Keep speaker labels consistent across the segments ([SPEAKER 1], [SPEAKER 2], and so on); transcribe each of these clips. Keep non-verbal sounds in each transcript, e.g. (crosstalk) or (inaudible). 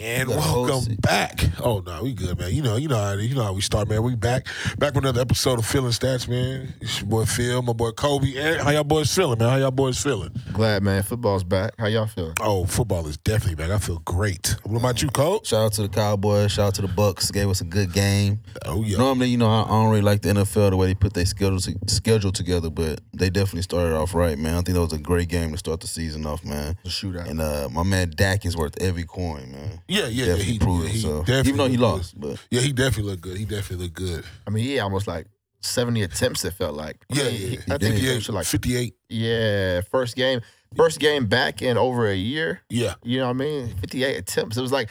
[SPEAKER 1] And
[SPEAKER 2] Gotta host
[SPEAKER 1] welcome
[SPEAKER 2] it.
[SPEAKER 1] back. Oh no, we good, man. You know, you know how it is. you know how we start, man. We back, back with another episode of Feeling Stats, man. It's your boy Phil, my boy Kobe. And how y'all boys feeling, man? How y'all boys feeling?
[SPEAKER 2] Glad, man. Football's back. How y'all feeling?
[SPEAKER 1] Oh, football is definitely back. I feel great. What about you, Coach?
[SPEAKER 2] Shout out to the Cowboys. Shout out to the Bucks. Gave us a good game.
[SPEAKER 1] Oh yeah.
[SPEAKER 2] Normally, you know, I I don't really like the NFL the way they put their schedule to, schedule together, but they definitely started off right, man. I think that was a great game to start the season off, man.
[SPEAKER 3] The shootout.
[SPEAKER 2] And uh, my man Dak is worth every coin, man.
[SPEAKER 1] Yeah, yeah, yeah.
[SPEAKER 2] definitely
[SPEAKER 1] He,
[SPEAKER 2] proved
[SPEAKER 1] he
[SPEAKER 2] himself.
[SPEAKER 1] definitely
[SPEAKER 2] Even though he
[SPEAKER 1] looked
[SPEAKER 2] lost, but
[SPEAKER 1] good. Yeah, he definitely looked good. He definitely looked good.
[SPEAKER 3] I mean, he had almost like 70 attempts, it felt like. I
[SPEAKER 1] Yeah,
[SPEAKER 3] mean,
[SPEAKER 1] yeah.
[SPEAKER 3] he- I think he was like,
[SPEAKER 1] 58.
[SPEAKER 3] yeah, first game, first game back in over a year.
[SPEAKER 1] Yeah.
[SPEAKER 3] You know what I mean? 58 attempts. It was like,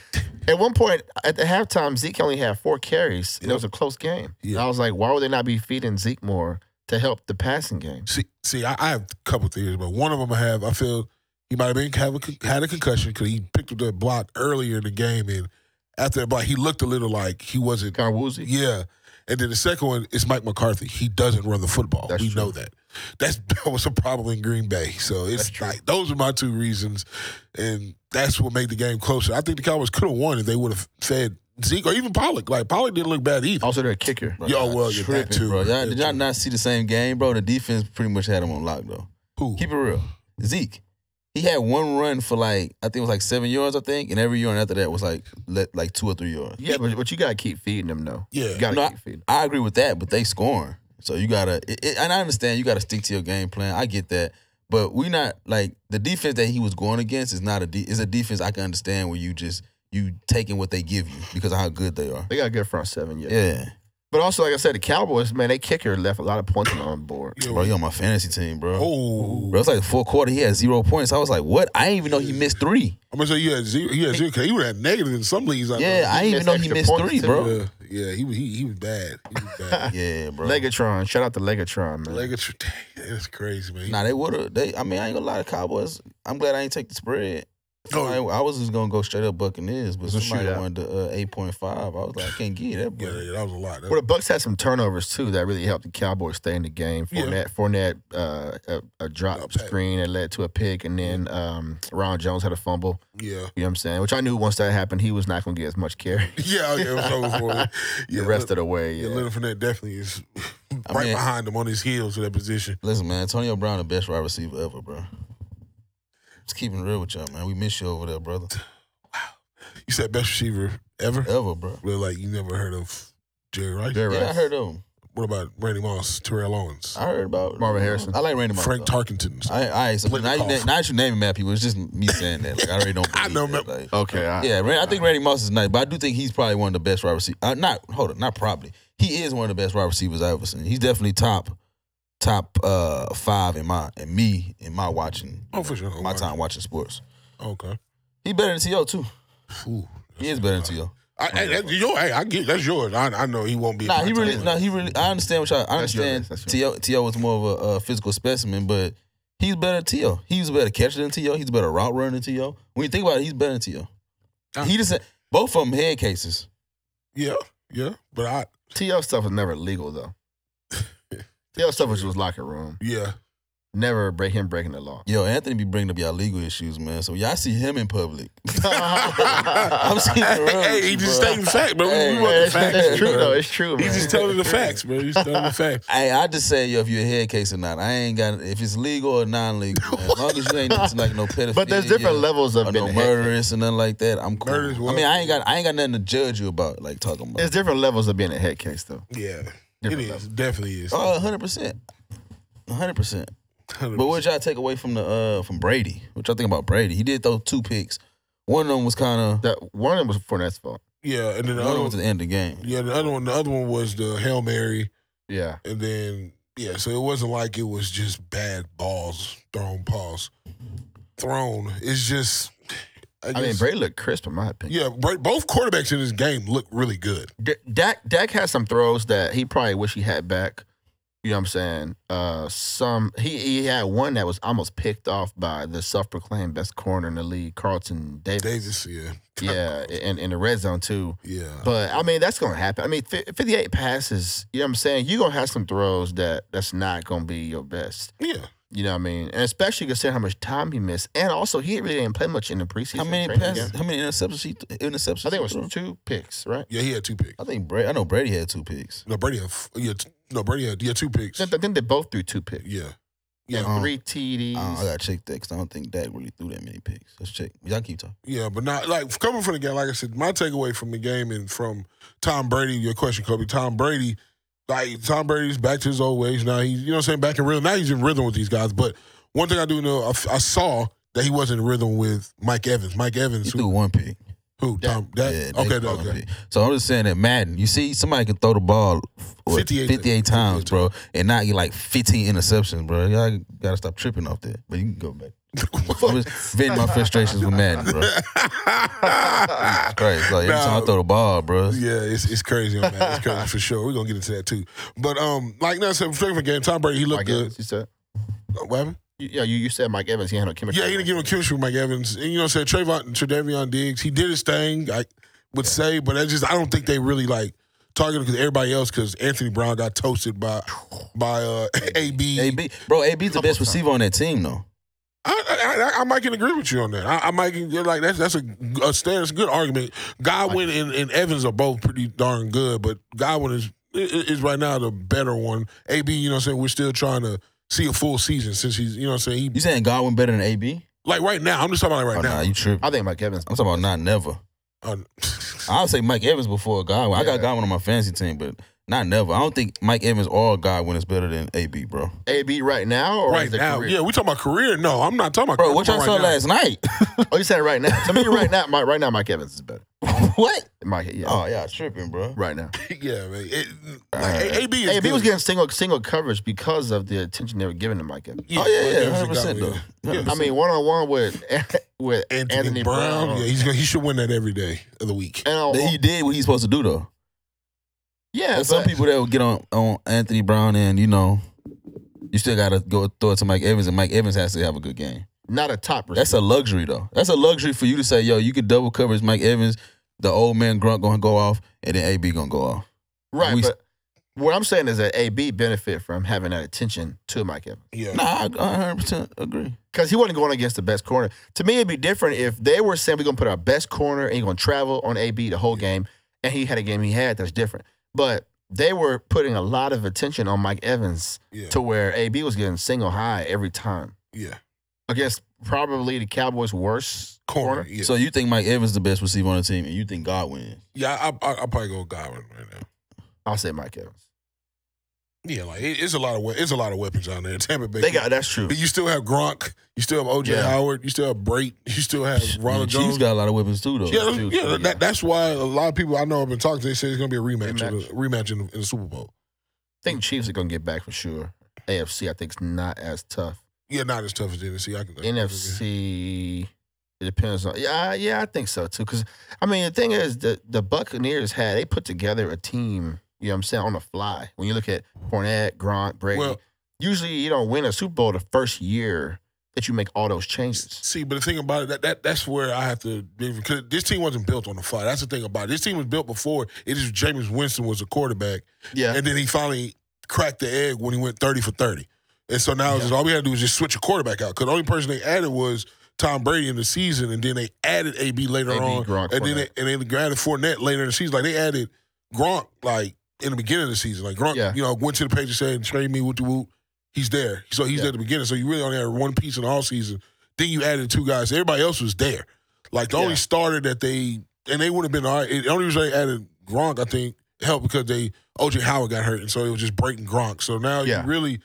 [SPEAKER 3] at one point at the halftime, Zeke only had four carries. and It was a close game.
[SPEAKER 1] Yeah.
[SPEAKER 3] And I was like, why would they not be feeding Zeke more to help the passing game?
[SPEAKER 1] See, see, I, I have a couple theories, but one of them I have, I feel he might have been have a, con- had a concussion because he picked up that block earlier in the game, and after that block, he looked a little like he wasn't.
[SPEAKER 3] Kind of woozy.
[SPEAKER 1] Yeah, and then the second one is Mike McCarthy. He doesn't run the football.
[SPEAKER 3] That's
[SPEAKER 1] we
[SPEAKER 3] true.
[SPEAKER 1] know that. That's (laughs) that was a problem in Green Bay. So
[SPEAKER 3] That's
[SPEAKER 1] it's
[SPEAKER 3] true.
[SPEAKER 1] like those are my two reasons, and that's what made the game closer. I think the Cowboys could have won if they would have fed Zeke or even Pollock. Like Pollock didn't look bad either.
[SPEAKER 3] Also, their kicker.
[SPEAKER 2] bro,
[SPEAKER 1] Yo,
[SPEAKER 2] y'all
[SPEAKER 1] Oh, well, yeah, that
[SPEAKER 2] tripping,
[SPEAKER 1] too.
[SPEAKER 2] Bro. Y'all,
[SPEAKER 1] That
[SPEAKER 2] did y'all
[SPEAKER 1] too.
[SPEAKER 2] not see the same game, bro? The defense pretty much had him on lock, though.
[SPEAKER 1] Who?
[SPEAKER 2] Keep it real. Zeke, he had one run for like, I think it was like seven yards, I think, and every yards after that was like let, like two or three yards.
[SPEAKER 3] Yeah, but, but you got to keep feeding them, though.
[SPEAKER 1] Yeah.
[SPEAKER 3] You got to
[SPEAKER 2] No,
[SPEAKER 3] keep feeding them.
[SPEAKER 2] I agree with that, but they scoring. So you gotta, it, it- and I understand you gotta stick to your game plan. I get that, but we not like the defense that he was going against is not a de- is a defense I can understand where you just you taking what they give you because of how good they are.
[SPEAKER 3] They got a good front seven, yeah.
[SPEAKER 2] Yeah,
[SPEAKER 3] But also, like I said, the Cowboys, man, they kicker left a lot of points on the board.
[SPEAKER 1] Yeah,
[SPEAKER 2] bro, you on my fantasy team, bro.
[SPEAKER 1] Oh,
[SPEAKER 2] Bro, it's like the fourth quarter. He had zero points. I was like, "What? I didn't even know he missed three.
[SPEAKER 1] I'm gonna say you had zero. You had zero. 'cause You would have negative in some leagues. I
[SPEAKER 2] Yeah, I didn't even
[SPEAKER 3] missed
[SPEAKER 2] know he
[SPEAKER 3] extra
[SPEAKER 2] missed
[SPEAKER 3] points,
[SPEAKER 2] three,
[SPEAKER 3] too.
[SPEAKER 2] bro.
[SPEAKER 1] know. yeah, yeah. He was he, he was bad. He was
[SPEAKER 2] (laughs)
[SPEAKER 1] bad.
[SPEAKER 2] Yeah,
[SPEAKER 3] (laughs)
[SPEAKER 2] bro.
[SPEAKER 3] Legatron. Shout out to Legatron, man.
[SPEAKER 1] Legatron, dang, that's crazy, man.
[SPEAKER 2] Nah, they would have. They, I mean, I ain't gonna lie to Cowboys. I'm glad I ain't take the spread.
[SPEAKER 1] Oh,
[SPEAKER 2] I, I was just gonna go straight up Buccaneers, but
[SPEAKER 3] It's a
[SPEAKER 2] somebody
[SPEAKER 3] shootout.
[SPEAKER 2] wanted the uh, eight point five. I was like, I can't get that,
[SPEAKER 1] yeah,
[SPEAKER 2] bro.
[SPEAKER 1] yeah, that was a lot. That-
[SPEAKER 3] Well, the Bucks had some turnovers too that really helped the Cowboys stay in the game.
[SPEAKER 1] Yeah.
[SPEAKER 3] Fournette, Fournette, uh, a, a drop
[SPEAKER 1] Drop back.
[SPEAKER 3] screen that led to a pick, and then um, Ron Jones had a fumble.
[SPEAKER 1] yeah, (laughs)
[SPEAKER 3] You know what I'm saying? Which I knew once that happened, he was not going to get as much carry
[SPEAKER 1] yeah, yeah. It was over
[SPEAKER 2] (laughs)
[SPEAKER 1] for him. Yeah,
[SPEAKER 3] the rest of the way.
[SPEAKER 1] yeah,
[SPEAKER 3] Yeah.
[SPEAKER 1] Leonard Fournette definitely is (laughs) right
[SPEAKER 2] mean-
[SPEAKER 1] behind him on his heels with that position.
[SPEAKER 2] Listen, man, Antonio Brown, the best wide receiver ever, bro. Just keeping it real with y'all, man. We miss you over there, brother.
[SPEAKER 1] You said best receiver ever. (laughs)
[SPEAKER 2] Ever, bro.
[SPEAKER 1] Well, like you never heard of Jerry Rice.
[SPEAKER 3] Jerry
[SPEAKER 2] Yeah, I
[SPEAKER 3] Rice.
[SPEAKER 2] heard of him.
[SPEAKER 1] What about Randy Moss, Terrell Owens,
[SPEAKER 2] I heard about
[SPEAKER 3] Marvin Harrison.
[SPEAKER 2] I like Randy Moss.
[SPEAKER 1] Frank
[SPEAKER 2] though.
[SPEAKER 1] Tarkenton?
[SPEAKER 2] All right, all right. So now you,
[SPEAKER 1] Blitnikoff.
[SPEAKER 2] now that you naming mad people, it's just me saying that. Like I already don't.
[SPEAKER 1] I
[SPEAKER 2] believe
[SPEAKER 1] know,
[SPEAKER 2] that,
[SPEAKER 1] man.
[SPEAKER 2] like-
[SPEAKER 3] Okay. I,
[SPEAKER 2] Yeah, Ran- I think Randy Moss is nice, but I do think he's probably one of the best wide receivers. Uh, not hold on, not probably. He is one of the best wide receivers I've ever seen. He's definitely top top uh, five in my in me in my watching
[SPEAKER 1] Oh, for sure.
[SPEAKER 2] my time watching sports.
[SPEAKER 1] Okay.
[SPEAKER 2] He better than T.O. too.
[SPEAKER 1] Ooh.
[SPEAKER 2] He is better than T.O.
[SPEAKER 1] I, I, that's your, hey, I get that's yours. I, I know he won't be. in
[SPEAKER 2] Nah,
[SPEAKER 1] my
[SPEAKER 2] he really.
[SPEAKER 1] top
[SPEAKER 2] Nah, he really. I understand what y'all. I
[SPEAKER 3] That's your
[SPEAKER 2] understand
[SPEAKER 3] list, that's
[SPEAKER 2] T.O. T.O. was more of a uh, physical specimen, but he's better than T.O. He's a better catcher than T.O. He's a better route runner than T.O. When you think about it, he's better than T.O.
[SPEAKER 3] Uh.
[SPEAKER 1] Ah.
[SPEAKER 2] He just both of them head cases.
[SPEAKER 1] Yeah, yeah, but I
[SPEAKER 3] TL stuff was never legal though. TL stuff was just locker room.
[SPEAKER 1] yeah.
[SPEAKER 3] Never break him breaking
[SPEAKER 2] (laughs)
[SPEAKER 3] the law. (laughs)
[SPEAKER 2] Yo, Anthony be bringing up y'all legal issues, man. So y'all see him in (laughs) public.
[SPEAKER 3] I'm
[SPEAKER 2] just (laughs) keeping it
[SPEAKER 1] Hey,
[SPEAKER 2] real with
[SPEAKER 1] hey, he
[SPEAKER 2] you,
[SPEAKER 1] just
[SPEAKER 2] bro.
[SPEAKER 1] stating facts, bro. We-
[SPEAKER 2] Hey,
[SPEAKER 1] we want the
[SPEAKER 3] it's,
[SPEAKER 1] facts.
[SPEAKER 3] it's true
[SPEAKER 1] bro.
[SPEAKER 3] though. It's true.
[SPEAKER 1] He's
[SPEAKER 3] man.
[SPEAKER 1] just telling the
[SPEAKER 2] (laughs)
[SPEAKER 1] facts, bro. He's telling the facts.
[SPEAKER 2] Hey, I just say, yo, if you're a head case or not, I ain't got if it's legal or non-legal. Man. As long as you ain't nothing like (laughs) no pedophile,
[SPEAKER 3] But there's different levels of
[SPEAKER 2] or
[SPEAKER 3] being
[SPEAKER 2] no
[SPEAKER 3] a head case.
[SPEAKER 2] murderous and nothing like that. I'm cool.
[SPEAKER 1] Murderous
[SPEAKER 2] I
[SPEAKER 1] what?
[SPEAKER 2] mean, I ain't got I ain't got nothing to judge you about. Like talking about.
[SPEAKER 3] There's different levels of being a head case though.
[SPEAKER 1] Yeah, it
[SPEAKER 3] Different
[SPEAKER 1] is
[SPEAKER 3] level.
[SPEAKER 1] definitely is.
[SPEAKER 2] Oh, 100 percent, hundred percent. But what y'all take away from the uh from Brady? What y'all think about Brady? He did throw two picks. One of them was kind of
[SPEAKER 3] That one of them was Fournette's fault.
[SPEAKER 1] yeah, and then the
[SPEAKER 2] one
[SPEAKER 1] other
[SPEAKER 2] of them was
[SPEAKER 1] one,
[SPEAKER 2] at the end of the game.
[SPEAKER 1] yeah, the other one, the other one was the hail mary,
[SPEAKER 3] Yeah.
[SPEAKER 1] and then yeah, so it wasn't like it was just bad balls thrown, balls thrown. It's just, I,
[SPEAKER 3] I
[SPEAKER 1] guess,
[SPEAKER 3] mean, Brady looked crisp in my opinion.
[SPEAKER 1] yeah, Bra- both quarterbacks in this game look really good.
[SPEAKER 3] D- Dak Dak had some throws that he probably wish he had back. You know what I'm saying? Uh, some he he had one that was almost picked off by the self-proclaimed best corner in the league, Carlton Davis.
[SPEAKER 1] Davis, yeah,
[SPEAKER 3] Yeah, in in the red zone too.
[SPEAKER 1] yeah,
[SPEAKER 3] But I mean, that's gonna happen. I mean, fi- 58 passes. You know what I'm saying? You are gonna have some throws that that's not gonna be your best.
[SPEAKER 1] yeah.
[SPEAKER 3] You know what I mean? And especially considering how much time he missed. And also, he really didn't play much in the preseason.
[SPEAKER 2] How many
[SPEAKER 3] training
[SPEAKER 2] passes?
[SPEAKER 3] camp.
[SPEAKER 2] How many interceptions? She th- interceptions?
[SPEAKER 3] I think it
[SPEAKER 2] she threw?
[SPEAKER 3] was two picks, right?
[SPEAKER 1] Yeah, he had two picks.
[SPEAKER 2] I think Brady. I know Brady had two picks.
[SPEAKER 1] No, Brady had. f- Yeah, t- no, Brady had. Yeah, two picks.
[SPEAKER 3] I think they both threw two picks.
[SPEAKER 1] Yeah,
[SPEAKER 3] Yeah,
[SPEAKER 1] yeah,
[SPEAKER 2] um,
[SPEAKER 3] three TDs.
[SPEAKER 2] I,
[SPEAKER 1] Oh,
[SPEAKER 2] don't- I gotta check that because I don't think Dak really threw that many picks. Let's check. Y'all keep talking.
[SPEAKER 1] yeah. But not like coming from the game. Like I said, my takeaway from the game and from Tom Brady. Your question, Kobe. Tom Brady. Like Tom Brady's back to his old ways now. He's you know what I'm saying back in rhythm. Now he's in rhythm with these guys. But one thing I do know, I, f- I saw that he wasn't in rhythm with Mike Evans. Mike
[SPEAKER 2] He
[SPEAKER 1] Evans, who,
[SPEAKER 2] threw one pick.
[SPEAKER 1] who Tom. That,
[SPEAKER 2] Yeah, Dak
[SPEAKER 1] okay,
[SPEAKER 2] threw one
[SPEAKER 1] okay.
[SPEAKER 2] pick. So I'm just saying that Madden. You see, somebody can throw the ball what,
[SPEAKER 1] 58
[SPEAKER 2] 58,
[SPEAKER 1] 58
[SPEAKER 2] times, bro, and not get like 15 interceptions, bro. Y'all gotta stop tripping off that. But you can
[SPEAKER 1] (laughs)
[SPEAKER 2] go back. I'm just venting my frustrations with Madden, bro.
[SPEAKER 1] (laughs)
[SPEAKER 2] It's crazy. Like every
[SPEAKER 1] Nah.
[SPEAKER 2] time I throw the ball, bro.
[SPEAKER 1] Yeah, it's it's crazy on that. It's crazy for sure. We're gonna get into that too. But um, like no, so for game, Tom Brady, he looked
[SPEAKER 3] Mike
[SPEAKER 1] good.
[SPEAKER 3] Evans, you said?
[SPEAKER 1] What happened?
[SPEAKER 3] You, yeah, you, you said Mike Evans. He had no chemistry.
[SPEAKER 1] Yeah, he didn't give him chemistry with Mike Evans. And you know what I'm saying? Trayvon Tredavion Diggs, he did his thing, I would say, but I just I don't think they really like targeted because everybody else because Anthony Brown got toasted by by uh (laughs) A B. I
[SPEAKER 2] AB, bro, AB's the
[SPEAKER 3] Couple
[SPEAKER 2] best receiver on that team, though.
[SPEAKER 1] I, I, I might can agree with you on that. I, I might can, like that's that's a a stand, that's a good argument. Godwin and, and Evans are both pretty darn good, but Godwin is i- i- is right now the better one. A B, you know what I'm saying? We're still trying to see a full season since he's you know what I'm saying.
[SPEAKER 2] You
[SPEAKER 1] He,
[SPEAKER 2] saying Godwin better than AB?
[SPEAKER 1] like right now, I'm just talking about like
[SPEAKER 2] oh,
[SPEAKER 1] right
[SPEAKER 2] Nah, you tripping.
[SPEAKER 3] I think Mike Evans.
[SPEAKER 2] I'm talking about not never.
[SPEAKER 1] now.
[SPEAKER 2] (laughs)
[SPEAKER 1] Uh,
[SPEAKER 2] I'll say Mike Evans before Godwin. I
[SPEAKER 3] Yeah.
[SPEAKER 2] got Godwin on my fantasy team, but not never. I don't think Mike Evans or Godwin is better than AB, bro.
[SPEAKER 3] AB right now or
[SPEAKER 1] right
[SPEAKER 3] is it
[SPEAKER 1] now.
[SPEAKER 3] career?
[SPEAKER 1] Yeah, we talking about career. No, I'm not talking about.
[SPEAKER 2] Bro,
[SPEAKER 1] career.
[SPEAKER 2] what
[SPEAKER 1] I'm
[SPEAKER 2] y'all saw
[SPEAKER 1] talking about
[SPEAKER 2] last night? (laughs)
[SPEAKER 3] Oh, you said right now. To me, right now, (laughs) Mike, right now, Mike Evans is better.
[SPEAKER 2] what?
[SPEAKER 3] Mike, yeah,
[SPEAKER 2] Oh, yeah, tripping, bro.
[SPEAKER 3] right now.
[SPEAKER 1] right now. yeah, man. It,
[SPEAKER 2] All
[SPEAKER 1] like,
[SPEAKER 2] right.
[SPEAKER 1] A- AB is
[SPEAKER 3] AB was
[SPEAKER 1] good.
[SPEAKER 3] getting single single coverage because of the attention they were giving to Mike Evans.
[SPEAKER 2] Oh, yeah, yeah,
[SPEAKER 1] Evans and
[SPEAKER 2] 100%,
[SPEAKER 1] Godwin,
[SPEAKER 2] though.
[SPEAKER 1] yeah. Yeah.
[SPEAKER 3] I mean, one on one with (laughs) with
[SPEAKER 1] Anthony, Brown. Yeah, he's gonna, he should win that every day of the week.
[SPEAKER 3] and uh, oh, on,
[SPEAKER 2] That he did what he's supposed to do, though.
[SPEAKER 3] yeah,
[SPEAKER 2] There's some
[SPEAKER 3] but-
[SPEAKER 2] people that will get on, on Anthony Brown, and, you know, you still got to go throw it to Mike Evans, and Mike Evans has to have a good game.
[SPEAKER 3] not a top receiver.
[SPEAKER 2] That's a luxury though. That's a luxury for you to say, yo, you could double coverage Mike Evans, the old man grunt gonna go off, and then A B gonna go off.
[SPEAKER 3] right,
[SPEAKER 2] we-
[SPEAKER 3] but what I'm saying is that AB benefit from having that attention to Mike Evans
[SPEAKER 1] Yeah,
[SPEAKER 2] Nah, I hundred percent agree.
[SPEAKER 3] because he wasn't going against the best corner. To me, it'd be different if they were saying we're gonna put our best corner and you're gonna travel on AB the whole game, and he had a game he had that's different. But they were putting a lot of attention on Mike Evans
[SPEAKER 1] yeah,
[SPEAKER 3] to where AB was getting single high every time
[SPEAKER 1] yeah.
[SPEAKER 3] against probably the Cowboys' worst
[SPEAKER 1] Corner.
[SPEAKER 3] corner.
[SPEAKER 1] Yeah,
[SPEAKER 2] So you think Mike Evans the best receiver on the team and you think God wins.
[SPEAKER 1] yeah. I, I, I'll probably go with Godwin right now.
[SPEAKER 3] I'll say Mike Evans.
[SPEAKER 1] Yeah, like it, it's a lot of we- it's a lot of weapons out there. Tampa Bay.
[SPEAKER 3] They got that's true.
[SPEAKER 1] But you still have Gronk. You still have OJ
[SPEAKER 3] Yeah.
[SPEAKER 1] Howard. You still have Brait. You still have
[SPEAKER 2] the
[SPEAKER 1] Ronald
[SPEAKER 2] Chiefs
[SPEAKER 1] Jones.
[SPEAKER 2] got a lot of weapons too though.
[SPEAKER 1] yeah,
[SPEAKER 3] Chiefs,
[SPEAKER 1] yeah.
[SPEAKER 3] yeah.
[SPEAKER 1] That, that's why a lot of people I know have been talking. They say it's gonna be a rematch, of
[SPEAKER 3] Rematch.
[SPEAKER 1] the- rematch in, the, in the Super Bowl.
[SPEAKER 3] I think Chiefs are gonna get back for sure. AFC, I think, is not as tough.
[SPEAKER 1] Yeah, not as tough as NFC. I can
[SPEAKER 3] NFC, it depends on. Yeah, yeah, I think so too. Because I mean, the thing is, the the Buccaneers had they put together a team. You know what I'm saying on the fly. When you look at Fournette, Gronk, Brady,
[SPEAKER 1] Well-
[SPEAKER 3] usually you don't win a Super Bowl the first year that you make all those changes.
[SPEAKER 1] See, but the thing about it, that, that that's where I have to because this team wasn't built on the fly. That's the thing about it. This team was built before. It is Jameis Winston was a quarterback,
[SPEAKER 3] Yeah,
[SPEAKER 1] and then he finally cracked the egg when he went thirty for thirty. And so now it's just, all we had to do is just switch a quarterback out because the only person they added was Tom Brady in the season, and then they added AB later
[SPEAKER 3] AB,
[SPEAKER 1] on,
[SPEAKER 3] Gronk,
[SPEAKER 1] and then they,
[SPEAKER 3] Fournette.
[SPEAKER 1] and they added Fournette later in the season. Like they added Gronk like in the beginning of the season. Like Gronk,
[SPEAKER 3] Yeah.
[SPEAKER 1] you know, went to the page and said, "Trade me with the whoop." He's there, so he's
[SPEAKER 3] Yeah.
[SPEAKER 1] there at the beginning. So you really only had one piece in all season. Then you added two guys. Everybody else was there. Like the only
[SPEAKER 3] Yeah.
[SPEAKER 1] starter that they and they would have been all right. The only reason they added Gronk, I think, helped because they OJ Howard got hurt, and so it was just breaking Gronk. So now
[SPEAKER 3] Yeah.
[SPEAKER 1] you really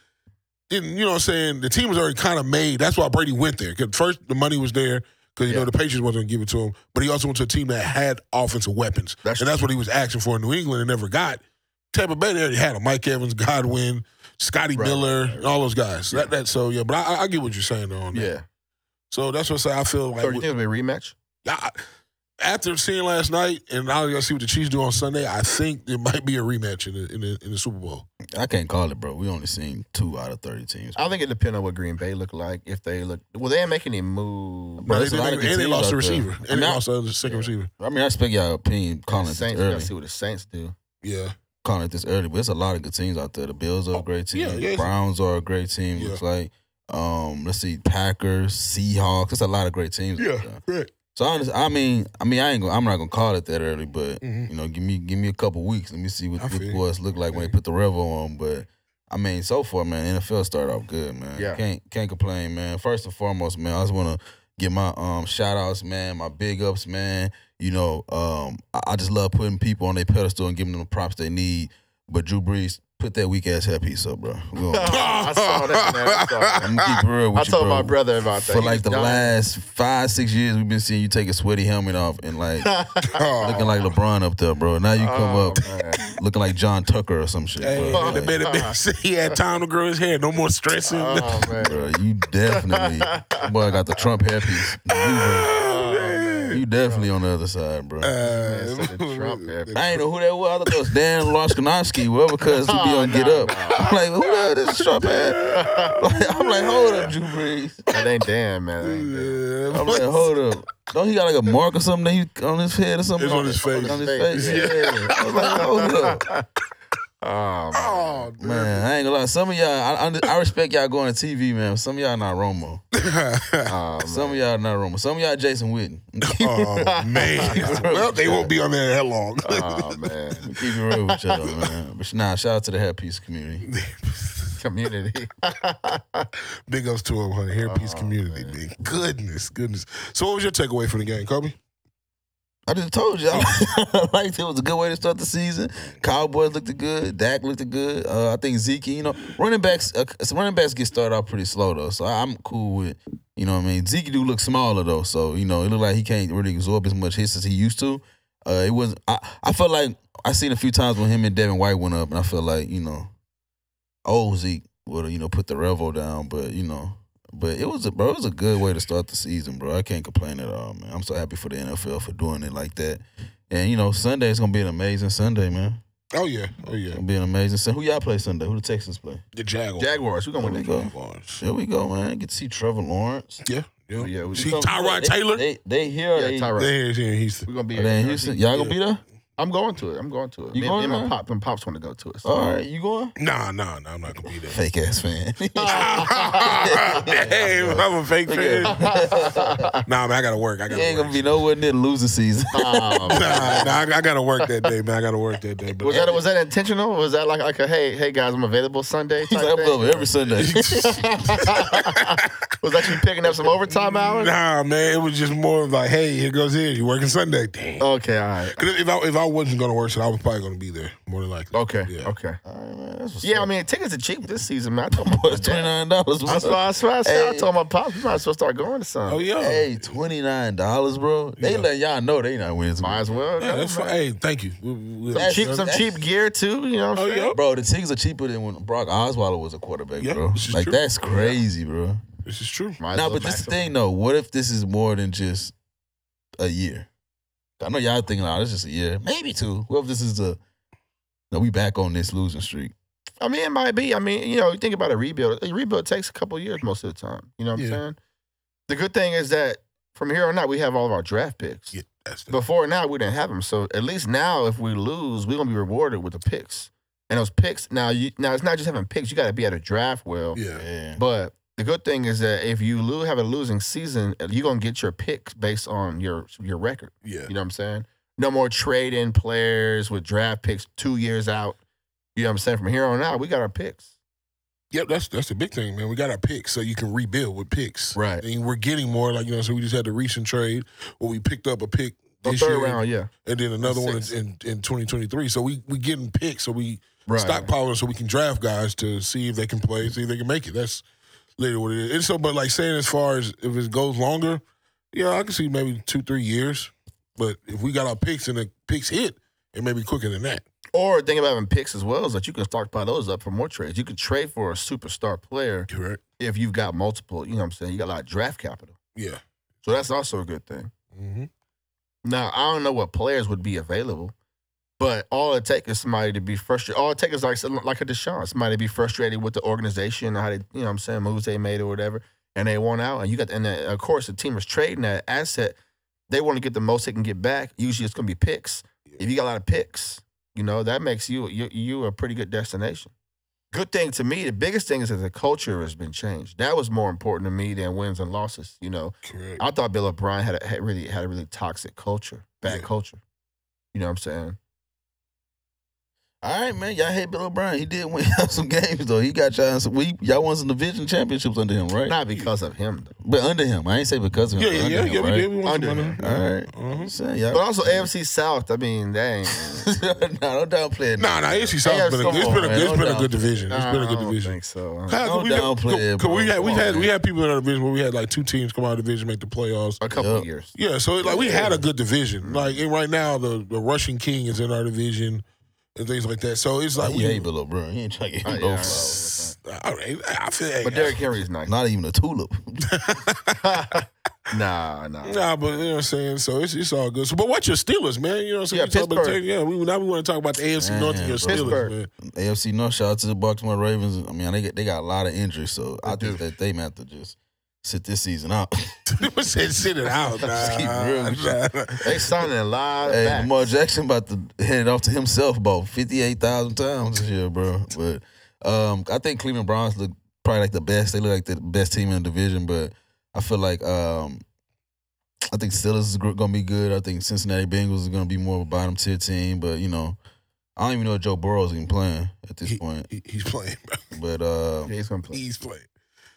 [SPEAKER 1] didn't. You know what I'm saying? The team was already kind of made. That's why Brady went there because first the money was there because you know
[SPEAKER 3] Yeah.
[SPEAKER 1] the Patriots wasn't going to give it to him, but he also went to a team that had offensive weapons,
[SPEAKER 3] That's
[SPEAKER 1] and that's what he was asking for in New England and never got. Tampa Bay they already had him. Mike Evans, Godwin, Scotty
[SPEAKER 3] Right,
[SPEAKER 1] Miller,
[SPEAKER 3] right, right.
[SPEAKER 1] all those guys. That, that so yeah, but I, I- I get what you're saying though. On that.
[SPEAKER 3] yeah.
[SPEAKER 1] So that's what I say. I feel like
[SPEAKER 3] So you think it'll be a rematch?
[SPEAKER 1] I, after seeing last night, and now you gotta see what the Chiefs do on Sunday. I think there might be a rematch in the in the, in the Super Bowl.
[SPEAKER 2] I can't call it, bro. We only seen two out of thirty teams.
[SPEAKER 3] I think it depends on what Green Bay look like. If they look, well, they didn't make any move.
[SPEAKER 2] Bro,
[SPEAKER 1] No, they
[SPEAKER 2] there's a
[SPEAKER 1] did-
[SPEAKER 2] lot of good
[SPEAKER 1] and they
[SPEAKER 2] teams
[SPEAKER 1] lost
[SPEAKER 2] out
[SPEAKER 1] the
[SPEAKER 2] there.
[SPEAKER 1] receiver,
[SPEAKER 2] I'm
[SPEAKER 1] and they
[SPEAKER 2] not-
[SPEAKER 1] lost the other second
[SPEAKER 3] Yeah.
[SPEAKER 1] receiver.
[SPEAKER 2] I mean, I expect y'all opinion calling it this
[SPEAKER 3] Saints, we gotta
[SPEAKER 2] early.
[SPEAKER 3] see what the Saints
[SPEAKER 2] (laughs)
[SPEAKER 3] do.
[SPEAKER 1] Yeah,
[SPEAKER 2] Calling it this early, but it's a lot of good teams out there. The Bills are a great team.
[SPEAKER 1] Oh, Yeah, yeah.
[SPEAKER 2] The Browns are a great team. Looks like Um, let's see, Packers, Seahawks. That's a lot of great teams. out
[SPEAKER 1] Yeah,
[SPEAKER 2] there.
[SPEAKER 1] right.
[SPEAKER 2] So honestly, I mean, I mean, I ain't gonna, I'm not gonna call it that early, but
[SPEAKER 1] Mhm.
[SPEAKER 2] you know, give me, give me a couple weeks. Let me see what
[SPEAKER 1] I
[SPEAKER 2] what
[SPEAKER 1] feel you.
[SPEAKER 2] boys look like when they
[SPEAKER 1] Okay.
[SPEAKER 2] put the revo on. But I mean, so far, man, NFL started off good, man.
[SPEAKER 3] Yeah.
[SPEAKER 2] can't can't complain, man. First and foremost, man, I just wanna give my um shout outs, man, my big ups, man. You know, um, I, I just love putting people on their pedestal and giving them the props they need. But Drew Brees, put that weak ass headpiece up, bro. We
[SPEAKER 3] (laughs)
[SPEAKER 2] gonna-
[SPEAKER 3] I saw that, man. I saw that.
[SPEAKER 2] I'm gonna keep it real with
[SPEAKER 3] I
[SPEAKER 2] you,
[SPEAKER 3] told
[SPEAKER 2] bro.
[SPEAKER 3] my brother about that.
[SPEAKER 2] For
[SPEAKER 3] He
[SPEAKER 2] like
[SPEAKER 3] was
[SPEAKER 2] the
[SPEAKER 3] dying.
[SPEAKER 2] last five, six years, we've been seeing you take a sweaty helmet off and like looking like LeBron up there, bro. Now you come
[SPEAKER 3] Oh,
[SPEAKER 2] up
[SPEAKER 3] man.
[SPEAKER 2] (laughs) looking like John Tucker or some shit,
[SPEAKER 1] Hey,
[SPEAKER 2] bro.
[SPEAKER 1] the
[SPEAKER 2] Like,
[SPEAKER 1] man, the man said (laughs) he had time to grow his hair. No
[SPEAKER 2] (laughs)
[SPEAKER 1] more stressing.
[SPEAKER 2] Uh,
[SPEAKER 3] Oh, man.
[SPEAKER 2] bro, you
[SPEAKER 1] (laughs)
[SPEAKER 2] definitely, boy, I got the Trump hairpiece. You,
[SPEAKER 1] Oh,
[SPEAKER 2] bro,
[SPEAKER 1] man.
[SPEAKER 2] you definitely on the other side, bro.
[SPEAKER 1] Uh,
[SPEAKER 3] Man said the Trump hair.
[SPEAKER 2] I ain't know who that was. I thought it was Dan Loshkonovsky, whatever, cuz he be
[SPEAKER 3] Oh,
[SPEAKER 2] on Get
[SPEAKER 3] no,
[SPEAKER 2] Up.
[SPEAKER 3] no.
[SPEAKER 2] I'm like, who the hell this Trump hat? (laughs) Like, I'm like, hold up, Drew Brees.
[SPEAKER 3] That ain't damn, man. That ain't Dan.
[SPEAKER 2] I'm like, hold up. Don't he got like a mark or something that he, on his head or something?
[SPEAKER 1] It's on his face.
[SPEAKER 2] On his
[SPEAKER 3] Face,
[SPEAKER 2] face, yeah. (laughs) I was like, hold up.
[SPEAKER 3] Oh, man.
[SPEAKER 1] Oh,
[SPEAKER 2] Man, I ain't gonna lie. Some of y'all, I, I, I respect y'all going to TV, man. Some of y'all not Romo.
[SPEAKER 3] Oh,
[SPEAKER 2] (laughs)
[SPEAKER 3] man.
[SPEAKER 2] Some of y'all not Romo. Some of y'all Jason Witten. (laughs)
[SPEAKER 1] oh man. well, they won't be on there that long.
[SPEAKER 3] Oh, man.
[SPEAKER 2] Keep it real with y'all, man. But nah, shout out to the hairpiece community.
[SPEAKER 3] Community.
[SPEAKER 1] (laughs)
[SPEAKER 2] (laughs)
[SPEAKER 1] Big ups to him, honey. Hairpiece community, man. Goodness, goodness. So, what was your takeaway from the game, Kobe?
[SPEAKER 2] I just told y'all, (laughs) like it was a good way to start the season. Cowboys looked good. Dak looked good. Uh, I think Zeke, you know, running backs, uh, some running backs get started off pretty slow though, so I'm cool with. You know what I mean? Zeke do look smaller though, so you know it looked like he can't really absorb as much hits as he used to. Uh, it was I, I felt like I seen a few times when him and Devin White went up, and I feel like you know, old Zeke would you know put the revo down, but you know, but it was a bro, it was a good way to start the season, bro. I can't complain at all, man. I'm so happy for the NFL for doing it like that, and you know Sunday is gonna be an amazing Sunday, man.
[SPEAKER 1] Oh yeah, oh yeah.
[SPEAKER 2] It's gonna be an amazing Sunday. Who y'all play Sunday? Who the Texans play?
[SPEAKER 1] The Jaguars. Oh,
[SPEAKER 3] Jaguars. We're going to win that game.
[SPEAKER 1] Jaguars.
[SPEAKER 2] There we go, man. Get to see Trevor Lawrence.
[SPEAKER 1] Yeah, yeah.
[SPEAKER 3] Oh, yeah, we-
[SPEAKER 1] See
[SPEAKER 2] Come-
[SPEAKER 1] Tyrod
[SPEAKER 2] they-
[SPEAKER 1] Taylor.
[SPEAKER 2] They they here. or
[SPEAKER 3] Yeah,
[SPEAKER 2] they,
[SPEAKER 3] Tyrod.
[SPEAKER 1] They're here in Houston.
[SPEAKER 3] We're going to be
[SPEAKER 2] are they in
[SPEAKER 3] here.
[SPEAKER 2] Houston. Y'all gonna be there?
[SPEAKER 3] I'm going to it. I'm going to it.
[SPEAKER 2] You
[SPEAKER 3] me,
[SPEAKER 2] going,
[SPEAKER 3] me and
[SPEAKER 2] man?
[SPEAKER 3] my pop and pops want to go to it. So.
[SPEAKER 2] All right, you going?
[SPEAKER 1] Nah, nah, nah. I'm not gonna be there.
[SPEAKER 2] Fake ass fan.
[SPEAKER 1] (laughs)
[SPEAKER 2] (laughs)
[SPEAKER 1] Ah. Damn, I'm a fake fan. nah, man, I gotta work. I
[SPEAKER 2] He
[SPEAKER 1] gotta
[SPEAKER 2] ain't
[SPEAKER 1] work.
[SPEAKER 2] gonna be nowhere near the losing season.
[SPEAKER 3] Um,
[SPEAKER 1] nah, nah, I, I gotta work that day, man. I gotta work that day. But
[SPEAKER 3] was that was that intentional? Was that like like a hey hey guys I'm available Sunday?
[SPEAKER 2] (laughs) He's
[SPEAKER 3] type
[SPEAKER 2] like, I'm
[SPEAKER 3] thing?
[SPEAKER 2] over every Sunday.
[SPEAKER 3] (laughs)
[SPEAKER 1] (laughs)
[SPEAKER 3] Was that you picking up some overtime hours?
[SPEAKER 1] nah, man, it was just more of like, hey, here goes here. You working Sunday? Damn.
[SPEAKER 3] Okay, all right.
[SPEAKER 1] 'Cause if I if I wasn't gonna work, so I was probably gonna be there more than likely.
[SPEAKER 3] Okay,
[SPEAKER 1] Yeah.
[SPEAKER 3] okay.
[SPEAKER 2] All right, man. That's what's
[SPEAKER 3] Yeah, I
[SPEAKER 2] up.
[SPEAKER 3] mean tickets are cheap this season, man. I told my
[SPEAKER 2] Boys,
[SPEAKER 3] boys
[SPEAKER 2] twenty nine dollars.
[SPEAKER 3] I swear, I swear, I, said, I told my pops we might as well start going to some.
[SPEAKER 1] Oh yeah.
[SPEAKER 2] Hey, twenty nine dollars, bro. They let y'all know they not winning,
[SPEAKER 3] Might as well.
[SPEAKER 1] Yeah,
[SPEAKER 3] no,
[SPEAKER 1] that's
[SPEAKER 3] man.
[SPEAKER 1] fine. Hey, thank you. We- we-
[SPEAKER 2] Some
[SPEAKER 3] Cheap, some cheap gear too. You know. What
[SPEAKER 1] Oh
[SPEAKER 3] I'm
[SPEAKER 1] yeah.
[SPEAKER 3] saying?
[SPEAKER 2] bro. The tickets are cheaper than when Brock Osweiler was a quarterback,
[SPEAKER 1] Yeah,
[SPEAKER 2] bro.
[SPEAKER 1] this is
[SPEAKER 2] Like
[SPEAKER 1] true.
[SPEAKER 2] that's crazy, bro.
[SPEAKER 1] This is true.
[SPEAKER 3] Might as
[SPEAKER 2] Now,
[SPEAKER 3] well
[SPEAKER 2] but this is the
[SPEAKER 3] maximize.
[SPEAKER 2] thing though. What if this is more than just a year? I know y'all thinking, oh, this is just a year, maybe two. What if this is a? No, we back on this losing streak.
[SPEAKER 3] I mean, it might be. I mean, you know, you think about a rebuild. A rebuild takes a couple of years most of the time. You know what I'm
[SPEAKER 1] Yeah.
[SPEAKER 3] saying? The good thing is that from here on out, we have all of our draft picks.
[SPEAKER 1] Yeah, that's the,
[SPEAKER 3] Before now, we didn't have them. So at least now, if we lose, we're gonna be rewarded with the picks. And those picks now, you now it's not just having picks. You got to be at a draft well.
[SPEAKER 1] yeah.
[SPEAKER 2] Yeah.
[SPEAKER 3] But the good thing is that if you lose, have a losing season, you're gonna get your picks based on your your record.
[SPEAKER 1] Yeah.
[SPEAKER 3] You know what I'm saying? No more trade in players with draft picks two years out. You know what I'm saying? From here on out, we got our picks.
[SPEAKER 1] Yep, that's that's the big thing, man. We got our picks, so you can rebuild with picks.
[SPEAKER 3] Right.
[SPEAKER 1] And we're getting more, like you know, so we just had the recent trade where we picked up a pick
[SPEAKER 3] The
[SPEAKER 1] this
[SPEAKER 3] third
[SPEAKER 1] year,
[SPEAKER 3] round, yeah.
[SPEAKER 1] and then another one
[SPEAKER 3] Six.
[SPEAKER 1] in, in twenty twenty three. So we we getting picks, so we
[SPEAKER 3] Right.
[SPEAKER 1] stockpiling, so we can draft guys to see if they can play, see if they can make it. That's literally what it is. And so, but like saying as far as if it goes longer, yeah, I can see maybe two three years. But if we got our picks and the picks hit, it may be quicker than that.
[SPEAKER 3] Or think about having picks as well is that you can stockpile those up for more trades. You could trade for a superstar player
[SPEAKER 1] Correct.
[SPEAKER 3] if you've got multiple, you know what I'm saying? You got a lot of draft capital.
[SPEAKER 1] Yeah.
[SPEAKER 3] So that's also a good thing.
[SPEAKER 1] Mm-hmm.
[SPEAKER 3] Now, I don't know what players would be available, but all it takes is somebody to be frustrated. All it takes is like some- like a Deshaun, somebody to be frustrated with the organization, how they, you know what I'm saying, moves they made or whatever, and they want out. And you got, and then, of course, the team is trading that asset. They want to get the most they can get back. Usually it's going to be picks. If you got a lot of picks, you know, that makes you, you, you a pretty good destination. good thing to me, the biggest thing is that the culture has been changed. That was more important to me than wins and losses. You know,
[SPEAKER 1] Correct.
[SPEAKER 3] I thought Bill O'Brien had, a, had really had a really toxic culture, bad
[SPEAKER 1] Yeah.
[SPEAKER 3] culture. You know what I'm saying?
[SPEAKER 2] All right, man. Y'all hate Bill O'Brien. He did win (laughs) y'all some games though. He got y'all some. We y'all won some division championships under him, right?
[SPEAKER 3] Not because of him, though.
[SPEAKER 2] But under him, I ain't say because of him.
[SPEAKER 1] Yeah,
[SPEAKER 2] but
[SPEAKER 1] yeah, yeah,
[SPEAKER 2] under him,
[SPEAKER 1] yeah. We
[SPEAKER 2] right?
[SPEAKER 1] did. We want
[SPEAKER 3] Under
[SPEAKER 1] some
[SPEAKER 3] him.
[SPEAKER 1] money.
[SPEAKER 2] All right.
[SPEAKER 1] Uh-huh.
[SPEAKER 2] So, y'all, (laughs)
[SPEAKER 3] But also AFC South. I mean, that ain't.
[SPEAKER 2] no, don't downplay it.
[SPEAKER 1] Nah, nah. AFC South
[SPEAKER 3] Yeah,
[SPEAKER 1] has been a,
[SPEAKER 3] come
[SPEAKER 1] it's been a,
[SPEAKER 2] on,
[SPEAKER 1] it's
[SPEAKER 2] man.
[SPEAKER 1] been a
[SPEAKER 2] Don't
[SPEAKER 1] good division. It's been a
[SPEAKER 3] Nah, I
[SPEAKER 1] good
[SPEAKER 3] don't
[SPEAKER 1] division.
[SPEAKER 3] think so.
[SPEAKER 2] (laughs)
[SPEAKER 1] How
[SPEAKER 2] Don't
[SPEAKER 1] we, got-
[SPEAKER 2] downplay
[SPEAKER 1] co-
[SPEAKER 2] it,
[SPEAKER 1] co- we
[SPEAKER 2] bro.
[SPEAKER 1] had we
[SPEAKER 2] Come on,
[SPEAKER 1] had we
[SPEAKER 2] man.
[SPEAKER 1] had people in our division where we had like two teams come out of the division make the playoffs.
[SPEAKER 3] A couple
[SPEAKER 2] Yup.
[SPEAKER 3] years.
[SPEAKER 1] Yeah, so like we had a good
[SPEAKER 2] Mm.
[SPEAKER 1] division. Like and right now, the the Russian King is in our division and things like that. So it's like
[SPEAKER 2] He
[SPEAKER 1] we.
[SPEAKER 2] hate Bill O'Brien. He ain't trying to get
[SPEAKER 3] Oh,
[SPEAKER 2] him
[SPEAKER 3] yeah,
[SPEAKER 2] no
[SPEAKER 3] I know.
[SPEAKER 2] flowers.
[SPEAKER 1] All right, I feel.
[SPEAKER 3] But Derrick Henry is nice.
[SPEAKER 2] Not even a tulip. (laughs)
[SPEAKER 3] nah, nah.
[SPEAKER 1] Nah, but you know what I'm saying. So it's it's all good. So, but what's your Steelers, man? You know what I'm saying.
[SPEAKER 3] Yeah,
[SPEAKER 1] We talk about
[SPEAKER 3] Pittsburgh.
[SPEAKER 1] the- yeah, we now we want to talk about the AFC North and
[SPEAKER 2] Man,
[SPEAKER 1] your
[SPEAKER 2] bro.
[SPEAKER 1] Steelers,
[SPEAKER 3] Pittsburgh.
[SPEAKER 1] man. (laughs)
[SPEAKER 2] AFC North. Shout out to the Baltimore Ravens. I mean, they get, they got a lot of injuries, so I think that they might have to just sit this season out.
[SPEAKER 1] People said sit
[SPEAKER 2] (laughs)
[SPEAKER 1] it out.
[SPEAKER 2] Just keep
[SPEAKER 1] nah,
[SPEAKER 2] real with
[SPEAKER 1] nah.
[SPEAKER 3] They signing a lot
[SPEAKER 2] (laughs)
[SPEAKER 3] of
[SPEAKER 2] hey,
[SPEAKER 3] backs.
[SPEAKER 2] Lamar Jackson about to hand it off to himself about fifty eight thousand times this year, bro. But um, I think Cleveland Browns look probably like the best. They look like the best team in the division, but I feel like um, I think Steelers is gr- gonna be good. I think Cincinnati Bengals is gonna be more of a bottom tier team, but you know. I don't even know if Joe Burrow's even playing at this point,
[SPEAKER 1] He- he's playing, bro.
[SPEAKER 2] but uh,
[SPEAKER 3] Yeah, he's gonna play.
[SPEAKER 1] He's playing.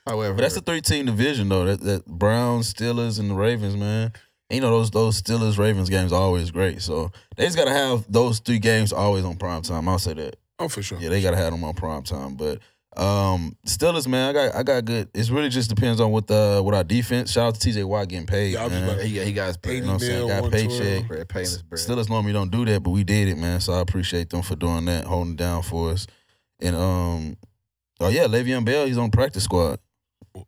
[SPEAKER 3] However,
[SPEAKER 2] But that's the three team division though. That that Browns, Steelers, and the Ravens, man. And, you know those those Steelers Ravens games are always great. So they just gotta have those three games always on prime time. I'll say that.
[SPEAKER 1] Oh, for sure.
[SPEAKER 2] Yeah, they gotta have them on prime time. But um Steelers, man, I got I got good. It really just depends on what the what our defense. Shout out to TJ Watt getting paid.
[SPEAKER 1] Yeah, I was just
[SPEAKER 2] man.
[SPEAKER 1] about to-
[SPEAKER 3] he, he got his
[SPEAKER 2] You
[SPEAKER 3] bread.
[SPEAKER 2] know what I'm saying? Got a
[SPEAKER 1] One, two,
[SPEAKER 2] paycheck.
[SPEAKER 3] Bread, paying his bread.
[SPEAKER 2] Steelers normally don't do that, but we did it, man. So I appreciate them for doing that, holding down for us. And um oh yeah, Le'Veon Bell, he's on practice squad.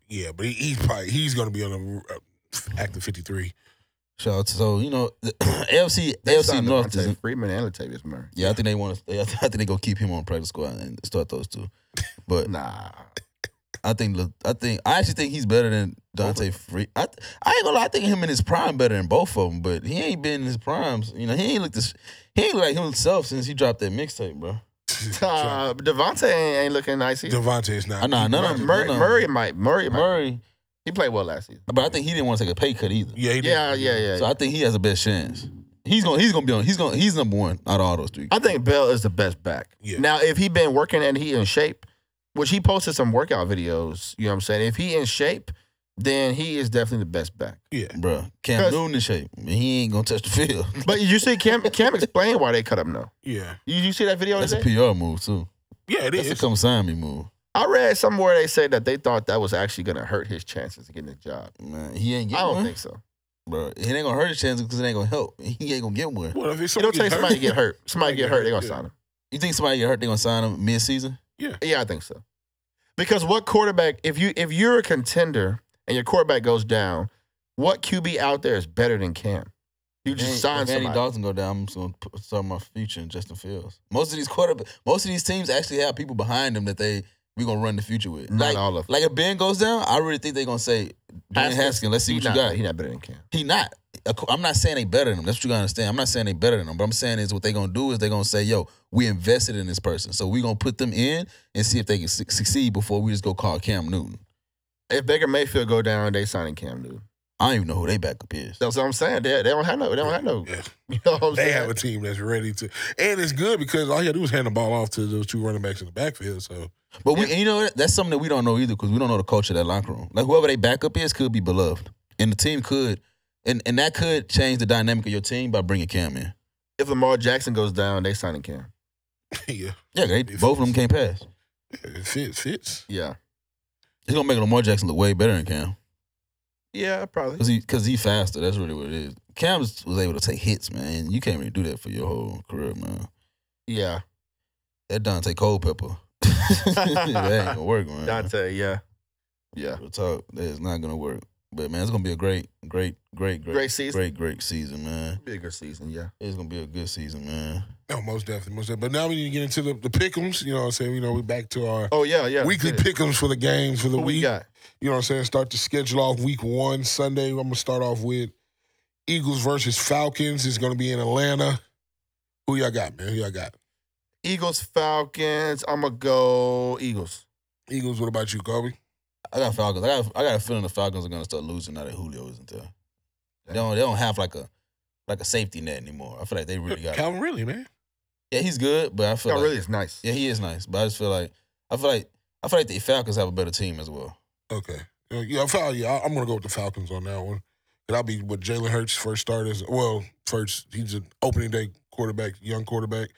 [SPEAKER 1] Yeah, but he, he's probably he's gonna be on the uh, active 53. (laughs)
[SPEAKER 2] Shout out to so you know (clears throat) the AFC
[SPEAKER 3] They
[SPEAKER 2] AFC
[SPEAKER 3] signed
[SPEAKER 2] North
[SPEAKER 3] Devontae
[SPEAKER 2] is
[SPEAKER 3] Freeman and Latavius Murray.
[SPEAKER 2] yeah I think they (laughs) want to I think they gonna keep him on practice squad and start those two, but (laughs)
[SPEAKER 3] Nah,
[SPEAKER 2] I think look, I think I actually think he's better than Dante Free. I th- I ain't gonna lie, I think him in his prime better than both of them, but he ain't been in his primes. You know he ain't looked this he ain't look like himself since he dropped that mixtape, bro.
[SPEAKER 3] uh, Devontae ain't, ain't looking nice either.
[SPEAKER 1] Devontae is not.
[SPEAKER 2] I know none of them.
[SPEAKER 3] Murray,
[SPEAKER 2] none of them.
[SPEAKER 3] Murray might. Murray, might.
[SPEAKER 2] Murray,
[SPEAKER 3] He played well last season.
[SPEAKER 2] but I think he didn't want to take a pay cut either.
[SPEAKER 1] Yeah, he did.
[SPEAKER 3] Yeah, yeah, yeah.
[SPEAKER 2] So I think he has the best chance. He's gonna he's gonna be on he's gonna he's number one out of all those three.
[SPEAKER 3] I think Bell is the best back.
[SPEAKER 1] Yeah.
[SPEAKER 3] Now, if he been working and he in shape, which he posted some workout videos, you know what I'm saying? If he in shape, then he is definitely the best back.
[SPEAKER 1] yeah.
[SPEAKER 2] Bruh, Cam
[SPEAKER 3] 'Cause-
[SPEAKER 2] Newton in shape. He ain't gonna touch the field.
[SPEAKER 3] But you see,
[SPEAKER 2] (laughs)
[SPEAKER 3] Cam Cam explain why they cut him now.
[SPEAKER 1] Yeah,
[SPEAKER 3] You, you see that video?
[SPEAKER 2] That's a
[SPEAKER 3] today?
[SPEAKER 2] PR move too.
[SPEAKER 1] yeah, it
[SPEAKER 2] That's a
[SPEAKER 1] is.
[SPEAKER 2] come sign me move.
[SPEAKER 3] I read somewhere they said that they thought that was actually going to hurt his chances of getting a job.
[SPEAKER 2] Man, he ain't
[SPEAKER 3] I
[SPEAKER 2] getting
[SPEAKER 3] don't
[SPEAKER 2] one,
[SPEAKER 3] think so.
[SPEAKER 2] bro. It ain't gonna hurt his chances because it ain't gonna help. He ain't gonna get one.
[SPEAKER 1] What if it's
[SPEAKER 3] It'll
[SPEAKER 1] somebody
[SPEAKER 3] take
[SPEAKER 1] get
[SPEAKER 3] somebody to
[SPEAKER 1] hurt?
[SPEAKER 3] get hurt.
[SPEAKER 2] (laughs)
[SPEAKER 3] Somebody get hurt, they going to sign him.
[SPEAKER 2] You think somebody get hurt? They gonna sign him mid season?
[SPEAKER 3] Yeah, I think so. Because what quarterback, if you if you're a contender and your quarterback goes down, what QB out there is better than Cam? You just sign
[SPEAKER 2] Andy
[SPEAKER 3] somebody.
[SPEAKER 2] Dalton go down. I'm just gonna put start my future in Justin Fields. Most of these quarterback, most of these teams actually have people behind them that they we gonna run the future with.
[SPEAKER 3] Not
[SPEAKER 2] like,
[SPEAKER 3] all of them.
[SPEAKER 2] like if Ben goes down, I really think they gonna say Ben
[SPEAKER 3] Haskins,
[SPEAKER 2] Haskins. let's see
[SPEAKER 3] He
[SPEAKER 2] what
[SPEAKER 3] not,
[SPEAKER 2] you got.
[SPEAKER 3] he not better than Cam.
[SPEAKER 2] He not. Of cour- I'm not saying they better than him. That's what you gotta understand. I'm not saying they better than him. But I'm saying is what they gonna do is they gonna say, yo, we invested in this person, so we gonna put them in and see if they can su- succeed before we just go call Cam Newton.
[SPEAKER 3] If Baker Mayfield go down, they signing Cam Newton.
[SPEAKER 2] I don't even know who they backup is.
[SPEAKER 3] That's what I'm saying. They, they don't have no. They don't have no.
[SPEAKER 1] Yeah.
[SPEAKER 3] (laughs) You know what I'm
[SPEAKER 1] They
[SPEAKER 3] saying?
[SPEAKER 1] have a team that's ready to, and it's good because all you gotta do is hand the ball off to those two running backs in the backfield. So (laughs)
[SPEAKER 2] But we, and you know, what? that's something that we don't know either because we don't know the culture of that locker room. Like whoever they backup is could be beloved, and the team could, and and that could change the dynamic of your team by bringing Cam in.
[SPEAKER 3] if Lamar Jackson goes down, they signing Cam.
[SPEAKER 1] yeah,
[SPEAKER 2] Yeah, they, both of them can't pass.
[SPEAKER 1] it fits. Fits.
[SPEAKER 3] Yeah.
[SPEAKER 2] It's gonna make Lamar Jackson look way better than Cam.
[SPEAKER 3] Yeah, probably.
[SPEAKER 2] Cause he, cause he faster. That's really what it is. Cam was was able to take hits, man. You can't really do that for your whole career, man.
[SPEAKER 3] Yeah,
[SPEAKER 2] That Dante Culpepper, (laughs) that ain't gonna work, man.
[SPEAKER 3] Dante. Yeah, yeah.
[SPEAKER 2] Real talk, that is not gonna work. But man, it's gonna be a great, great, great, great,
[SPEAKER 3] Great season.
[SPEAKER 2] great, great season, man.
[SPEAKER 3] Bigger season. Yeah.
[SPEAKER 2] It's gonna be a good season, man.
[SPEAKER 1] No, most definitely, most definitely. But now we need to get into the the pickums. You know what I'm saying? You know, we back to our
[SPEAKER 3] Oh yeah, yeah.
[SPEAKER 1] weekly
[SPEAKER 3] Get it.
[SPEAKER 1] pickums for the games for the
[SPEAKER 3] Who we
[SPEAKER 1] week.
[SPEAKER 3] got?
[SPEAKER 1] You know what I'm saying? Start the schedule off week one Sunday. I'm gonna start off with Eagles versus Falcons. It's gonna be in Atlanta. Who y'all got, man? Who y'all got?
[SPEAKER 3] Eagles, Falcons. I'm gonna go Eagles.
[SPEAKER 1] Eagles, what about you, Kobe?
[SPEAKER 2] I got Falcons. I got I got a feeling the Falcons are gonna start losing now that Julio isn't there. They
[SPEAKER 3] Yeah.
[SPEAKER 2] don't they don't have like a like a safety net anymore. I feel like they really got.
[SPEAKER 1] Calvin Ridley, man.
[SPEAKER 2] Yeah, he's good, but I feel
[SPEAKER 3] Y'all
[SPEAKER 2] like,
[SPEAKER 3] really is nice.
[SPEAKER 2] yeah, he is nice. But I just feel like I feel like I feel like the Falcons have a better team as well.
[SPEAKER 1] Okay. Uh, Yeah, Fal- yeah, I- I'm gonna go with the Falcons on that one. And I'll be with Jalen Hurts first start as well. First, he's an opening day quarterback, young quarterback.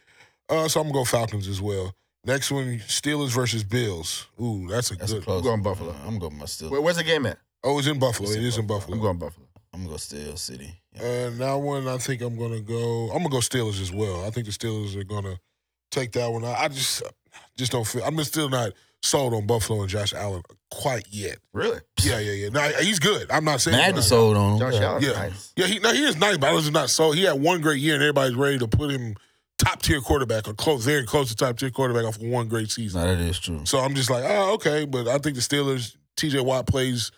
[SPEAKER 1] Uh, so I'm gonna go Falcons as well. Next one, Steelers versus Bills. Ooh, that's a
[SPEAKER 2] That's
[SPEAKER 1] good.
[SPEAKER 2] close.
[SPEAKER 3] I'm going Buffalo.
[SPEAKER 2] Uh, I'm going with my still.
[SPEAKER 3] Where, where's the game at?
[SPEAKER 1] Oh, it's in Buffalo.
[SPEAKER 2] It's
[SPEAKER 1] It
[SPEAKER 2] in
[SPEAKER 1] is in Buffalo.
[SPEAKER 2] Buffalo.
[SPEAKER 3] I'm going Buffalo.
[SPEAKER 2] I'm gonna go Steel City. Yeah.
[SPEAKER 1] Uh, now one, I think I'm gonna go. I'm gonna go Steelers as well. I think the Steelers are gonna take that one. I, I just, just don't feel. I'm just still not sold on Buffalo and Josh Allen quite yet.
[SPEAKER 3] Really?
[SPEAKER 1] Yeah, yeah, yeah. Now, he's good. I'm not saying. he's
[SPEAKER 2] Magna
[SPEAKER 1] not.
[SPEAKER 2] sold on him.
[SPEAKER 3] Josh
[SPEAKER 2] Yeah.
[SPEAKER 3] Allen,
[SPEAKER 1] yeah.
[SPEAKER 3] nice.
[SPEAKER 1] Yeah, he no, he is nice, but I was just not sold. He had one great year, and everybody's ready to put him top tier quarterback or close, very close to top tier quarterback off of one great season.
[SPEAKER 2] No, that is true.
[SPEAKER 1] So I'm just like, oh, okay. But I think the Steelers, TJ Watt plays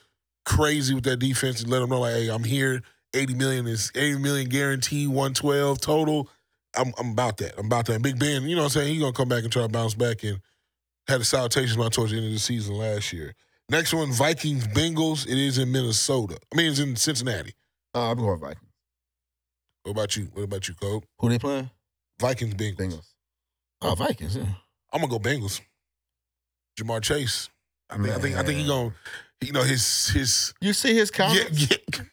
[SPEAKER 1] crazy with that defense and let them know, like, hey, I'm here. 80 million is 80 million guaranteed, 112 total. I'm, I'm about that. I'm about that. And Big Ben, you know what I'm saying? He's gonna come back and try to bounce back and had a salutation about towards the end of the season last year. Next one, Vikings Bengals. It is in Minnesota. I mean, it's in Cincinnati.
[SPEAKER 3] Uh, I'm going Vikings.
[SPEAKER 1] What about you? What about you, Cole?
[SPEAKER 2] Who they playing?
[SPEAKER 1] Vikings Bengals.
[SPEAKER 3] Bengals.
[SPEAKER 2] Oh, Vikings. Yeah.
[SPEAKER 1] I'm gonna go Bengals. Jamar Chase. I think I think I think he gonna you know his his
[SPEAKER 3] You see his
[SPEAKER 1] yeah,
[SPEAKER 3] comments?
[SPEAKER 1] yeah. (laughs)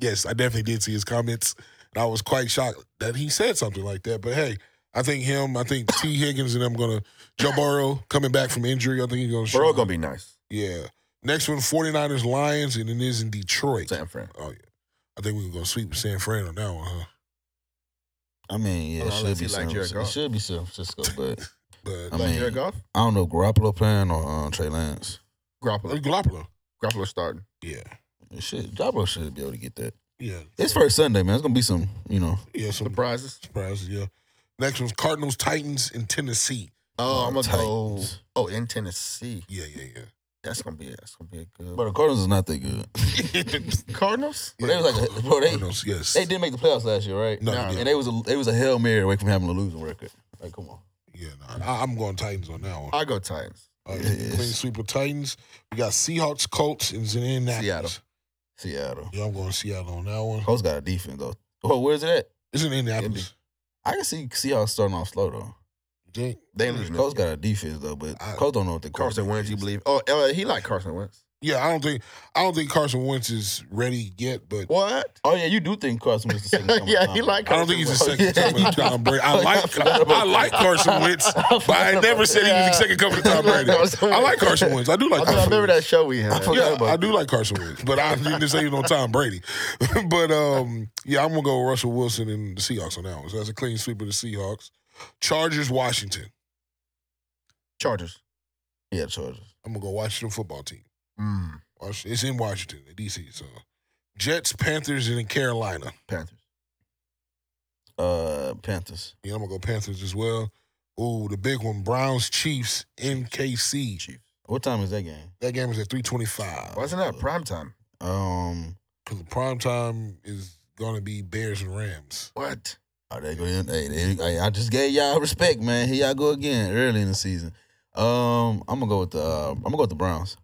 [SPEAKER 1] Yes, I definitely did see his comments. And I was quite shocked that he said something like that. But hey, I think him, I think T. Higgins and I'm gonna Joe Burrow coming back from injury. I think he's gonna show
[SPEAKER 3] Burrow
[SPEAKER 1] up.
[SPEAKER 3] gonna be nice.
[SPEAKER 1] Yeah. Next one, 49ers Lions, and it is in Detroit.
[SPEAKER 3] San Fran.
[SPEAKER 1] Oh yeah. I think we can go sweep with San Fran on that one, huh?
[SPEAKER 2] I mean, yeah, it
[SPEAKER 3] Oh,
[SPEAKER 2] should
[SPEAKER 3] unless
[SPEAKER 2] be
[SPEAKER 3] he like
[SPEAKER 2] San,
[SPEAKER 3] Jared
[SPEAKER 2] it
[SPEAKER 3] Goff.
[SPEAKER 2] should be San Francisco, but
[SPEAKER 1] But
[SPEAKER 2] I
[SPEAKER 3] Like
[SPEAKER 2] mean,
[SPEAKER 3] Jared Goff?
[SPEAKER 2] I don't know Garoppolo playing or uh, Trey Lance.
[SPEAKER 3] Garoppolo.
[SPEAKER 1] uh, Garoppolo.
[SPEAKER 3] Garoppolo starting.
[SPEAKER 1] Yeah.
[SPEAKER 2] It should Garoppolo should be able to get that.
[SPEAKER 1] Yeah.
[SPEAKER 2] It's first Sunday, man. It's gonna be some, you know.
[SPEAKER 1] Yeah, some
[SPEAKER 3] Surprises?
[SPEAKER 1] Surprises, yeah. Next one's Cardinals, Titans, and Tennessee.
[SPEAKER 3] Oh, I'm gonna go.
[SPEAKER 2] Titans.
[SPEAKER 3] Oh, in Tennessee.
[SPEAKER 1] Yeah, yeah, yeah.
[SPEAKER 3] That's gonna be that's gonna be a good.
[SPEAKER 2] But the Cardinals is not that good.
[SPEAKER 3] (laughs) Cardinals?
[SPEAKER 2] But they was like a- bro, they-
[SPEAKER 1] Cardinals, yes.
[SPEAKER 2] they did make the playoffs last year, right?
[SPEAKER 1] No,
[SPEAKER 3] Nah,
[SPEAKER 1] they
[SPEAKER 2] And
[SPEAKER 1] didn't.
[SPEAKER 2] they was a they was a hail mary away from having a losing record. Like, come on.
[SPEAKER 1] yeah, nah, I, I'm going Titans on that one.
[SPEAKER 3] I go Titans.
[SPEAKER 1] Uh,
[SPEAKER 2] yes.
[SPEAKER 1] Clean sweep of Titans. We got Seahawks, Colts, and Indianapolis.
[SPEAKER 3] Seattle.
[SPEAKER 2] Seattle.
[SPEAKER 1] Yeah, I'm going Seattle on that one.
[SPEAKER 2] Colts got a defense though. Oh, where's it at?
[SPEAKER 1] It's in Indianapolis.
[SPEAKER 2] I can see Seahawks starting off slow though.
[SPEAKER 1] Jake,
[SPEAKER 3] They losing.
[SPEAKER 2] Colts got a defense though, but
[SPEAKER 1] I-
[SPEAKER 2] Colts don't know what the
[SPEAKER 3] Carson
[SPEAKER 2] quarterback
[SPEAKER 3] Wentz, you
[SPEAKER 2] is.
[SPEAKER 3] believe? Oh, uh, he like Carson Wentz.
[SPEAKER 1] Yeah, I don't think I don't think Carson Wentz is ready yet, but
[SPEAKER 3] What?
[SPEAKER 2] Oh yeah, you do think Carson Wentz is the
[SPEAKER 3] (laughs)
[SPEAKER 2] second coming
[SPEAKER 3] Yeah,
[SPEAKER 2] of
[SPEAKER 3] he
[SPEAKER 2] Tom
[SPEAKER 3] like
[SPEAKER 1] I
[SPEAKER 2] Brady.
[SPEAKER 1] don't think he's the
[SPEAKER 2] Oh,
[SPEAKER 1] second
[SPEAKER 2] yeah,
[SPEAKER 1] coming
[SPEAKER 2] you
[SPEAKER 1] of Tom Brady. I
[SPEAKER 2] Oh, yeah, I
[SPEAKER 1] like
[SPEAKER 2] forgot about
[SPEAKER 1] I like
[SPEAKER 2] that.
[SPEAKER 1] Carson Wentz,
[SPEAKER 2] (laughs) I
[SPEAKER 1] but I
[SPEAKER 2] forgot
[SPEAKER 1] never
[SPEAKER 2] about
[SPEAKER 1] said he was the
[SPEAKER 3] that.
[SPEAKER 1] second coming of Tom Brady. I like Carson Wentz. I do like.
[SPEAKER 3] I,
[SPEAKER 1] Carson
[SPEAKER 3] remember
[SPEAKER 1] Wentz.
[SPEAKER 3] that show we had.
[SPEAKER 2] I forgot
[SPEAKER 1] yeah,
[SPEAKER 2] about
[SPEAKER 1] I do like Carson Wentz, but I didn't say you know Tom Brady. (laughs) but um, yeah, I'm gonna go with Russell Wilson and the Seahawks on that one. So that's a clean sweep of the Seahawks. Chargers, Washington.
[SPEAKER 3] Chargers.
[SPEAKER 2] Yeah, Chargers.
[SPEAKER 1] I'm gonna go Washington football team.
[SPEAKER 3] Mm,
[SPEAKER 1] Washington, it's in Washington, DC. So Jets, Panthers, and in Carolina.
[SPEAKER 3] Panthers.
[SPEAKER 2] Uh, Panthers.
[SPEAKER 1] Yeah, I'm gonna go Panthers as well. Ooh, the big one, Browns, Chiefs, NKC.
[SPEAKER 3] Chiefs.
[SPEAKER 2] What time is that game?
[SPEAKER 1] That game is at 325.
[SPEAKER 3] Wasn't that prime time?
[SPEAKER 2] Um,
[SPEAKER 1] Because the prime time is gonna be Bears and Rams.
[SPEAKER 3] What?
[SPEAKER 2] oh, they go in. Hey, they, hey, I just gave y'all respect, man. Here y'all go again early in the season. Um, I'm gonna go with the uh, I'm gonna go with the Browns.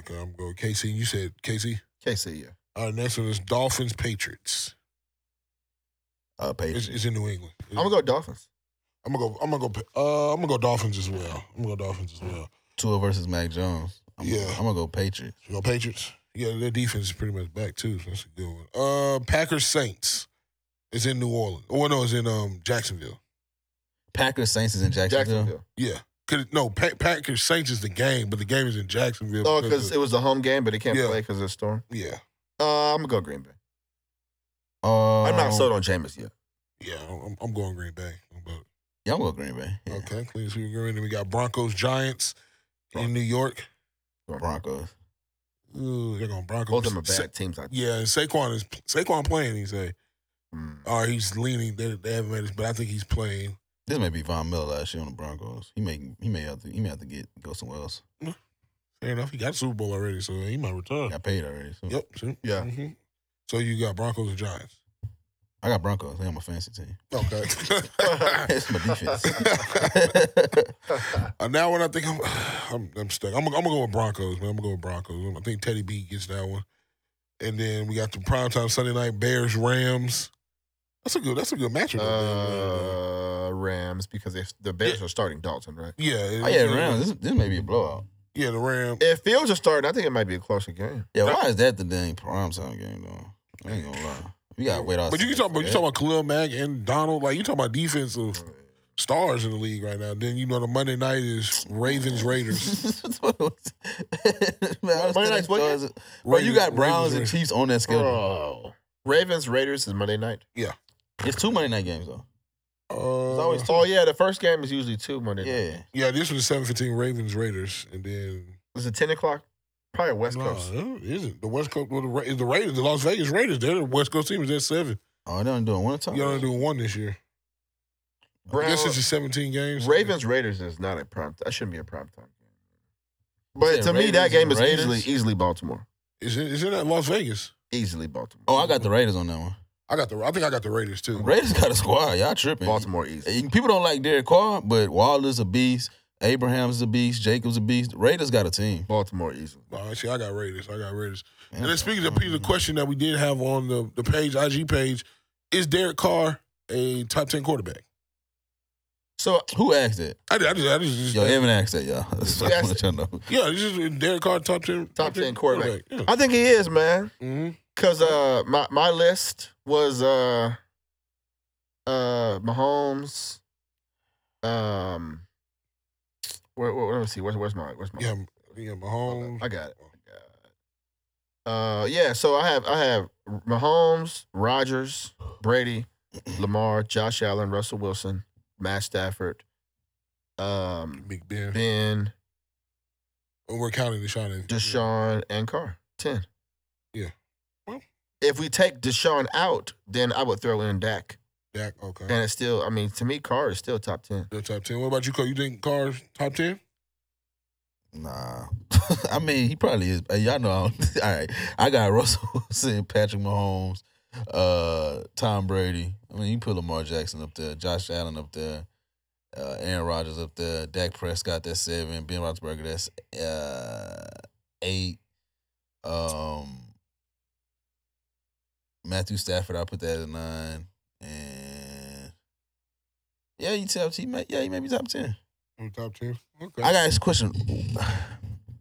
[SPEAKER 1] Okay, I'm gonna go KC. You said KC.
[SPEAKER 3] KC, yeah.
[SPEAKER 1] All right, next one is Dolphins, Patriots.
[SPEAKER 2] Uh,
[SPEAKER 1] It's,
[SPEAKER 2] Patriots.
[SPEAKER 1] it's in New England.
[SPEAKER 3] I'm gonna go Dolphins.
[SPEAKER 1] I'm gonna go. I'm gonna go. Uh, I'm gonna go Dolphins as well. I'm gonna go Dolphins as well.
[SPEAKER 2] Tua versus Mac Jones. I'm,
[SPEAKER 1] Yeah.
[SPEAKER 2] I'm gonna go Patriots.
[SPEAKER 1] You go Patriots. Yeah, their defense is pretty much back too. So that's a good one. Uh, Packers Saints. It's in New Orleans. Oh no, it's in um Jacksonville.
[SPEAKER 2] Packers Saints is in Jacksonville.
[SPEAKER 3] Jacksonville.
[SPEAKER 1] Yeah. Cause no, pa- Packers Saints is the game, but the game is in Jacksonville.
[SPEAKER 3] Oh, because
[SPEAKER 1] of-
[SPEAKER 3] it was the home game, but it can't
[SPEAKER 1] Yeah.
[SPEAKER 3] play because of the storm.
[SPEAKER 1] yeah,
[SPEAKER 3] Uh, I'm gonna go Green Bay.
[SPEAKER 2] Um,
[SPEAKER 3] I'm not sold on Jameis yet.
[SPEAKER 1] yeah, I'm, I'm going Green Bay. I'm about-
[SPEAKER 2] Yeah, I'm going Green Bay. Yeah.
[SPEAKER 1] Okay, clean sweep Green. Then we got Broncos Giants in
[SPEAKER 3] Broncos.
[SPEAKER 1] New York.
[SPEAKER 2] Broncos.
[SPEAKER 1] Ooh, they're going Broncos.
[SPEAKER 3] Both of them are bad
[SPEAKER 1] Sa-
[SPEAKER 3] teams. I,
[SPEAKER 1] yeah, and Saquon is Saquon playing. He say,
[SPEAKER 3] Mm.
[SPEAKER 1] or he's leaning. They, they haven't made it, but I think he's playing.
[SPEAKER 2] This may be Von Miller last year on the Broncos. He may he may have to he may have to get go somewhere else.
[SPEAKER 1] Fair enough. He got a Super Bowl already, so he might return.
[SPEAKER 2] Got paid already. So.
[SPEAKER 1] Yep. sure.
[SPEAKER 3] Yeah.
[SPEAKER 1] Mhm. So you got Broncos and Giants.
[SPEAKER 2] I got Broncos. They on my fantasy team. (laughs)
[SPEAKER 1] Okay. (laughs)
[SPEAKER 2] it's my defense.
[SPEAKER 3] (laughs)
[SPEAKER 1] and Uh, now when I think I'm, (sighs) I'm, I'm stuck. I'm, I'm gonna go with Broncos, man. I'm gonna go with Broncos. I think Teddy B gets that one. And then we got the primetime Sunday night Bears Rams. That's a good. That's a good matchup. man.
[SPEAKER 3] Uh, Rams because if the Bears are starting Dalton, right?
[SPEAKER 1] yeah.
[SPEAKER 2] oh yeah, Rams. This, this may be a blowout.
[SPEAKER 1] Yeah, the Rams.
[SPEAKER 3] If Fields are starting, I think it might be a closer game. Oh,
[SPEAKER 2] Yeah, why is that the dang prime time game though? I ain't gonna lie. We gotta wait out.
[SPEAKER 1] But you can talk about you talking about Khalil Mack and Donald. Like you talking about defensive stars in the league right now. Then you know the Monday night is Ravens Raiders.
[SPEAKER 2] (laughs) Man,
[SPEAKER 3] Monday night's what?
[SPEAKER 2] Bro, you got
[SPEAKER 1] Ravens-
[SPEAKER 2] Browns
[SPEAKER 1] Ravens-
[SPEAKER 2] and Chiefs on that schedule. Oh.
[SPEAKER 3] Bro, Ravens Raiders is Monday night.
[SPEAKER 2] It's two Monday night games though.
[SPEAKER 1] Uh,
[SPEAKER 2] always
[SPEAKER 3] Oh yeah, the first game is usually two Monday. night.
[SPEAKER 2] Uh-huh. Yeah,
[SPEAKER 1] yeah, this was seven fifteen Ravens Raiders, and then
[SPEAKER 3] Is it ten o'clock? Probably West
[SPEAKER 1] No,
[SPEAKER 3] Coast.
[SPEAKER 1] it isn't the West Coast? Well, the, Ra- the Raiders, the Las Vegas Raiders, they're the West Coast team. Is at seven.
[SPEAKER 2] oh, they only doing one time.
[SPEAKER 1] Y'all only doing one this year. I guess
[SPEAKER 3] Brown-
[SPEAKER 1] it's seventeen games.
[SPEAKER 3] Ravens Raiders is not a prime. That shouldn't be a prime time. game.
[SPEAKER 2] You said
[SPEAKER 3] But to me,
[SPEAKER 2] Ravens
[SPEAKER 3] that game
[SPEAKER 2] and
[SPEAKER 3] is
[SPEAKER 2] Raiders?
[SPEAKER 3] easily easily Baltimore.
[SPEAKER 1] Is it? Is it at Las Vegas?
[SPEAKER 3] Easily Baltimore.
[SPEAKER 2] oh, I got the Raiders on that one.
[SPEAKER 1] I got the. I think I got the Raiders too.
[SPEAKER 2] Raiders got a squad. Y'all tripping.
[SPEAKER 3] Baltimore easy.
[SPEAKER 2] And People don't like Derek Carr, but Waller's a beast. Abraham's a beast. Jacob's a beast. Raiders got a team.
[SPEAKER 3] Baltimore easily.
[SPEAKER 1] Oh, actually, I got Raiders. I got Raiders.
[SPEAKER 2] Man,
[SPEAKER 1] And then speaking of
[SPEAKER 3] Mm-hmm.
[SPEAKER 1] Peter, the question that we did have on the, the page, IG page, is Derek Carr a top ten quarterback?
[SPEAKER 3] So
[SPEAKER 2] who asked that?
[SPEAKER 1] I, did- I just, I just, just-
[SPEAKER 2] Yo, Evan asked that, y'all. (laughs) That's what I
[SPEAKER 3] asked
[SPEAKER 2] want y'all to know.
[SPEAKER 1] yeah, this is Derek Carr top ten,
[SPEAKER 3] Top 10 quarterback.
[SPEAKER 1] Yeah.
[SPEAKER 3] I think he is, man.
[SPEAKER 1] Mhm.
[SPEAKER 3] Cause uh my, my list was uh uh Mahomes. Um where, where, let me see, where's where's my where's my
[SPEAKER 1] Yeah, yeah,
[SPEAKER 3] Hold
[SPEAKER 1] Mahomes.
[SPEAKER 3] up. I got it. I got it. Uh yeah, so I have I have Mahomes, Rogers,
[SPEAKER 1] (clears throat)
[SPEAKER 3] Brady, Lamar, Josh Allen, Russell Wilson, Matt Stafford, um,
[SPEAKER 1] Big Ben.
[SPEAKER 3] Ben,
[SPEAKER 1] And Oh, we're counting Deshaun.
[SPEAKER 3] Deshaun, and Carr. Ten.
[SPEAKER 1] Mm-hmm. Yeah. Well.
[SPEAKER 3] If we take Deshaun out, then I would throw in Dak.
[SPEAKER 1] Dak. Okay.
[SPEAKER 3] And it's still, I mean, to me, Carr is still top ten.
[SPEAKER 1] They're top ten. What about you, Cole? You think Carr's top ten?
[SPEAKER 2] Nah. (laughs) I mean, he probably is. Hey, y'all know. I don't- (laughs) all right. I got Russell (laughs) Wilson, Patrick Mahomes, uh, Tom Brady. I mean, you put Lamar Jackson up there, Josh Allen up there, uh, Aaron Rodgers up there, Dak Prescott, that's seven, Ben Roethlisberger, that's uh, eight. Um, Matthew Stafford, I put that at nine. And yeah, you top he may, yeah, he may be top ten.
[SPEAKER 1] Who's top ten. Okay.
[SPEAKER 2] I got this question. (sighs)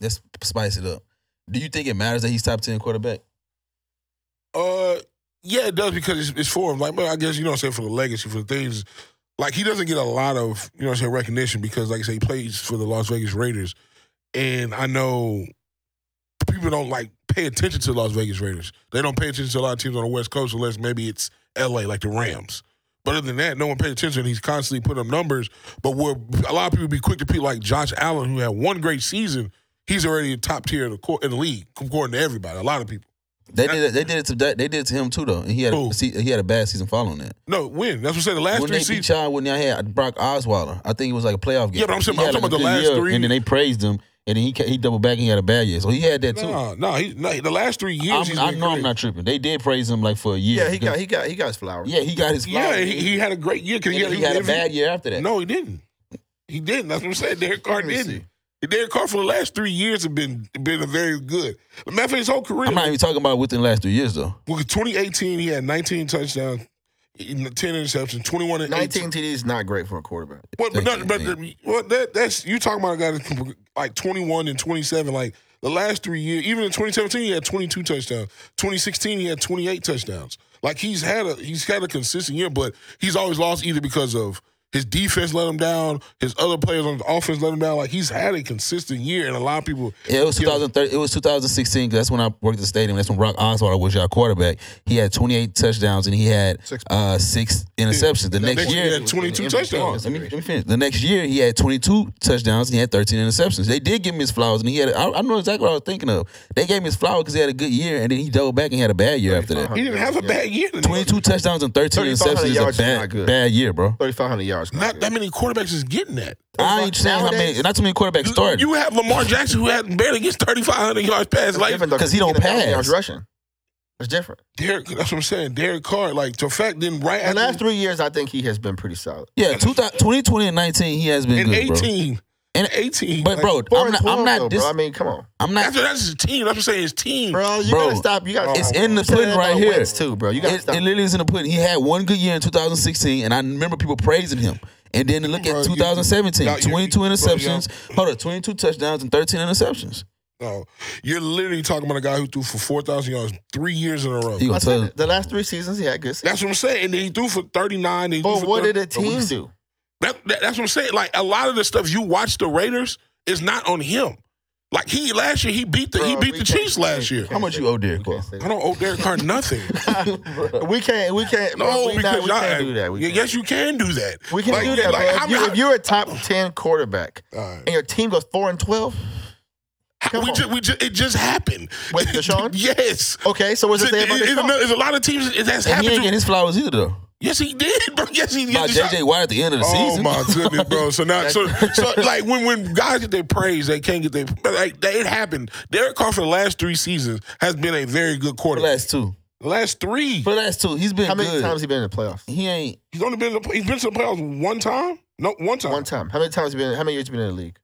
[SPEAKER 2] Let's spice it up. Do you think it matters that he's top ten quarterback?
[SPEAKER 1] Uh, yeah, it does because it's, it's for him. Like, but I guess you know, what I'm saying for the legacy, for the things. Like he doesn't get a lot of you know, what I'm saying recognition because, like I say, he plays for the Las Vegas Raiders, and I know people don't like pay attention to the Las Vegas Raiders. They don't pay attention to a lot of teams on the West Coast unless maybe it's L.A. like the Rams. But other than that, no one paid attention. He's constantly putting up numbers. But where a lot of people be quick to pick like Josh Allen, who had one great season, he's already top tier in the, cour- in the league, according to everybody. A lot of people.
[SPEAKER 2] They did. It, they did it to that. They did it to him too, though, and he had
[SPEAKER 1] Who?
[SPEAKER 2] a, se- he had a bad season following that.
[SPEAKER 1] No, when? That's what I said. The last
[SPEAKER 2] when
[SPEAKER 1] three
[SPEAKER 2] they beat
[SPEAKER 1] seasons.
[SPEAKER 2] y'all, when y'all had Brock Osweiler, I think it was like a playoff game.
[SPEAKER 1] Yeah, but I'm saying-
[SPEAKER 2] He
[SPEAKER 1] I'm
[SPEAKER 2] had,
[SPEAKER 1] talking
[SPEAKER 2] like, a
[SPEAKER 1] about the
[SPEAKER 2] good
[SPEAKER 1] last
[SPEAKER 2] year,
[SPEAKER 1] three-
[SPEAKER 2] and then they praised him, and then he ca- he doubled back and he had a bad year, so he had that too.
[SPEAKER 1] Nah, nah, he, nah. The last three years,
[SPEAKER 2] I'm,
[SPEAKER 1] he's
[SPEAKER 2] I
[SPEAKER 1] been
[SPEAKER 2] know I'm
[SPEAKER 1] great.
[SPEAKER 2] not tripping. They did praise him like for a year.
[SPEAKER 3] Yeah, he
[SPEAKER 2] because-
[SPEAKER 3] got he got he got his flowers.
[SPEAKER 2] yeah, he got his.
[SPEAKER 1] Yeah,
[SPEAKER 2] flowers.
[SPEAKER 1] he, he had a great year because
[SPEAKER 2] And
[SPEAKER 1] he,
[SPEAKER 2] then he had a
[SPEAKER 1] every-
[SPEAKER 2] bad year after
[SPEAKER 1] (laughs)
[SPEAKER 2] that.
[SPEAKER 1] No, he didn't. He didn't. That's what I'm saying. Derek Carr
[SPEAKER 3] Let me
[SPEAKER 1] didn't.
[SPEAKER 3] see.
[SPEAKER 1] Derek Carr for the last three years have been been a very good. Matter of fact, his whole career.
[SPEAKER 2] I'm not even talking about within the last three years though.
[SPEAKER 1] Well, 2018, he had 19 touchdowns, 10 interceptions, 21 and 18.
[SPEAKER 3] Nineteen TDs not great for a quarterback.
[SPEAKER 1] What, but,
[SPEAKER 2] Thank
[SPEAKER 1] no,
[SPEAKER 2] you,
[SPEAKER 1] but
[SPEAKER 2] thank
[SPEAKER 1] well, that, that's you talking about a guy that's like 21 and 27. Like the last three years, even in 2017, he had 22 touchdowns. 2016, he had 28 touchdowns. Like he's had a he's had a consistent year, but he's always lost either because of his defense let him down, his other players on the offense let him down. Like he's had a consistent year, and a lot of people.
[SPEAKER 2] Yeah, it was
[SPEAKER 1] Yeah.
[SPEAKER 2] 2013. It was 2016 'cause that's when I worked at the stadium. That's when Brock Osweiler was our quarterback. He had 28 touchdowns and he had
[SPEAKER 3] Six-
[SPEAKER 2] uh, six interceptions. The
[SPEAKER 3] No,
[SPEAKER 2] next
[SPEAKER 1] next year,
[SPEAKER 2] year,
[SPEAKER 1] he had 22
[SPEAKER 2] Hold on,
[SPEAKER 1] touchdowns.
[SPEAKER 2] Let me, let me finish. The next year, he had 22 touchdowns and he had 13 interceptions. They did give him his flowers and he had. I, I know exactly what I was thinking of. They gave him his flowers because he had a good year and then he doubled back and he had a bad year after that.
[SPEAKER 1] He didn't have a bad year. in the-
[SPEAKER 2] 22 touchdowns and 13
[SPEAKER 3] 3,500
[SPEAKER 2] interceptions
[SPEAKER 3] yards
[SPEAKER 2] is
[SPEAKER 3] is
[SPEAKER 2] a
[SPEAKER 3] not
[SPEAKER 2] bad,
[SPEAKER 3] good.
[SPEAKER 2] bad year, bro.
[SPEAKER 3] Thirty five hundred yards.
[SPEAKER 1] Not that many quarterbacks is getting that.
[SPEAKER 2] I ain't saying how many.
[SPEAKER 3] Nowadays-
[SPEAKER 2] Not too many quarterbacks started.
[SPEAKER 1] You have Lamar Jackson who had barely gets 3,500 yards pass. Like
[SPEAKER 2] he don't pass.
[SPEAKER 3] Rushing. It's different.
[SPEAKER 1] Derek, that's what I'm saying. Derek Carr, like the fact then right
[SPEAKER 3] The
[SPEAKER 1] after
[SPEAKER 3] last three years, I think he has been pretty solid.
[SPEAKER 2] Yeah, 2000 2020 and 19, he has been
[SPEAKER 1] in
[SPEAKER 2] good, bro.
[SPEAKER 1] 18, in
[SPEAKER 2] And-
[SPEAKER 1] 18,
[SPEAKER 2] But
[SPEAKER 1] like,
[SPEAKER 2] bro,
[SPEAKER 3] Four
[SPEAKER 2] I'm
[SPEAKER 3] and
[SPEAKER 2] not,
[SPEAKER 3] 12,
[SPEAKER 2] I'm
[SPEAKER 3] though,
[SPEAKER 2] not, dis-
[SPEAKER 3] bro. I mean, come on,
[SPEAKER 2] I'm not.
[SPEAKER 1] after that's his team. That's what I'm saying. His team.
[SPEAKER 3] bro. You
[SPEAKER 2] Bro,
[SPEAKER 3] gotta stop. You gotta.
[SPEAKER 2] it's
[SPEAKER 3] stop.
[SPEAKER 2] in the
[SPEAKER 3] You said
[SPEAKER 2] pudding
[SPEAKER 3] that
[SPEAKER 2] right
[SPEAKER 3] about
[SPEAKER 2] here.
[SPEAKER 3] Wentz too, bro. You gotta
[SPEAKER 2] It,
[SPEAKER 3] stop.
[SPEAKER 2] it literally is in the pudding. He had one good year in 2016, and I remember people praising him. And then look
[SPEAKER 1] Bro,
[SPEAKER 2] at
[SPEAKER 1] you-
[SPEAKER 2] 2017,
[SPEAKER 1] y'all- you-
[SPEAKER 2] 22
[SPEAKER 1] bro, y'all-
[SPEAKER 2] interceptions. Hold up, 22 touchdowns and 13 interceptions.
[SPEAKER 1] No, you're literally talking about a guy who threw for 4,000 yards three years in a row.
[SPEAKER 2] He
[SPEAKER 3] I
[SPEAKER 2] gonna
[SPEAKER 3] said
[SPEAKER 2] tell
[SPEAKER 3] it. the last three seasons, he had good. Seasons.
[SPEAKER 1] That's what I'm saying. And then he threw for 39. And
[SPEAKER 3] But what did
[SPEAKER 1] it?
[SPEAKER 3] the team do?
[SPEAKER 1] That, that- that's what I'm saying. Like a lot of the stuff you watch the Raiders is not on him. Like he last year he beat the he
[SPEAKER 3] Bro,
[SPEAKER 1] beat
[SPEAKER 3] we
[SPEAKER 1] the
[SPEAKER 3] can't
[SPEAKER 1] Chiefs
[SPEAKER 3] say-
[SPEAKER 1] last
[SPEAKER 3] we
[SPEAKER 1] year.
[SPEAKER 2] How
[SPEAKER 3] can't
[SPEAKER 2] much
[SPEAKER 3] say
[SPEAKER 2] you
[SPEAKER 3] that.
[SPEAKER 2] owe Derek
[SPEAKER 3] We
[SPEAKER 2] Carr?
[SPEAKER 3] can't say
[SPEAKER 1] I don't owe Derek Carr
[SPEAKER 3] (laughs)
[SPEAKER 1] nothing.
[SPEAKER 3] that. We can't. We can't. bro,
[SPEAKER 1] No,
[SPEAKER 3] we
[SPEAKER 1] because
[SPEAKER 3] not, we
[SPEAKER 1] y'all
[SPEAKER 3] can't do that. We
[SPEAKER 1] Yeah,
[SPEAKER 3] can't.
[SPEAKER 1] yes, you can do that.
[SPEAKER 3] We can
[SPEAKER 1] Like-
[SPEAKER 3] do that,
[SPEAKER 1] like,
[SPEAKER 3] bro.
[SPEAKER 1] how
[SPEAKER 3] If, you,
[SPEAKER 1] many-
[SPEAKER 3] if you're a top ten quarterback
[SPEAKER 1] All right.
[SPEAKER 3] and your team goes four and twelve, Come
[SPEAKER 1] we
[SPEAKER 3] on.
[SPEAKER 1] just, we just, it just happened.
[SPEAKER 3] With Deshaun?
[SPEAKER 1] (laughs) yes.
[SPEAKER 3] okay. So what's
[SPEAKER 1] It's,
[SPEAKER 3] Oh, it say about
[SPEAKER 1] it's- it's
[SPEAKER 3] the
[SPEAKER 1] a, it's a lot of teams that- that's
[SPEAKER 2] And he
[SPEAKER 1] happened
[SPEAKER 2] ain't
[SPEAKER 1] to.
[SPEAKER 2] getting his flowers either, though.
[SPEAKER 1] yes, he did, bro. Yes, he did.
[SPEAKER 2] By
[SPEAKER 1] Deshaun-
[SPEAKER 2] JJ Watt at the end of the
[SPEAKER 1] oh
[SPEAKER 2] season.
[SPEAKER 1] my goodness, bro! So now, so, so like when when guys get their praise, they can't get their but, like. They, it happened. Derek Carr for the last three seasons has been a very good
[SPEAKER 2] (laughs) For the
[SPEAKER 1] quarterback.
[SPEAKER 2] last two.
[SPEAKER 1] The last three,
[SPEAKER 2] For the last two, he's been
[SPEAKER 3] How many
[SPEAKER 2] good.
[SPEAKER 3] times he been in the playoffs?
[SPEAKER 2] He ain't.
[SPEAKER 1] he's only been in the, he's been to the playoffs one time. No, one time.
[SPEAKER 3] One time. How many times he been? How many years he been in the league?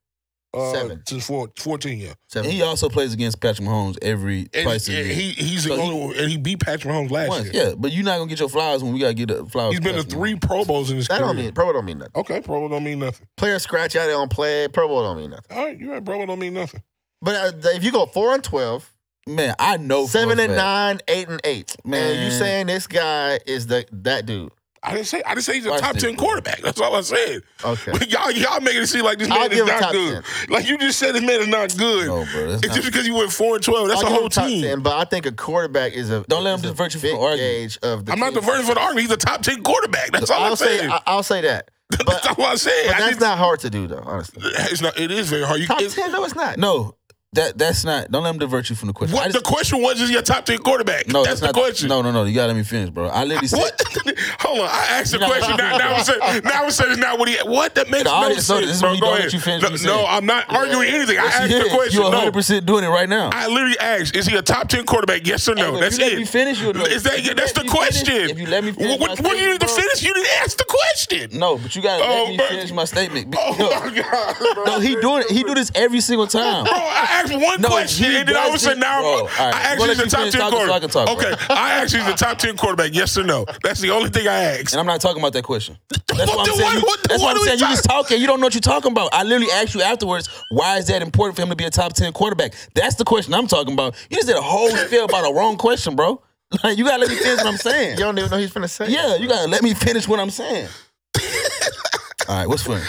[SPEAKER 1] Uh,
[SPEAKER 3] seven.
[SPEAKER 1] since four, 14, yeah.
[SPEAKER 2] And
[SPEAKER 3] Seven.
[SPEAKER 2] he also plays against Patrick Mahomes every
[SPEAKER 1] And,
[SPEAKER 2] twice a
[SPEAKER 1] and
[SPEAKER 2] year.
[SPEAKER 1] he he's the
[SPEAKER 2] So he-
[SPEAKER 1] only one, and he beat Patrick Mahomes last
[SPEAKER 2] Once,
[SPEAKER 1] year.
[SPEAKER 2] yeah. But you're not gonna get your flowers when we gotta get the flowers.
[SPEAKER 1] He's been to
[SPEAKER 2] Patrick Mahomes.
[SPEAKER 1] three Pro Bowls in his
[SPEAKER 3] that
[SPEAKER 1] career.
[SPEAKER 3] don't mean Pro Bowl don't mean nothing.
[SPEAKER 1] okay, Pro Bowl don't mean nothing.
[SPEAKER 3] Player scratch out, they don't play. Pro Bowl don't mean nothing.
[SPEAKER 1] All right, you're right. Pro Bowl don't mean nothing.
[SPEAKER 3] But uh, if you go four and twelve,
[SPEAKER 2] Man, I know. for
[SPEAKER 3] seven
[SPEAKER 2] a
[SPEAKER 3] and
[SPEAKER 2] fact.
[SPEAKER 3] nine, eight and eight, man,
[SPEAKER 2] Man.
[SPEAKER 3] you saying this guy is the that dude?
[SPEAKER 1] I didn't say I didn't say he's a
[SPEAKER 2] Watch
[SPEAKER 1] top
[SPEAKER 2] this.
[SPEAKER 1] ten quarterback. That's all I said.
[SPEAKER 3] Okay.
[SPEAKER 1] y'all y'all making it seem like this
[SPEAKER 3] I'll
[SPEAKER 1] man is
[SPEAKER 3] give him
[SPEAKER 1] not
[SPEAKER 3] top
[SPEAKER 1] good. Like you just said, this man is not good.
[SPEAKER 2] No, bro. That's
[SPEAKER 1] It's
[SPEAKER 2] not-
[SPEAKER 1] just because you went four and twelve. That's
[SPEAKER 3] I'll
[SPEAKER 1] a
[SPEAKER 3] give
[SPEAKER 1] whole
[SPEAKER 3] him top
[SPEAKER 1] team.
[SPEAKER 3] 10, but I think a quarterback is a
[SPEAKER 2] Don't let him
[SPEAKER 3] is a
[SPEAKER 2] divert you from
[SPEAKER 3] big
[SPEAKER 2] the argument.
[SPEAKER 3] gauge of the
[SPEAKER 1] I'm not
[SPEAKER 3] team.
[SPEAKER 1] the version for the army. He's a top ten quarterback. That's all I'm
[SPEAKER 3] I'll say
[SPEAKER 1] saying.
[SPEAKER 3] I, will say that,
[SPEAKER 1] (laughs)
[SPEAKER 3] but,
[SPEAKER 1] that's all I'm saying.
[SPEAKER 3] but
[SPEAKER 1] I
[SPEAKER 3] that's
[SPEAKER 1] didn't-
[SPEAKER 3] not hard to do though. Honestly,
[SPEAKER 1] It's not. It is very hard. You,
[SPEAKER 3] top
[SPEAKER 1] it's-
[SPEAKER 3] ten? No, it's not.
[SPEAKER 2] No, that that's not. Don't let him divert you from the question.
[SPEAKER 1] what
[SPEAKER 2] I
[SPEAKER 1] the
[SPEAKER 2] just-
[SPEAKER 1] question was? Is your top ten quarterback?
[SPEAKER 2] no,
[SPEAKER 1] that's the
[SPEAKER 2] not,
[SPEAKER 1] question.
[SPEAKER 2] No, no, no. You gotta let me finish, bro. I literally said
[SPEAKER 1] What? (laughs) Hold on. I asked the
[SPEAKER 2] You're not-
[SPEAKER 1] question. Now, now I'm
[SPEAKER 2] (laughs)
[SPEAKER 1] saying, now I'm saying, it's not what he. What? That makes
[SPEAKER 2] The
[SPEAKER 1] no
[SPEAKER 2] audience knows this
[SPEAKER 1] sense,
[SPEAKER 2] is
[SPEAKER 1] bro.
[SPEAKER 2] when you
[SPEAKER 1] Go
[SPEAKER 2] don't let
[SPEAKER 1] ahead.
[SPEAKER 2] you finish
[SPEAKER 1] no,
[SPEAKER 2] what you
[SPEAKER 1] no,
[SPEAKER 2] said.
[SPEAKER 1] I'm not arguing anything. I
[SPEAKER 2] (laughs)
[SPEAKER 1] asked the question.
[SPEAKER 2] You're 100
[SPEAKER 1] No,
[SPEAKER 2] percent doing it right now.
[SPEAKER 1] I literally asked, is he a top ten quarterback? Yes or no?
[SPEAKER 2] Hey, if
[SPEAKER 1] that's
[SPEAKER 2] you let
[SPEAKER 1] it.
[SPEAKER 2] me finish, you'll know.
[SPEAKER 1] Is that,
[SPEAKER 2] If you
[SPEAKER 1] that's
[SPEAKER 2] let
[SPEAKER 1] the
[SPEAKER 2] me finish-
[SPEAKER 1] question.
[SPEAKER 2] if you let me
[SPEAKER 1] What,
[SPEAKER 2] finish my
[SPEAKER 1] what, what do you need to
[SPEAKER 2] statement, bro.
[SPEAKER 1] finish? You didn't ask the
[SPEAKER 2] (laughs)
[SPEAKER 1] question.
[SPEAKER 2] no, but you gotta
[SPEAKER 1] Oh,
[SPEAKER 2] let me
[SPEAKER 1] bro.
[SPEAKER 2] finish my statement. Be-
[SPEAKER 1] Oh (laughs)
[SPEAKER 2] no,
[SPEAKER 1] my god. Bro.
[SPEAKER 2] no, he doing it. He do this every single time.
[SPEAKER 1] Bro, I asked one
[SPEAKER 2] No,
[SPEAKER 1] question,
[SPEAKER 2] he
[SPEAKER 1] and then all of a
[SPEAKER 2] does
[SPEAKER 1] sudden
[SPEAKER 2] this-
[SPEAKER 1] now
[SPEAKER 2] Bro,
[SPEAKER 1] I
[SPEAKER 2] all right.
[SPEAKER 1] asked
[SPEAKER 2] Well,
[SPEAKER 1] he's
[SPEAKER 2] let
[SPEAKER 1] the
[SPEAKER 2] you
[SPEAKER 1] top
[SPEAKER 2] finish
[SPEAKER 1] ten
[SPEAKER 2] talking so I can
[SPEAKER 1] quarterback.
[SPEAKER 2] talk,
[SPEAKER 1] okay,
[SPEAKER 2] bro.
[SPEAKER 1] I asked he's the top ten quarterback. Yes or no? That's the only thing I asked.
[SPEAKER 2] And I'm not talking about that question. That's
[SPEAKER 1] (laughs) What
[SPEAKER 2] what,
[SPEAKER 1] the-
[SPEAKER 2] I'm saying. you,
[SPEAKER 1] what- what-
[SPEAKER 2] that's
[SPEAKER 1] what
[SPEAKER 2] what
[SPEAKER 1] are
[SPEAKER 2] I'm
[SPEAKER 1] we
[SPEAKER 2] saying. You just
[SPEAKER 1] talking-
[SPEAKER 2] talking. You don't know what you're talking about. I literally asked you afterwards. Why is that important for him to be a top ten quarterback? That's the question I'm talking about. You just did a whole spiel about a wrong question, bro. (laughs) Like you gotta let me finish what I'm saying.
[SPEAKER 3] you don't even know he's gonna say.
[SPEAKER 2] Yeah, you gotta let me finish what
[SPEAKER 1] (laughs)
[SPEAKER 2] I'm saying. All right, what's funny?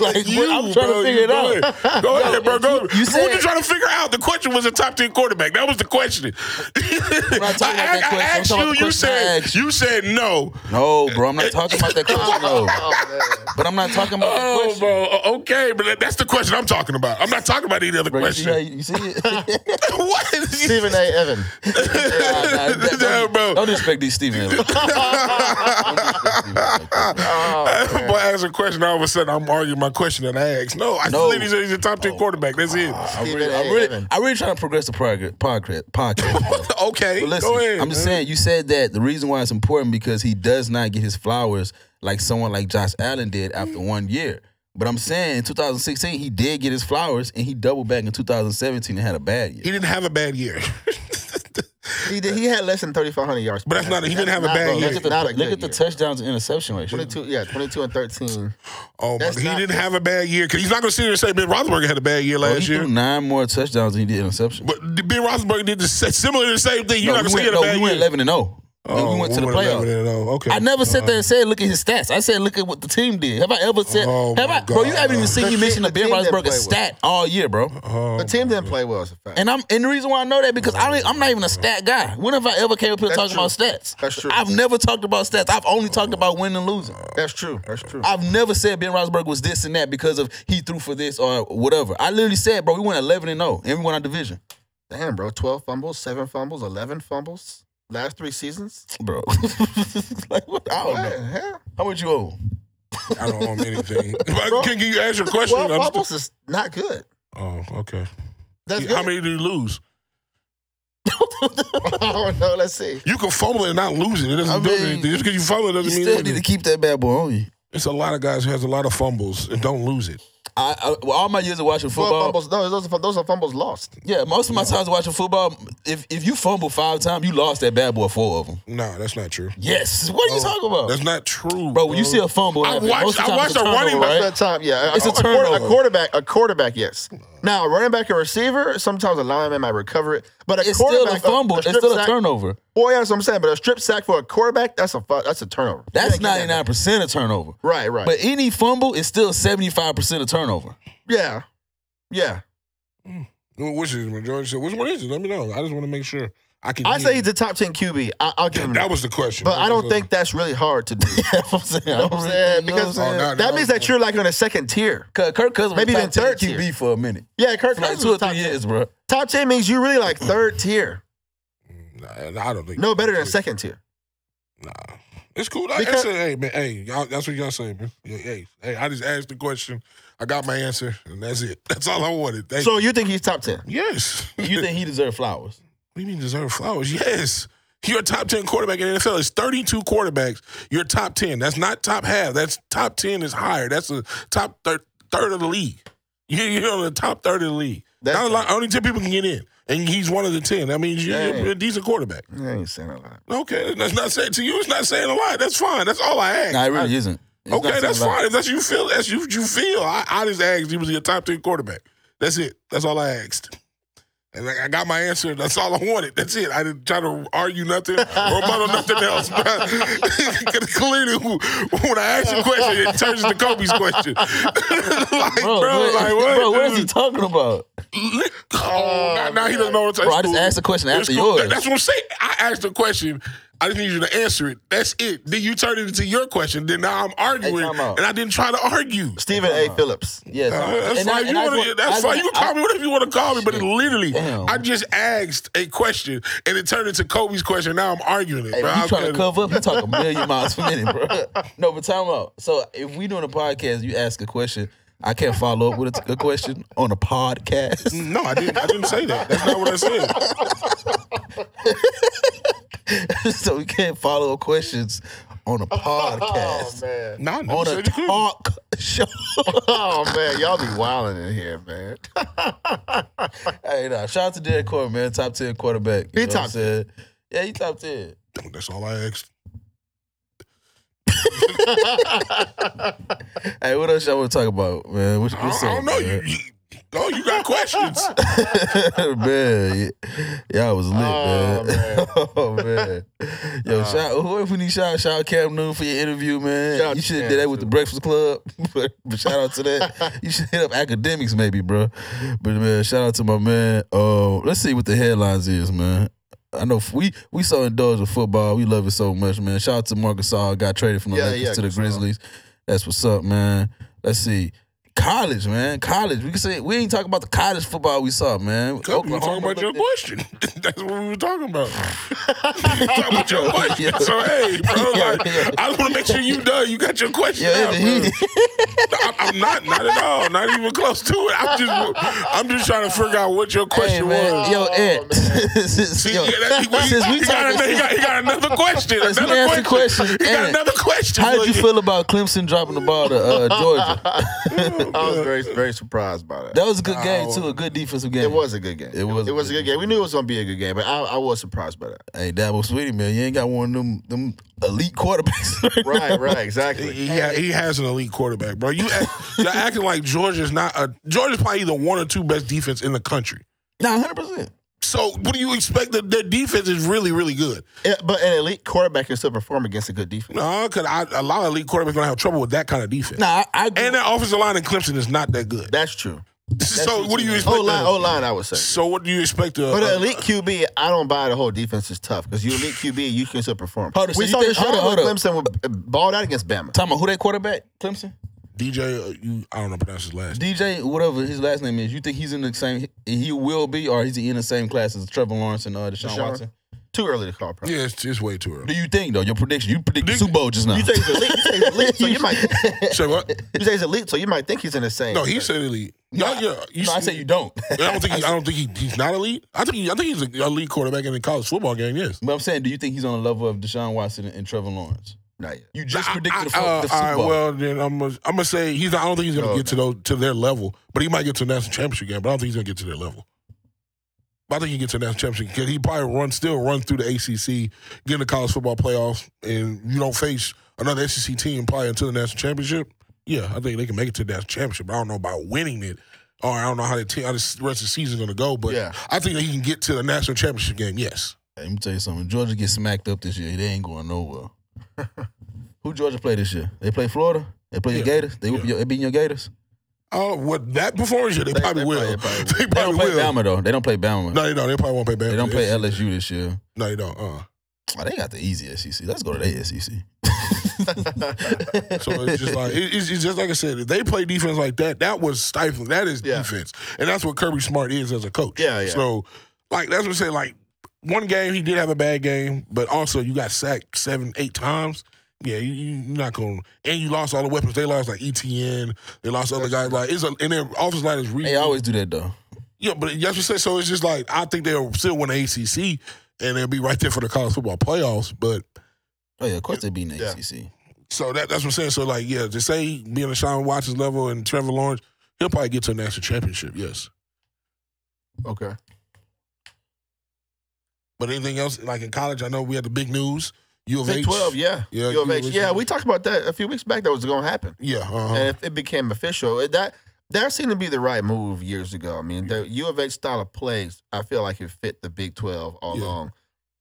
[SPEAKER 2] Like what- I'm trying
[SPEAKER 1] bro,
[SPEAKER 2] to figure
[SPEAKER 1] you
[SPEAKER 2] it out.
[SPEAKER 1] Go
[SPEAKER 2] (laughs)
[SPEAKER 1] ahead, Go ahead, bro. Go.
[SPEAKER 2] you
[SPEAKER 1] what you
[SPEAKER 2] said-
[SPEAKER 1] trying to figure out? The question was a top ten quarterback. That was the question. (laughs)
[SPEAKER 2] not talking about that
[SPEAKER 1] I- I- I
[SPEAKER 2] question. I'm
[SPEAKER 1] asked
[SPEAKER 2] talking
[SPEAKER 1] you.
[SPEAKER 2] about the
[SPEAKER 1] You
[SPEAKER 2] question I
[SPEAKER 1] said
[SPEAKER 2] asked
[SPEAKER 1] you said no.
[SPEAKER 2] No, bro, I'm not talking about that question. No,
[SPEAKER 3] Oh,
[SPEAKER 1] (laughs)
[SPEAKER 2] but I'm not talking about that
[SPEAKER 1] Oh,
[SPEAKER 2] question.
[SPEAKER 1] bro. o- Okay, but that- that's the question I'm talking about. I'm not talking about any other
[SPEAKER 2] Bro, you see how
[SPEAKER 1] question.
[SPEAKER 2] you, you see it?
[SPEAKER 1] (laughs) what?
[SPEAKER 3] Stephen A. Evan.
[SPEAKER 2] Nah, nah,
[SPEAKER 1] (laughs)
[SPEAKER 2] (laughs) that-
[SPEAKER 1] Nah,
[SPEAKER 2] don't,
[SPEAKER 1] bro.
[SPEAKER 2] don't disrespect these
[SPEAKER 1] (laughs)
[SPEAKER 2] Steven. Ellis. Don't disrespect Steven Ellis like that, bro.
[SPEAKER 1] Boy, I asked a question. All of a sudden, I'm arguing my question that I asked. No, I
[SPEAKER 2] No. Oh.
[SPEAKER 1] literally said he's a top ten quarterback. That's it.
[SPEAKER 2] I
[SPEAKER 3] Steven
[SPEAKER 2] really,
[SPEAKER 3] A.
[SPEAKER 2] I really,
[SPEAKER 3] Evan.
[SPEAKER 2] I really trying to progress the progress, podcast. podcast bro.
[SPEAKER 1] okay,
[SPEAKER 2] But listen,
[SPEAKER 1] go ahead.
[SPEAKER 2] I'm just
[SPEAKER 1] man.
[SPEAKER 2] saying. You said that the reason why it's important because he does not get his flowers like someone like Josh Allen did after one year. But I'm saying in 2016 he did get his flowers and he doubled back in 2017 and had a bad year.
[SPEAKER 1] he didn't have a bad year. (laughs)
[SPEAKER 3] He did, he had less than thirty five hundred yards.
[SPEAKER 1] But that's not- he didn't have a
[SPEAKER 3] not-
[SPEAKER 1] bad
[SPEAKER 3] bro,
[SPEAKER 1] year.
[SPEAKER 3] that's
[SPEAKER 2] Look at the,
[SPEAKER 3] not a
[SPEAKER 2] look
[SPEAKER 3] good
[SPEAKER 2] at the
[SPEAKER 3] year.
[SPEAKER 2] touchdown to interception ratio.
[SPEAKER 3] 22, yeah, 22 and 13.
[SPEAKER 1] Oh my!
[SPEAKER 3] That's
[SPEAKER 1] He
[SPEAKER 3] not-
[SPEAKER 1] didn't have a bad year because he's not going to sit here and say Ben Roethlisberger had a bad year
[SPEAKER 2] Bro,
[SPEAKER 1] last
[SPEAKER 2] Oh, he
[SPEAKER 1] year.
[SPEAKER 2] threw nine more touchdowns than he did interceptions.
[SPEAKER 1] But Ben Roethlisberger did the sa- similar to the same thing. You're
[SPEAKER 2] no,
[SPEAKER 1] not
[SPEAKER 2] we
[SPEAKER 1] going to say he had a
[SPEAKER 2] went, no,
[SPEAKER 1] bad
[SPEAKER 2] we went
[SPEAKER 1] year. Oh,
[SPEAKER 2] 11 and 0. And we went to the
[SPEAKER 1] went 11
[SPEAKER 2] playoffs.
[SPEAKER 1] and oh, Okay.
[SPEAKER 2] I never sat there and said, "Look at his stats." I said, "Look at what the team did." Have I ever said?
[SPEAKER 1] Oh,
[SPEAKER 2] have
[SPEAKER 1] my
[SPEAKER 2] I, bro? You
[SPEAKER 1] God.
[SPEAKER 2] haven't even seen
[SPEAKER 3] The
[SPEAKER 2] me
[SPEAKER 3] team-
[SPEAKER 2] mention a
[SPEAKER 3] the
[SPEAKER 2] Ben
[SPEAKER 3] team didn't
[SPEAKER 2] Roethlisberger
[SPEAKER 3] play well.
[SPEAKER 2] stat all year, bro.
[SPEAKER 1] Oh,
[SPEAKER 3] The team didn't play well as a fact.
[SPEAKER 2] And I'm and the reason why I know that because I don't, I'm not even a stat guy. When have I ever came up here
[SPEAKER 3] That's
[SPEAKER 2] talking
[SPEAKER 3] true.
[SPEAKER 2] about stats?
[SPEAKER 3] That's true.
[SPEAKER 2] I've never talked about stats. I've only talked about winning and losing.
[SPEAKER 3] That's true. That's true.
[SPEAKER 2] I've never said Ben Roethlisberger was this and that because of he threw for this or whatever. I literally said, bro, we went 11 and 0 and we won our division,
[SPEAKER 3] Damn, bro. 12 fumbles, 7 fumbles, 11 fumbles. Last three seasons.
[SPEAKER 2] bro. (laughs) like what? I
[SPEAKER 1] Oh,
[SPEAKER 2] don't know.
[SPEAKER 3] hell?
[SPEAKER 2] How much you owe?
[SPEAKER 1] I don't own
[SPEAKER 3] (laughs)
[SPEAKER 1] anything. But can you ask your question?
[SPEAKER 3] 12
[SPEAKER 1] I'm
[SPEAKER 3] fumbles is not good.
[SPEAKER 1] still- oh, okay.
[SPEAKER 3] That's
[SPEAKER 1] How
[SPEAKER 3] good.
[SPEAKER 1] many do you lose?
[SPEAKER 3] (laughs) I don't know. Let's see.
[SPEAKER 1] You can fumble it and not lose it. It doesn't
[SPEAKER 2] I
[SPEAKER 1] do
[SPEAKER 2] mean,
[SPEAKER 1] anything. Just because you fumble it
[SPEAKER 2] You
[SPEAKER 1] doesn't mean
[SPEAKER 2] still need
[SPEAKER 1] anything.
[SPEAKER 2] to keep that bad boy on you.
[SPEAKER 1] It's a lot of guys who has a lot of fumbles and don't lose it.
[SPEAKER 2] I, I well, all my years of watching
[SPEAKER 3] Well,
[SPEAKER 2] football,
[SPEAKER 3] fumbles, no, those are, those are fumbles lost.
[SPEAKER 2] yeah, most of my times watching football, if if you fumble five times, you lost that bad boy four of them.
[SPEAKER 1] No, that's not true.
[SPEAKER 2] Yes, what are you talking about,
[SPEAKER 1] That's not true,
[SPEAKER 2] bro? When you see a fumble,
[SPEAKER 1] I
[SPEAKER 2] happen,
[SPEAKER 1] watched-
[SPEAKER 2] most of the
[SPEAKER 1] I
[SPEAKER 2] time it's
[SPEAKER 1] watched a running
[SPEAKER 2] turnover,
[SPEAKER 1] back
[SPEAKER 2] right?
[SPEAKER 3] That time, yeah,
[SPEAKER 2] It's a
[SPEAKER 3] quarter-
[SPEAKER 2] turnover.
[SPEAKER 3] a quarterback, a quarterback, yes. Now, a running back and receiver, sometimes a lineman might recover it, but a
[SPEAKER 2] It's still
[SPEAKER 3] quarterback,
[SPEAKER 2] a fumble. it's
[SPEAKER 3] strip
[SPEAKER 2] still a
[SPEAKER 3] sack-
[SPEAKER 2] turnover.
[SPEAKER 3] Boy, that's what I'm saying. But a strip sack for a quarterback, that's a fu- that's a turnover.
[SPEAKER 2] That's
[SPEAKER 3] You can't
[SPEAKER 2] ninety
[SPEAKER 3] get that
[SPEAKER 2] nine percent of turnover.
[SPEAKER 3] back. Right, right.
[SPEAKER 2] But any fumble is still seventy five percent of turnover.
[SPEAKER 3] yeah, yeah.
[SPEAKER 1] which is the majority. So which one is it? Let me know. I just want to make sure I can.
[SPEAKER 3] I
[SPEAKER 1] hear
[SPEAKER 3] say
[SPEAKER 1] you.
[SPEAKER 3] he's a top ten QB. I, I'll give him
[SPEAKER 1] that
[SPEAKER 3] that.
[SPEAKER 1] was the question,
[SPEAKER 3] But
[SPEAKER 2] (laughs)
[SPEAKER 3] I don't think that's really hard to do.
[SPEAKER 2] That's what I'm saying.
[SPEAKER 3] You know what I'm saying?
[SPEAKER 2] You know what I'm
[SPEAKER 3] Because
[SPEAKER 2] saying?
[SPEAKER 1] Oh, no.
[SPEAKER 3] that means that you're like on a second tier.
[SPEAKER 2] Cause Kirk Cousins maybe
[SPEAKER 3] Maybe even
[SPEAKER 2] was top
[SPEAKER 3] third
[SPEAKER 2] ten QB for a minute,
[SPEAKER 3] Yeah, Kirk
[SPEAKER 2] for like
[SPEAKER 3] Cousins
[SPEAKER 2] two or
[SPEAKER 3] was
[SPEAKER 2] three
[SPEAKER 3] top
[SPEAKER 2] years,
[SPEAKER 3] ten.
[SPEAKER 2] bro.
[SPEAKER 3] Top ten means you're really like third tier.
[SPEAKER 1] Nah, I don't think
[SPEAKER 3] No better than second tier.
[SPEAKER 1] Nah, it's cool. Like, that's
[SPEAKER 3] Because-
[SPEAKER 1] a- hey man, hey, y'all, that's what y'all saying, man. Yeah, hey, hey, I just asked the question. I got my answer, and that's it. (laughs) That's all I wanted. Hey,
[SPEAKER 3] So you think he's top ten?
[SPEAKER 1] yes, (laughs) what
[SPEAKER 2] You think he deserved flowers?
[SPEAKER 1] do you mean deserve flowers? Yes. You're a top 10 quarterback in the NFL. It's 32 quarterbacks. You're top 10. That's not top half. That's top 10 is higher. That's the top thir- third of the league. You- You're on the top third of the league.
[SPEAKER 3] That's
[SPEAKER 1] not a lot, only 10 people can get in. And he's one of the 10. That means you're,
[SPEAKER 3] Dang.
[SPEAKER 1] you're a decent quarterback.
[SPEAKER 3] I ain't saying a lot.
[SPEAKER 1] Okay. That's not saying to you, it's not saying a lot. That's fine. That's all I asked.
[SPEAKER 2] Nah, it really isn't. It's not
[SPEAKER 1] Okay, that's
[SPEAKER 2] saying a lot.
[SPEAKER 1] fine. If that's you feel, that's you you feel. I, I just asked. He was your top ten quarterback. That's it. That's all I asked. And I I got my answer. That's all I wanted. That's it. I didn't try to argue nothing or muddle nothing else. bro. (laughs) 'Cause clearly, who- when I ask a question, it turns into Kobe's question. (laughs) like, bro,
[SPEAKER 2] Bro, what-
[SPEAKER 1] like, what?
[SPEAKER 2] bro, what is he talking about?
[SPEAKER 1] Oh, now, now he doesn't know what I'm
[SPEAKER 2] Bro, I just asked the question after yours.
[SPEAKER 1] That's what I'm saying. I asked the question. I just need you to answer it. That's it. Then you turn it into your question. Then now I'm arguing,
[SPEAKER 2] time out.
[SPEAKER 1] and I didn't try to argue.
[SPEAKER 3] Stephen A. Phillips.
[SPEAKER 2] Yeah,
[SPEAKER 1] Uh,
[SPEAKER 2] so-
[SPEAKER 1] that's
[SPEAKER 2] and I-
[SPEAKER 1] fine. You
[SPEAKER 2] and I
[SPEAKER 1] wanna-
[SPEAKER 2] just-
[SPEAKER 1] that's
[SPEAKER 2] I-
[SPEAKER 1] fine. You can
[SPEAKER 2] I-
[SPEAKER 1] call me whatever you want to call me, but it literally,
[SPEAKER 2] Damn.
[SPEAKER 1] I just asked a question and it turned into Kobe's question. Now I'm arguing it.
[SPEAKER 2] Hey,
[SPEAKER 1] bro.
[SPEAKER 2] when you
[SPEAKER 1] I'm
[SPEAKER 2] trying to
[SPEAKER 1] gonna-
[SPEAKER 2] cover up,
[SPEAKER 1] (laughs)
[SPEAKER 2] you talk a million miles per minute, bro. No, but time out. So if we doing a podcast, you ask a question, I can't follow up with a, a question on a podcast. (laughs)
[SPEAKER 1] No, I didn't. I didn't say that. That's not what I said.
[SPEAKER 2] so we can't follow up questions
[SPEAKER 1] (laughs)
[SPEAKER 2] on
[SPEAKER 1] Oh,
[SPEAKER 2] a Oh, podcast.
[SPEAKER 3] man.
[SPEAKER 1] No, I never
[SPEAKER 2] on
[SPEAKER 1] (laughs)
[SPEAKER 2] a
[SPEAKER 1] said you couldn't.
[SPEAKER 2] talk show.
[SPEAKER 3] (laughs) Oh man, y'all be wilding in here, man. (laughs)
[SPEAKER 2] hey, nah, shout out to Derek Corbin, man. Top 10 quarterback. You
[SPEAKER 3] He
[SPEAKER 2] know what I'm
[SPEAKER 3] top
[SPEAKER 2] saying? Yeah, he top 10.
[SPEAKER 1] That's all I asked.
[SPEAKER 2] Hey, what else y'all want to talk about, man? What,
[SPEAKER 1] I
[SPEAKER 2] what's
[SPEAKER 1] don't, I
[SPEAKER 2] up,
[SPEAKER 1] don't know. You,
[SPEAKER 2] man?
[SPEAKER 1] you, oh, you got questions.
[SPEAKER 2] (laughs) man, y- y'all was lit,
[SPEAKER 3] Oh,
[SPEAKER 2] man.
[SPEAKER 3] man.
[SPEAKER 2] (laughs) oh man, yo, shout whoever we need shout shout out Cam Newton for your interview, man.
[SPEAKER 3] Shout out
[SPEAKER 2] you
[SPEAKER 3] to
[SPEAKER 2] should have
[SPEAKER 3] Cam,
[SPEAKER 2] did that with
[SPEAKER 3] too.
[SPEAKER 2] the Breakfast Club, (laughs) but, but shout out to that. you should hit up academics, maybe, bro. But man, shout out to my man. Uh, let's see what the headlines is, man. I know f- we we so indulged with football. We love it so much, man. Shout out to Marcus Gasol got traded from the
[SPEAKER 3] Yeah,
[SPEAKER 2] Lakers
[SPEAKER 3] yeah,
[SPEAKER 2] to the
[SPEAKER 3] Gasol.
[SPEAKER 2] Grizzlies. That's what's up, man. Let's see. College, man. College. We can say we ain't talking about the college football we saw, man.
[SPEAKER 1] Kobe, we were talking
[SPEAKER 2] Oklahoma
[SPEAKER 1] about your
[SPEAKER 2] looked
[SPEAKER 1] question. (laughs) That's what we were talking about. (laughs) we were talking about your question.
[SPEAKER 2] Yeah.
[SPEAKER 1] So
[SPEAKER 2] (laughs)
[SPEAKER 1] hey, bro,
[SPEAKER 2] Yeah,
[SPEAKER 1] like,
[SPEAKER 2] yeah.
[SPEAKER 1] I just want to make sure you done. You got your question.
[SPEAKER 2] at- Yeah,
[SPEAKER 1] out,
[SPEAKER 2] he
[SPEAKER 1] bro.
[SPEAKER 2] did.
[SPEAKER 1] I, I'm not, not at all, not even close to it. I'm just, I'm just trying to figure out what your
[SPEAKER 2] (laughs) Hey,
[SPEAKER 1] question
[SPEAKER 2] man.
[SPEAKER 1] was.
[SPEAKER 2] Yo, Ed.
[SPEAKER 3] Oh, man.
[SPEAKER 2] (laughs) since,
[SPEAKER 1] See,
[SPEAKER 2] yo,
[SPEAKER 1] yeah, that, he, he-
[SPEAKER 2] since we
[SPEAKER 1] he got,
[SPEAKER 2] talking,
[SPEAKER 1] another- he, got, he got another question.
[SPEAKER 2] Since we
[SPEAKER 1] Another
[SPEAKER 2] answered
[SPEAKER 1] question.
[SPEAKER 2] questions,
[SPEAKER 1] he got
[SPEAKER 2] Ed,
[SPEAKER 1] another question.
[SPEAKER 2] (laughs) how did
[SPEAKER 1] Look,
[SPEAKER 2] you feel about Clemson dropping the ball to uh,
[SPEAKER 3] (laughs)
[SPEAKER 2] Georgia?
[SPEAKER 3] I was very very surprised by that.
[SPEAKER 2] That was a good game too, a good defensive game.
[SPEAKER 3] Oh. It was a good game.
[SPEAKER 2] It was
[SPEAKER 3] It was a good game. We knew it was gonna be a good game, but I, I was surprised by that.
[SPEAKER 2] Hey, Dabo, sweetie, man, you ain't got one of them them elite quarterbacks. (laughs)
[SPEAKER 3] Right, (laughs) right,
[SPEAKER 1] He,
[SPEAKER 3] exactly.
[SPEAKER 1] he, ha- he has an elite quarterback, bro. (laughs) You act, you're acting like Georgia's not a Georgia's probably either one or two best defense in the country.
[SPEAKER 2] Nah, hundred percent.
[SPEAKER 1] So what do you expect? That their defense is really, really good.
[SPEAKER 3] Yeah, but an elite quarterback can still perform against a good defense.
[SPEAKER 1] No, because a lot of elite quarterbacks gonna have trouble with that kind of defense.
[SPEAKER 2] Nah, I, I agree.
[SPEAKER 1] And that offensive line in Clemson is not that good.
[SPEAKER 3] That's true.
[SPEAKER 1] so what do you expect?
[SPEAKER 3] O line,
[SPEAKER 1] the-
[SPEAKER 3] O line, I would say.
[SPEAKER 1] so what do you expect? The,
[SPEAKER 3] But an elite QB, I don't buy the whole defense is tough because you elite QB, you can still perform.
[SPEAKER 2] Hold on, so
[SPEAKER 3] we
[SPEAKER 2] you
[SPEAKER 3] saw
[SPEAKER 2] think-
[SPEAKER 3] this shot
[SPEAKER 2] hold on,
[SPEAKER 3] with
[SPEAKER 2] hold on.
[SPEAKER 3] Clemson with- balled out against Bama.
[SPEAKER 2] Talking about who that quarterback? Clemson?
[SPEAKER 1] DJ, uh, you, I don't know pronounce his last.
[SPEAKER 2] DJ, whatever his last name is, you think he's in the same? He will be, or is he in the same class as Trevor Lawrence and uh, Deshaun
[SPEAKER 3] Deshaun.
[SPEAKER 2] Watson?
[SPEAKER 3] Too early to call, probably.
[SPEAKER 1] Yeah, it's, it's way too early.
[SPEAKER 2] Do you think though? Your prediction? You predict the
[SPEAKER 1] Predict-
[SPEAKER 2] Super Bowl just now.
[SPEAKER 3] You say he's elite. You say he's elite,
[SPEAKER 2] (laughs)
[SPEAKER 3] so you might.
[SPEAKER 1] Say what?
[SPEAKER 3] You say he's elite, so you might think he's in the same.
[SPEAKER 1] uh, No, he said elite. No, yeah, you
[SPEAKER 2] no, I
[SPEAKER 1] see-
[SPEAKER 2] say you don't. (laughs)
[SPEAKER 1] I don't think he, I don't think he, he's not elite. I think he, I think he's an elite quarterback in the college football game. Yes.
[SPEAKER 2] But I'm saying, do you think he's on the level of Deshaun Watson and Trevor Lawrence?
[SPEAKER 3] Not yet.
[SPEAKER 2] You just
[SPEAKER 1] I-
[SPEAKER 2] predicted
[SPEAKER 1] I-
[SPEAKER 2] the, fu-
[SPEAKER 1] uh,
[SPEAKER 2] the
[SPEAKER 1] all
[SPEAKER 2] Super
[SPEAKER 1] right,
[SPEAKER 2] Bowl.
[SPEAKER 1] well, then I'm gonna, I'm gonna say he's. I don't think he's gonna
[SPEAKER 3] No.
[SPEAKER 1] get to those to their level, but he might get to the national championship game. But I don't think he's gonna get to their level. But I think he gets to the national championship because he probably run still run through the ACC, get in the college football playoffs, and you don't face another SEC team probably until the national championship. Yeah, I think they can make it to the national championship. I don't know about winning it, or I don't know how the, team, how the rest of the season's gonna go. But
[SPEAKER 3] Yeah.
[SPEAKER 1] I think that he can get to the national championship game. Yes,
[SPEAKER 2] Let me tell you something. Georgia gets smacked up this year. They ain't
[SPEAKER 1] (laughs)
[SPEAKER 2] going nowhere. Who Georgia play this year? They play Florida. They play your
[SPEAKER 1] Yeah.
[SPEAKER 2] Gators. They, whoop
[SPEAKER 1] Yeah.
[SPEAKER 2] your, they beat your Gators.
[SPEAKER 1] uh, what that performance? Yeah, they,
[SPEAKER 3] They-
[SPEAKER 1] probably
[SPEAKER 3] they
[SPEAKER 1] will.
[SPEAKER 3] probably-
[SPEAKER 1] (laughs) they
[SPEAKER 3] probably will.
[SPEAKER 2] They don't
[SPEAKER 1] probably
[SPEAKER 2] play
[SPEAKER 1] will.
[SPEAKER 2] Bama though. They don't play Bama.
[SPEAKER 1] No, they don't. They probably won't play Bama.
[SPEAKER 2] they don't play
[SPEAKER 1] It's-
[SPEAKER 2] LSU this year.
[SPEAKER 1] No, you don't. Uh.
[SPEAKER 2] Oh, they got the easy SEC. Let's go to their E SEC.
[SPEAKER 3] (laughs)
[SPEAKER 1] So it's just like it- it's, it's just like I said. If they play defense like that, that was stifling. That is
[SPEAKER 3] Yeah.
[SPEAKER 1] defense, and that's what Kirby Smart is as a coach.
[SPEAKER 3] Yeah, yeah.
[SPEAKER 1] So, like that's what I'm saying. Like one game he did have a bad game, but also you got sacked seven, eight times. Yeah, you, you- you're not gonna. And you lost all the weapons. They lost like ETN. They lost other guys. Like it's a and their offensive line is really
[SPEAKER 2] (laughs) they always do that though.
[SPEAKER 1] Yeah, but that's what I said. So it's just like I think they'll still win the ACC and they'll be right there for the college football playoffs. But
[SPEAKER 2] Oh yeah, of course they beat the
[SPEAKER 3] Yeah.
[SPEAKER 2] SEC.
[SPEAKER 1] So that, that's what I'm saying. So like, yeah, to say being a Sean Watson's level and Trevor Lawrence, he'll probably get to a national championship. Yes,
[SPEAKER 3] Okay.
[SPEAKER 1] but anything else like in college, I know we had the big news. U of
[SPEAKER 3] Big
[SPEAKER 1] H.
[SPEAKER 3] twelve. Yeah.
[SPEAKER 1] Yeah,
[SPEAKER 3] U of
[SPEAKER 1] you
[SPEAKER 3] H.
[SPEAKER 1] was-
[SPEAKER 3] Yeah. We talked about that a few weeks back. That was going to happen,
[SPEAKER 1] yeah, uh-huh.
[SPEAKER 3] and if it became official, it- that that seemed to be the right move years ago. I mean, the U of H style of plays, I feel like it fit the Big Twelve all
[SPEAKER 1] Yeah.
[SPEAKER 3] along.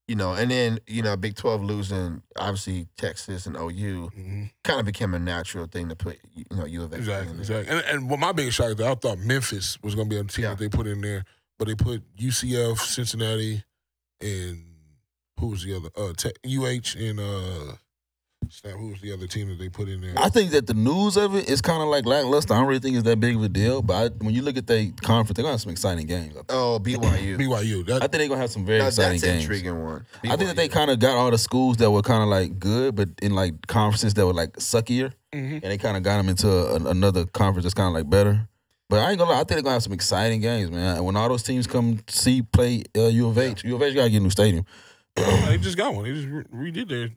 [SPEAKER 3] You know, and then you know, Big Twelve losing obviously Texas and OU
[SPEAKER 1] Mhm.
[SPEAKER 3] kind of became a natural thing to put you know U of H. in
[SPEAKER 1] Exactly,
[SPEAKER 3] there.
[SPEAKER 1] exactly. And, and what my biggest shock is that I thought Memphis was going to be a team
[SPEAKER 3] Yeah.
[SPEAKER 1] that they put in there, but they put UCF, Cincinnati, and who was the other? Uh, Te- UH and uh, snap, who was the other team that they put in there?
[SPEAKER 2] I think that the news of it is kind of like lackluster. I don't really think it's that big of a deal. But I, when you look at their conference, they're gonna have some exciting games. I think,
[SPEAKER 3] Oh,
[SPEAKER 2] (laughs)
[SPEAKER 3] BYU.
[SPEAKER 1] BYU. That,
[SPEAKER 2] I think they're gonna have some very
[SPEAKER 3] That-
[SPEAKER 2] exciting
[SPEAKER 3] that's an
[SPEAKER 2] games.
[SPEAKER 3] intriguing one.
[SPEAKER 2] I think that they
[SPEAKER 3] BYU.
[SPEAKER 2] kind of got all the schools that were kind of like good, but in like conferences that were like suckier,
[SPEAKER 3] mm-hmm.
[SPEAKER 2] and they kind of got them into a, another conference that's kind of like better. But I ain't gonna lie, I think they're gonna have some exciting games, man. And when all those teams come see play uh, U of H, U of H gotta get a new stadium.
[SPEAKER 1] they just got one. They just re- redid their.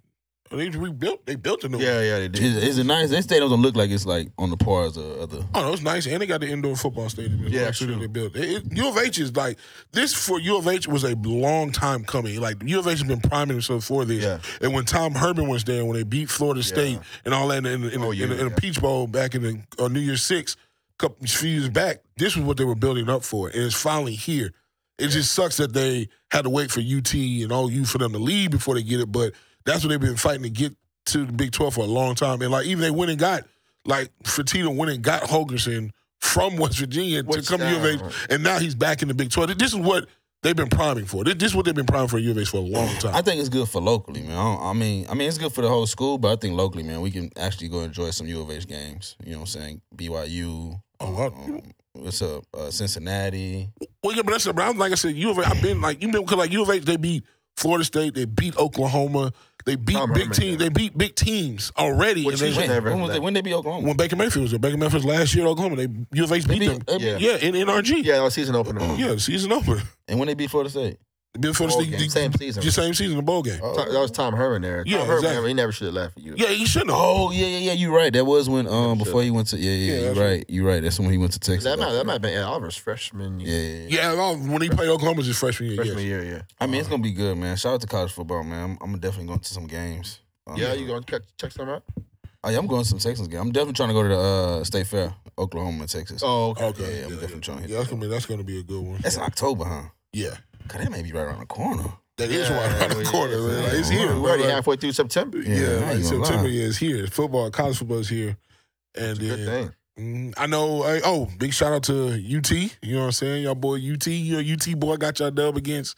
[SPEAKER 1] They just rebuilt. They built a new. one.
[SPEAKER 3] Yeah, yeah, they did.
[SPEAKER 2] Is, is it nice? That stadium don't look like it's like on the par as the other.
[SPEAKER 1] Oh, no, it's nice, and they got the indoor football stadium.
[SPEAKER 3] Yeah,
[SPEAKER 1] Yeah, actually,
[SPEAKER 3] true.
[SPEAKER 1] they built. It, it- U of H is like this for U of H was a long time coming. Like U of H has been priming themselves for this.
[SPEAKER 3] Yeah.
[SPEAKER 1] And when Tom Herman was there, when they beat Florida State and all that in, in, in,
[SPEAKER 3] Oh, yeah,
[SPEAKER 1] in, in
[SPEAKER 3] yeah.
[SPEAKER 1] the Peach Bowl back in the on New Year's Six, couple few years back, this was what they were building up for, and it's finally here. It just sucks that they had to wait for UT and OU for them to leave before they get it, but that's what they've been fighting to get to the Big 12 for a long time. And like even they went and got like Fatino went and got Hogerson from West Virginia
[SPEAKER 3] Which,
[SPEAKER 1] to come to U of H,
[SPEAKER 3] uh,
[SPEAKER 1] and now he's back in the Big 12. This is what they've been priming for. This, this is what they've been priming for U of H for a long time.
[SPEAKER 2] I think it's good for locally, man. I, don't- I mean, I mean, it's good for the whole school, but I think locally, man, we can actually go enjoy some U of H games. You know what I'm saying? BYU.
[SPEAKER 1] Oh, I-
[SPEAKER 2] um, what's up? Uh, Cincinnati.
[SPEAKER 1] Well, yeah, but that's but I'm, like I said, U of H. I've been like you know because like U of H, they beat Florida State, they beat Oklahoma, they beat
[SPEAKER 3] Tom
[SPEAKER 1] big
[SPEAKER 3] Herman,
[SPEAKER 1] teams,
[SPEAKER 3] yeah.
[SPEAKER 1] they beat big teams already.
[SPEAKER 3] Which
[SPEAKER 1] and
[SPEAKER 3] is
[SPEAKER 1] they,
[SPEAKER 2] When,
[SPEAKER 3] never
[SPEAKER 2] when,
[SPEAKER 3] heard
[SPEAKER 2] was
[SPEAKER 3] that.
[SPEAKER 2] they, when they be Oklahoma?
[SPEAKER 1] when Baker Mayfield was there, Baker Mayfield was last year at Oklahoma, they U of H
[SPEAKER 2] They
[SPEAKER 1] beat
[SPEAKER 2] beat,
[SPEAKER 1] them.
[SPEAKER 2] they beat-
[SPEAKER 3] Yeah.
[SPEAKER 1] Yeah, in NRG.
[SPEAKER 3] Yeah, that was season opener.
[SPEAKER 1] yeah, the season opener.
[SPEAKER 2] And when they beat Florida State?
[SPEAKER 1] Before
[SPEAKER 3] Bowl
[SPEAKER 1] the,
[SPEAKER 3] game.
[SPEAKER 1] the,
[SPEAKER 3] Same season.
[SPEAKER 1] the same season, the bowl game.
[SPEAKER 3] Tom- Oh, that was Tom Herman there.
[SPEAKER 1] Yeah,
[SPEAKER 3] Tom Herman,
[SPEAKER 1] exactly.
[SPEAKER 3] he never should have left for you.
[SPEAKER 1] Yeah, he shouldn't have.
[SPEAKER 2] Oh yeah, yeah, yeah. You're right. That was when um
[SPEAKER 3] Yeah,
[SPEAKER 2] before he went to yeah, yeah.
[SPEAKER 1] Yeah,
[SPEAKER 2] you're
[SPEAKER 1] that's
[SPEAKER 2] right. You're right. That's when he went to Texas.
[SPEAKER 3] that might
[SPEAKER 2] after.
[SPEAKER 3] that might have been Ed Oliver's freshman
[SPEAKER 2] yeah,
[SPEAKER 3] year.
[SPEAKER 2] yeah,
[SPEAKER 1] Yeah,
[SPEAKER 2] yeah.
[SPEAKER 1] well, when he played Oklahoma his freshman year.
[SPEAKER 3] Freshman
[SPEAKER 1] yes.
[SPEAKER 3] year, yeah.
[SPEAKER 2] I mean, it's gonna be good, man. Shout out to college football, man. I'm, I'm definitely going to some games. Um,
[SPEAKER 3] Yeah, you gonna check check some out?
[SPEAKER 2] I, am going to some Texas games. I'm definitely trying to go to the uh, State Fair, Oklahoma, and Texas.
[SPEAKER 3] Oh, okay.
[SPEAKER 1] Okay,
[SPEAKER 2] Yeah,
[SPEAKER 1] yeah,
[SPEAKER 2] I'm
[SPEAKER 1] yeah,
[SPEAKER 2] definitely trying to hit
[SPEAKER 1] Yeah, that's gonna be that's gonna be a good one.
[SPEAKER 2] That's in October, huh?
[SPEAKER 1] Yeah,
[SPEAKER 2] God, that may be right around the corner.
[SPEAKER 1] that is
[SPEAKER 3] Yeah,
[SPEAKER 1] right around
[SPEAKER 3] yeah,
[SPEAKER 1] the corner.
[SPEAKER 3] yeah.
[SPEAKER 1] man. Like, it's here.
[SPEAKER 3] We're already
[SPEAKER 1] Like,
[SPEAKER 3] halfway through September.
[SPEAKER 1] Yeah,
[SPEAKER 2] Yeah, I ain't
[SPEAKER 1] like,
[SPEAKER 2] gonna
[SPEAKER 1] September
[SPEAKER 2] lie.
[SPEAKER 1] yeah, is here. Football, college football is here, and
[SPEAKER 3] Good
[SPEAKER 1] then-
[SPEAKER 3] thing.
[SPEAKER 1] Mm, I know. I, oh, big shout out to UT. You know what I'm saying, y'all boy UT. Your UT boy got y'all dub against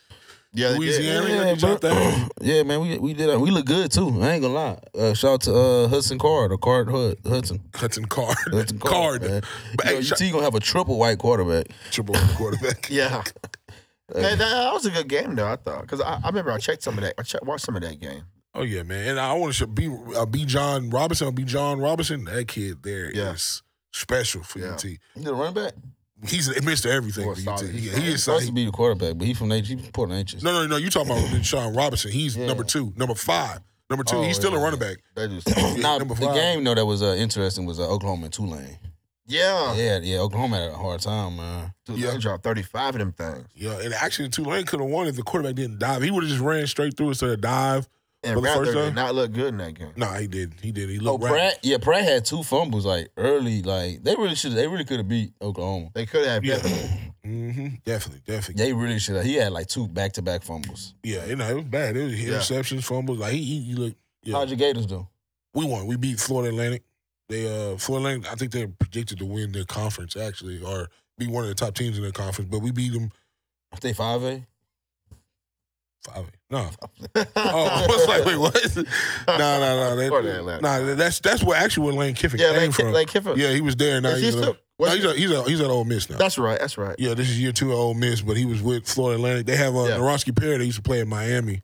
[SPEAKER 3] Yeah, they did.
[SPEAKER 1] Louisiana.
[SPEAKER 2] Yeah,
[SPEAKER 1] Yeah,
[SPEAKER 2] bro. (clears throat) yeah, man, we we did. uh, We look good too. I ain't gonna lie. Uh, shout out to uh, Hudson Card or Card Hud, Hudson.
[SPEAKER 1] Hudson Card. (laughs)
[SPEAKER 2] Hudson Card.
[SPEAKER 1] Card.
[SPEAKER 2] man.
[SPEAKER 1] But
[SPEAKER 2] You
[SPEAKER 1] hey,
[SPEAKER 2] know,
[SPEAKER 1] shout-
[SPEAKER 2] UT gonna have a triple white quarterback.
[SPEAKER 1] (laughs) Triple quarterback.
[SPEAKER 3] Yeah.
[SPEAKER 2] Uh,
[SPEAKER 3] That, that was a good game though. I thought because I, I remember I checked some of that. I checked, watched some of that game.
[SPEAKER 1] Oh yeah, man. And I want to be uh, be John Robinson. Be John Robinson. That kid there is
[SPEAKER 3] Yeah.
[SPEAKER 1] special for
[SPEAKER 3] Yeah.
[SPEAKER 1] UT.
[SPEAKER 2] You the running back?
[SPEAKER 1] He's Mr. Everything
[SPEAKER 3] Boy,
[SPEAKER 1] for UT.
[SPEAKER 3] solid.
[SPEAKER 1] He, he is.
[SPEAKER 2] Supposed to be the quarterback, but he from H- he from Port Anxious.
[SPEAKER 1] no, no, no. You talking about Sean Robinson? He's
[SPEAKER 2] Yeah.
[SPEAKER 1] number two, number five, number two.
[SPEAKER 2] Oh,
[SPEAKER 1] he's still
[SPEAKER 2] yeah,
[SPEAKER 1] a running back.
[SPEAKER 3] That
[SPEAKER 1] (coughs)
[SPEAKER 3] is
[SPEAKER 2] now,
[SPEAKER 1] number
[SPEAKER 2] the
[SPEAKER 1] five.
[SPEAKER 2] game though that was uh, interesting was uh, Oklahoma and Tulane.
[SPEAKER 3] yeah.
[SPEAKER 2] Yeah, yeah, Oklahoma had a hard time, man.
[SPEAKER 3] Dude,
[SPEAKER 1] Yeah.
[SPEAKER 3] they dropped thirty five of them things.
[SPEAKER 1] Yeah, and actually Tulane could have won if the quarterback didn't dive. He would have just ran straight through instead of dive. For
[SPEAKER 3] And
[SPEAKER 1] the
[SPEAKER 3] Rattler
[SPEAKER 1] first time?
[SPEAKER 3] did not look good in that game.
[SPEAKER 1] Nah, he didn't. He did. He
[SPEAKER 2] Oh,
[SPEAKER 1] looked right.
[SPEAKER 2] Pratt, yeah, Pratt had two fumbles like early, like they really should, they really could have beat Oklahoma.
[SPEAKER 3] They could have.
[SPEAKER 1] Yeah.
[SPEAKER 3] beat them.
[SPEAKER 1] hmm Definitely, definitely.
[SPEAKER 2] They really should. have. He had like two back to back fumbles.
[SPEAKER 1] Yeah, you know it was bad. It was
[SPEAKER 3] Yeah.
[SPEAKER 1] interceptions, fumbles. Like he, he, he looked. Yeah.
[SPEAKER 2] How'd your Gators do?
[SPEAKER 1] we won. We beat Florida Atlantic. They uh Florida Atlantic. I think they're predicted to win their conference actually, or be one of the top teams in their conference. But we beat them
[SPEAKER 2] Are they five A?
[SPEAKER 1] five.
[SPEAKER 3] (laughs)
[SPEAKER 1] No, oh, I was like, wait, what? (laughs) No, no, no. That,
[SPEAKER 3] Florida Atlantic.
[SPEAKER 1] Nah, that's that's where actually where Lane Kiffin
[SPEAKER 3] Yeah,
[SPEAKER 1] came
[SPEAKER 3] like,
[SPEAKER 1] from.
[SPEAKER 3] like Kiffer.
[SPEAKER 1] yeah, he was there. Now
[SPEAKER 3] Is he
[SPEAKER 1] he's,
[SPEAKER 3] still-
[SPEAKER 1] a,
[SPEAKER 3] what's
[SPEAKER 1] no, he's,
[SPEAKER 3] he-
[SPEAKER 1] a, he's, a, he's at Ole Miss now.
[SPEAKER 3] That's right. That's right.
[SPEAKER 1] Yeah, this is year two at Ole Miss, but he was with Florida Atlantic. They have a
[SPEAKER 3] Yeah.
[SPEAKER 1] Naronsky Perry that used to play in Miami.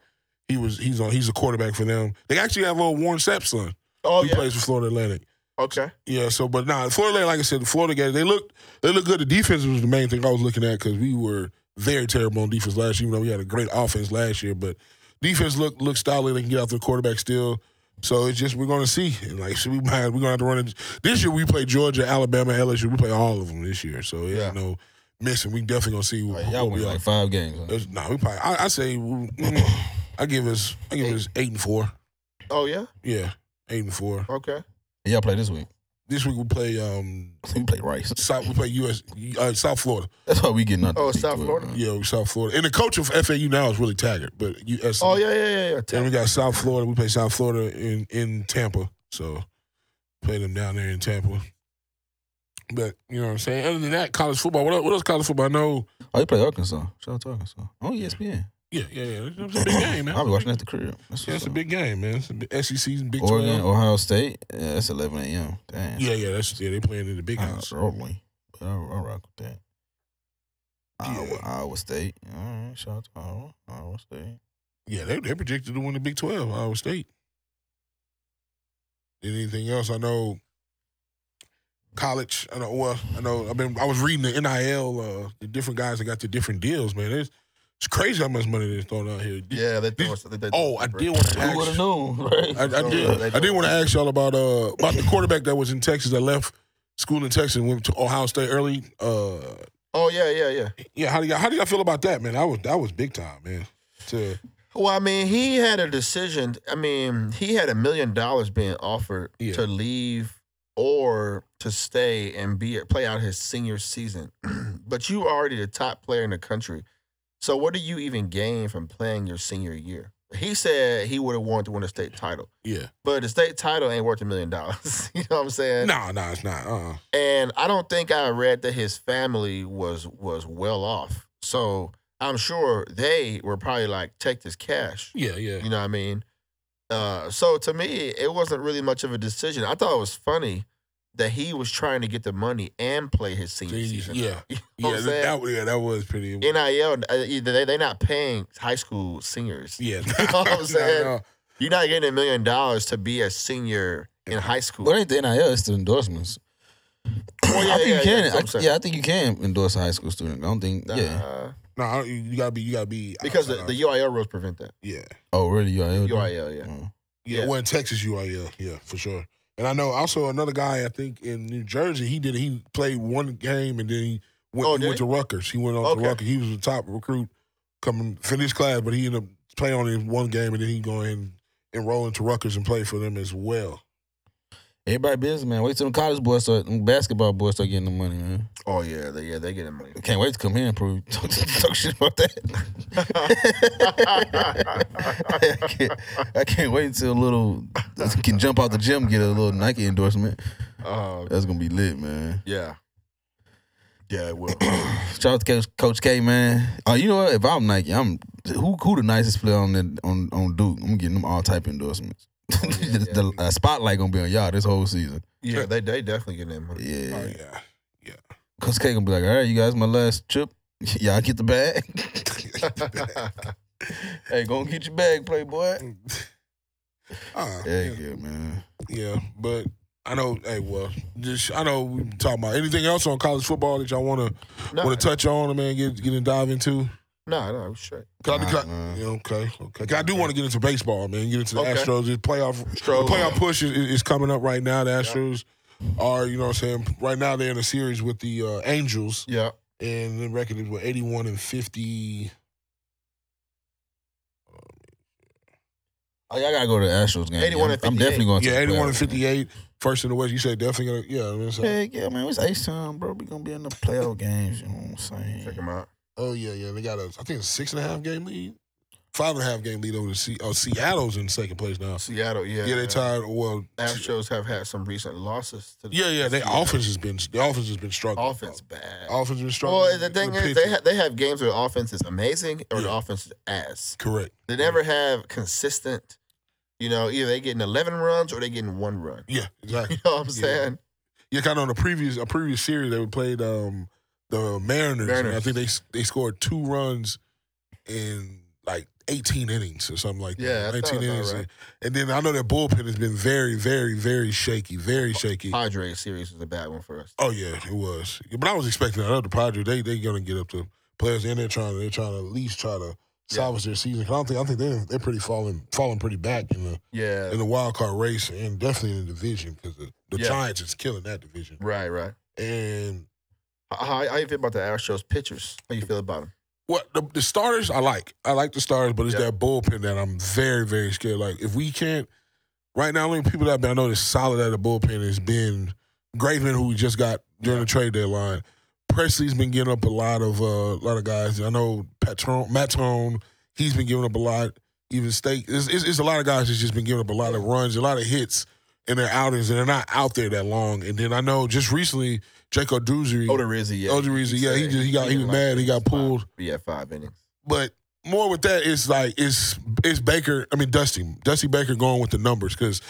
[SPEAKER 1] He was he's on he's a quarterback for them. They actually have a Warren Sapp's son.
[SPEAKER 3] Oh
[SPEAKER 1] he
[SPEAKER 3] yeah.
[SPEAKER 1] plays for Florida Atlantic.
[SPEAKER 3] Okay.
[SPEAKER 1] Yeah, so but nah, Florida, Atlantic, like I said, the Florida guys, they looked they looked good. The defense was the main thing I was looking at because we were very terrible on defense last year, even though we had a great offense last year. But defense looked looked solid. They can get out to the quarterback still. So it's just we're gonna see. And like so we might we're gonna have to run it. This year we play Georgia, Alabama, LSU. We play all of them this year. So yeah,
[SPEAKER 3] Yeah.
[SPEAKER 1] no missing. We definitely gonna see who,
[SPEAKER 2] Like,
[SPEAKER 1] who
[SPEAKER 2] Oh, y'all
[SPEAKER 1] we
[SPEAKER 2] win
[SPEAKER 1] are.
[SPEAKER 2] like five games. huh?
[SPEAKER 1] It's- Nah, we probably I, I say we- I give us I give us eight and four.
[SPEAKER 3] Oh yeah.
[SPEAKER 1] Yeah. Eight and four.
[SPEAKER 3] Okay.
[SPEAKER 2] Y'all play this week.
[SPEAKER 1] This week we play um
[SPEAKER 2] We play Rice.
[SPEAKER 1] South, we play US, uh, South Florida.
[SPEAKER 2] That's why we get nothing.
[SPEAKER 3] Oh, South Florida?
[SPEAKER 1] Yeah, we South Florida. And the coach of FAU now is really Taggart, but US.
[SPEAKER 3] Oh yeah, yeah, yeah, yeah.
[SPEAKER 1] And we got South Florida. We play South Florida in in Tampa, so play them down there in Tampa. But you know what I'm saying. Other than that, college football. What else, what else college football? I know.
[SPEAKER 2] Oh, you play Arkansas. Shout out to Arkansas. Oh, ESPN.
[SPEAKER 1] Yeah, yeah, yeah. It's
[SPEAKER 2] (coughs)
[SPEAKER 1] a big game, man.
[SPEAKER 2] (laughs) I'll be watching at the crib. That's
[SPEAKER 1] Yeah,
[SPEAKER 2] what's
[SPEAKER 1] it's a
[SPEAKER 2] up.
[SPEAKER 1] big game, man. It's a big, SEC and Big
[SPEAKER 2] Oregon,
[SPEAKER 1] 12.
[SPEAKER 2] Ohio State. Yeah, that's 11 a.m. Damn.
[SPEAKER 1] Yeah, yeah. That's yeah. They playing in the big
[SPEAKER 2] Uh,
[SPEAKER 1] house.
[SPEAKER 2] Early. But I, I rock with that. Iowa,
[SPEAKER 1] Yeah.
[SPEAKER 2] Iowa State. All right. Shout out to Iowa. Iowa State.
[SPEAKER 1] Yeah, they they projected to win the Big Twelve, Iowa State. And anything else? I know college. I know well, I know I've been I was reading the NIL, uh, the different guys that got the different deals, man. It's, it's crazy how much money they're throwing out here.
[SPEAKER 3] Yeah, they threw us. They, they
[SPEAKER 1] Oh, I did want to
[SPEAKER 2] Who would have
[SPEAKER 1] ask
[SPEAKER 2] known, right?
[SPEAKER 1] I, I did I did want to ask y'all about uh about the quarterback that was in Texas that left school in Texas and went to Ohio State early. Uh
[SPEAKER 3] Oh yeah, yeah, yeah.
[SPEAKER 1] yeah, how do y'all how do y'all feel about that, man? That was that was big time, man. To
[SPEAKER 3] Well, I mean, he had a decision. I mean, he had a million dollars being offered
[SPEAKER 1] Yeah.
[SPEAKER 3] to leave or to stay and be play out his senior season. (clears throat) but you already the top player in the country. So what do you even gain from playing your senior year? He said he would have wanted to win a state title,
[SPEAKER 1] yeah.
[SPEAKER 3] but the state title ain't worth a million dollars. (laughs) you know what I'm saying?
[SPEAKER 1] No, no, it's not. Uh
[SPEAKER 3] and I don't think I read that his family was was well off. So I'm sure they were probably like, take this cash.
[SPEAKER 1] yeah, yeah.
[SPEAKER 3] You know what I mean? Uh, so to me, it wasn't really much of a decision. I thought it was funny that he was trying to get the money and play his senior
[SPEAKER 1] Jeez,
[SPEAKER 3] season.
[SPEAKER 1] yeah,
[SPEAKER 3] know what
[SPEAKER 1] yeah,
[SPEAKER 3] I'm
[SPEAKER 1] that,
[SPEAKER 3] saying?
[SPEAKER 1] that, yeah, that was pretty.
[SPEAKER 3] NIL, uh, either they they not paying high school seniors. (laughs)
[SPEAKER 1] yeah,
[SPEAKER 3] know
[SPEAKER 1] (laughs)
[SPEAKER 3] what I'm
[SPEAKER 1] No,
[SPEAKER 3] saying?
[SPEAKER 1] no.
[SPEAKER 3] You're not getting a million dollars to be a senior in high school.
[SPEAKER 2] But it ain't the NIL, it's the endorsements.
[SPEAKER 3] Well, Oh,
[SPEAKER 2] (coughs)
[SPEAKER 3] yeah,
[SPEAKER 2] I think
[SPEAKER 3] yeah,
[SPEAKER 2] you
[SPEAKER 3] yeah,
[SPEAKER 2] can.
[SPEAKER 3] that's what I'm
[SPEAKER 2] I,
[SPEAKER 3] saying.
[SPEAKER 2] yeah, I think you can endorse a high school student. I don't think. Yeah.
[SPEAKER 3] Nah,
[SPEAKER 1] No, I don't- you you gotta be, you gotta be
[SPEAKER 3] because the,
[SPEAKER 1] outside
[SPEAKER 3] the
[SPEAKER 1] of-
[SPEAKER 3] UIL rules prevent that.
[SPEAKER 1] yeah,
[SPEAKER 2] Oh, really? You are. Oh.
[SPEAKER 3] UIL, yeah.
[SPEAKER 1] yeah,
[SPEAKER 3] yeah.
[SPEAKER 1] well in Texas you are, yeah, yeah, for sure. And I know also another guy I think in New Jersey he did he played one game and then he went,
[SPEAKER 3] Oh,
[SPEAKER 1] he
[SPEAKER 3] did
[SPEAKER 1] went to Rutgers. He went on
[SPEAKER 3] Okay.
[SPEAKER 1] to Rutgers. He was the top recruit coming finished class, but he ended up playing only one game and then he go and enroll into Rutgers and play for them as well.
[SPEAKER 2] Everybody business, man. Wait till the college boys start, them basketball boys start getting the money, man.
[SPEAKER 3] Oh yeah, they, yeah, they getting (laughs) money.
[SPEAKER 2] Can't wait to come here and prove (laughs) talk, talk shit about that. (laughs) I, can't, I can't wait till little can jump out the gym, get a little Nike endorsement.
[SPEAKER 3] Oh
[SPEAKER 2] That's gonna be lit, man. (clears throat)
[SPEAKER 3] yeah, yeah. It will.
[SPEAKER 2] Shout out to Coach, Coach K, man. Uh, you know what? If I'm Nike, I'm who who the nicest player on the, on on Duke. I'm getting them all type endorsements.
[SPEAKER 3] Oh,
[SPEAKER 2] (laughs)
[SPEAKER 3] yeah,
[SPEAKER 2] the the, uh, spotlight gonna be on y'all this whole season.
[SPEAKER 3] (coughs) yeah, they they definitely getting that money.
[SPEAKER 2] Yeah.
[SPEAKER 3] (laughs)
[SPEAKER 1] Oh yeah, (laughs)
[SPEAKER 2] (laughs) Coach K gonna be like, all right, you guys, my last trip. Y'all get the bag. (laughs) hey, go and get your bag, Playboy.
[SPEAKER 1] Uh,
[SPEAKER 2] Yeah,
[SPEAKER 1] yeah.
[SPEAKER 2] yeah, man.
[SPEAKER 1] yeah, but I know. Hey, well, just I know we talking about anything else on college football that y'all want to
[SPEAKER 3] (laughs) no,
[SPEAKER 1] want to touch on, man. Get get and dive into.
[SPEAKER 3] no, no, straight.
[SPEAKER 1] Cause I, do-
[SPEAKER 2] Nah,
[SPEAKER 1] cause-
[SPEAKER 2] man.
[SPEAKER 1] yeah, okay, okay. 'Cause I do want to get into baseball, man. Get into the
[SPEAKER 3] Okay.
[SPEAKER 1] Astros. It's playoff
[SPEAKER 3] Stroll.
[SPEAKER 1] the playoff push is, is coming up right now. The Astros are, you know what I'm saying? Right now they're in a series with the uh, Angels,
[SPEAKER 3] Yeah.
[SPEAKER 1] and the record is what 81 and 50.
[SPEAKER 2] Oh, yeah, I gotta go to the Astros game.
[SPEAKER 3] 81
[SPEAKER 2] yeah.
[SPEAKER 3] and
[SPEAKER 2] I'm definitely going to
[SPEAKER 1] Yeah,
[SPEAKER 2] the
[SPEAKER 1] 81 and
[SPEAKER 2] playoffs, man.
[SPEAKER 1] 58. First in the West. You said definitely gonna, yeah. I mean, so-
[SPEAKER 2] Heck yeah, man. It's ace time, bro. We gonna be in the playoff games. You know what I'm saying?
[SPEAKER 3] Check him out.
[SPEAKER 1] Oh yeah, yeah. They got a, I think a six and a half game lead, five and a half game lead over the Se- oh, Seattle's in second place now.
[SPEAKER 3] Seattle, yeah.
[SPEAKER 1] Yeah, they tied. Well,
[SPEAKER 3] Astros have had some recent losses. To the
[SPEAKER 1] yeah, yeah. They
[SPEAKER 3] Seattle.
[SPEAKER 1] offense has been the offense has been struggling.
[SPEAKER 3] Offense bad.
[SPEAKER 1] offense has been struggling.
[SPEAKER 3] well, the thing is, they
[SPEAKER 1] pitching.
[SPEAKER 3] ha- they have games where the offense is amazing or the
[SPEAKER 1] Yeah.
[SPEAKER 3] offense is ass.
[SPEAKER 1] correct.
[SPEAKER 3] They never have consistent. You know, either they getting eleven runs or they getting one run. (laughs)
[SPEAKER 1] Yeah, exactly.
[SPEAKER 3] You know what I'm
[SPEAKER 1] Yeah.
[SPEAKER 3] saying?
[SPEAKER 1] Yeah, kind of on the previous a previous series they played um the Mariners. and I
[SPEAKER 3] Mariners.
[SPEAKER 1] think they they scored two runs in like 18 innings or something like that.
[SPEAKER 3] Yeah, that
[SPEAKER 1] 19
[SPEAKER 3] sounds about
[SPEAKER 1] innings.
[SPEAKER 3] right.
[SPEAKER 1] And then I know their bullpen has been very, very, very shaky, very shaky.
[SPEAKER 3] Padres series is a bad one for us.
[SPEAKER 1] Oh yeah, it was. But I was expecting that other Padres. They they gonna get up to players and they're trying to they're trying to at least try to salvage their season. 'Cause I don't think I think they're they're pretty falling falling pretty back in the
[SPEAKER 3] Yeah.
[SPEAKER 1] in the wild card race and definitely in the division because the, the
[SPEAKER 3] Yeah.
[SPEAKER 1] Giants is killing that division.
[SPEAKER 3] Right. Right.
[SPEAKER 1] And
[SPEAKER 3] How, how, how you feel about the Astros pitchers? How you feel about them?
[SPEAKER 1] What the, the starters I like. I like the starters, but it's
[SPEAKER 3] Yeah.
[SPEAKER 1] that bullpen that I'm very, very scared. Like if we can't right now, only people that I know that's solid at the bullpen
[SPEAKER 3] Mm-hmm.
[SPEAKER 1] has been Graveman, who we just got during the trade deadline. Presley's been giving up a lot of uh, a lot of guys. I know Patron, Matone, he's been giving up a lot. Even Stake, it's, it's, it's a lot of guys that's just been giving up a lot of runs, a lot of hits in their outings, and they're not out there that long. And then I know just recently, Jacob Doozy,
[SPEAKER 3] Oh, there is a yeah.
[SPEAKER 1] Oda Rizzi, yeah, he just- he got- he was mad, he got pulled.
[SPEAKER 3] Yeah, five innings.
[SPEAKER 1] but more with that is like it's it's Baker. I mean Dusty Dusty Baker going with the numbers because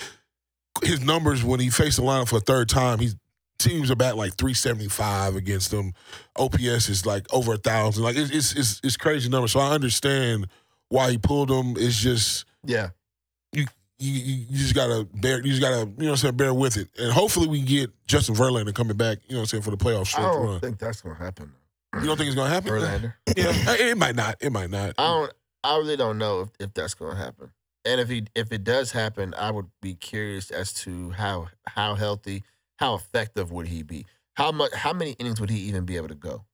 [SPEAKER 1] his numbers when he faced the lineup for a third time, he's teams are back like 375 against them. OPS is like over a thousand. Like it's it's it's, it's crazy numbers. So I understand why he pulled them. It's just
[SPEAKER 3] Yeah.
[SPEAKER 1] you, you, you just gotta bear you just gotta you know what I'm saying bear with it. And hopefully we get Justin Verlander coming back. You know what I'm saying for the playoff
[SPEAKER 3] I
[SPEAKER 1] stretch
[SPEAKER 3] don't
[SPEAKER 1] run.
[SPEAKER 3] think that's gonna happen.
[SPEAKER 1] You don't think it's gonna happen?
[SPEAKER 3] Oh. (clears throat) Verlander.
[SPEAKER 1] (laughs) Yeah, it might not. It might not.
[SPEAKER 3] I don't. I really don't know if, if that's gonna happen. And if he if it does happen, I would be curious as to how how healthy, how effective would he be? How much? How many innings would he even be able to go?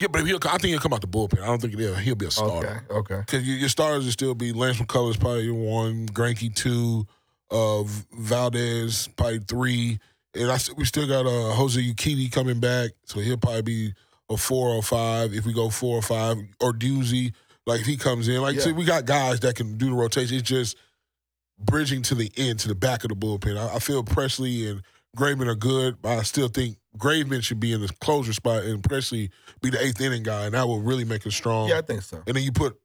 [SPEAKER 1] Yeah, but he'll, I think he'll come out the bullpen. I don't think he'll, he'll be a starter.
[SPEAKER 3] Okay. Okay.
[SPEAKER 1] Because your, your starters will still be Lance McCullers, probably your one, Granky, two, uh, V- Valdez, probably three. And I, s- we still got uh, Jose Ukiti coming back, so he'll probably be a four or five if we go four or five. Or Doozy, like if he comes in. Like,
[SPEAKER 3] Yeah.
[SPEAKER 1] see, we got guys that can do the rotation. It's just bridging to the end, to the back of the bullpen. I, I feel Presley and Graveman are good, but I still think Graveman should be in the closer spot and Presley be the eighth inning guy, and that will really make us strong.
[SPEAKER 3] Yeah, I think so.
[SPEAKER 1] And then you put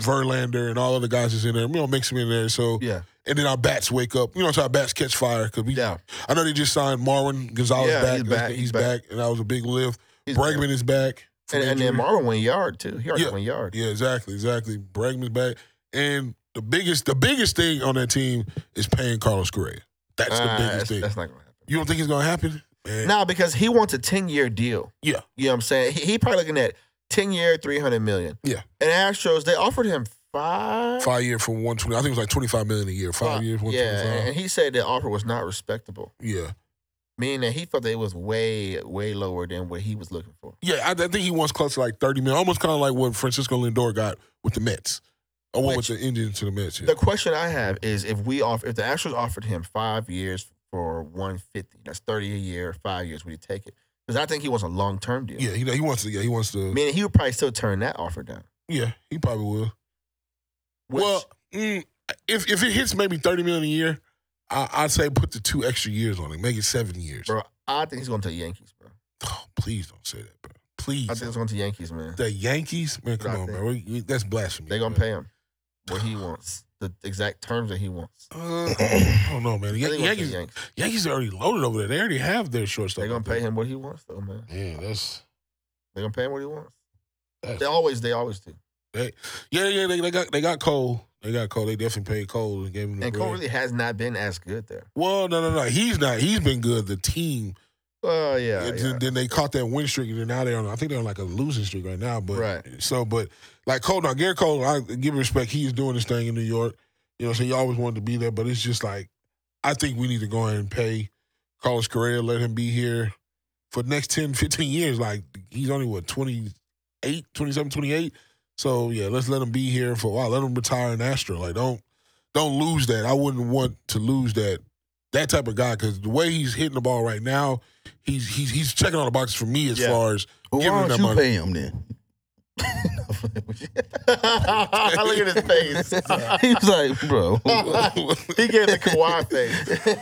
[SPEAKER 1] Verlander and all other guys that's in there. We don't mix them in there. So
[SPEAKER 3] Yeah.
[SPEAKER 1] and then our bats wake up. You know, so our bats catch fire because we.
[SPEAKER 3] Yeah.
[SPEAKER 1] I know they just signed Marwin Gonzalez
[SPEAKER 3] Yeah,
[SPEAKER 1] back.
[SPEAKER 3] he's back,
[SPEAKER 1] He's,
[SPEAKER 3] he's
[SPEAKER 1] back. and that was a big lift.
[SPEAKER 3] He's-
[SPEAKER 1] Bregman is back. from
[SPEAKER 3] And, and
[SPEAKER 1] injury.
[SPEAKER 3] then Marvin went yard too. He already
[SPEAKER 1] Yeah.
[SPEAKER 3] went yard.
[SPEAKER 1] Yeah, exactly, exactly. Bregman's back, and the biggest, the biggest thing on that team is paying Carlos Correa. That's the
[SPEAKER 3] Ah,
[SPEAKER 1] biggest thing.
[SPEAKER 3] That's not gonna happen.
[SPEAKER 1] You don't think it's gonna happen? Man.
[SPEAKER 3] No, because he wants a 10 year deal.
[SPEAKER 1] Yeah.
[SPEAKER 3] You know what I'm saying? He, he probably looking at 10 year, 300 million.
[SPEAKER 1] Yeah.
[SPEAKER 3] And Astros, they offered him five.
[SPEAKER 1] Five year for one twenty. I think it was like twenty five million a year. Five years, one twenty
[SPEAKER 3] Yeah.
[SPEAKER 1] five.
[SPEAKER 3] And he said the offer was not respectable,
[SPEAKER 1] Yeah,
[SPEAKER 3] meaning that he felt that it was way, way lower than what he was looking for.
[SPEAKER 1] yeah. I, I think he wants close to like thirty million, almost kind of like what Francisco Lindor got with the Mets, or what with the
[SPEAKER 3] Which-
[SPEAKER 1] Indians to the Mets. Yeah.
[SPEAKER 3] The question I have is if we offer, if the Astros offered him five years for 150, that's 30 a year, five years, would he take it? Because I think he wants a long term deal.
[SPEAKER 1] yeah, he, he wants to. Yeah, he wants to.
[SPEAKER 3] Meaning he would probably still turn that offer down.
[SPEAKER 1] Yeah, he probably will.
[SPEAKER 3] Which-
[SPEAKER 1] well, mm, if if it hits maybe thirty million a year, I, I'd say put the two extra years on it, make it seven years.
[SPEAKER 3] bro, I think he's going to the Yankees, bro.
[SPEAKER 1] Oh, please don't say that, bro. Please.
[SPEAKER 3] I think he's going to the Yankees, man.
[SPEAKER 1] the Yankees, man, come
[SPEAKER 3] I
[SPEAKER 1] on,
[SPEAKER 3] think-
[SPEAKER 1] man. We- we- that's blasphemy.
[SPEAKER 3] They're gonna
[SPEAKER 1] man.
[SPEAKER 3] pay him what he wants, the exact terms that he wants.
[SPEAKER 1] Uh, I don't know, man. The Yan-
[SPEAKER 3] I think he wants the
[SPEAKER 1] Yankees,
[SPEAKER 3] Yankees.
[SPEAKER 1] Yankees are already loaded over there. They already have their shortstop.
[SPEAKER 3] They're gonna pay him what he wants, though, man.
[SPEAKER 1] Yeah, that's
[SPEAKER 3] They're gonna pay him what he wants.
[SPEAKER 1] that's
[SPEAKER 3] They always, they always do.
[SPEAKER 1] They, yeah, yeah, they, they got they got Cole. They got Cole. They definitely paid Cole and gave him the
[SPEAKER 3] And
[SPEAKER 1] bread.
[SPEAKER 3] Cole really has not been as good there.
[SPEAKER 1] well, no, no, no. He's not. He's been good. The team.
[SPEAKER 3] Oh yeah,
[SPEAKER 1] and
[SPEAKER 3] yeah.
[SPEAKER 1] then- Then they caught that win streak, and then now they're on. I think they're on like a losing streak right now. But
[SPEAKER 3] Right.
[SPEAKER 1] So, but like Cole, now Garrett Cole, I give him respect. He's doing his thing in New York. You know, so you always wanted to be there, but it's just like I think we need to go ahead and pay Carlos Correa, let him be here for the next 10, 15 years. Like he's only what 28, 27, 28. So yeah, let's let him be here for a while. Let him retire in Astro. Like don't don't lose that. I wouldn't want to lose that that type of guy because the way he's hitting the ball right now, he's he's he's checking all the boxes for me as
[SPEAKER 3] Yeah.
[SPEAKER 1] far as
[SPEAKER 2] Well,
[SPEAKER 1] Give him
[SPEAKER 2] why
[SPEAKER 1] that
[SPEAKER 2] don't you
[SPEAKER 1] money.
[SPEAKER 2] pay him
[SPEAKER 1] (laughs)
[SPEAKER 2] then?
[SPEAKER 3] I (laughs) look at his
[SPEAKER 1] (laughs)
[SPEAKER 3] face.
[SPEAKER 2] he was like, bro,
[SPEAKER 3] he gave the Kawhi face.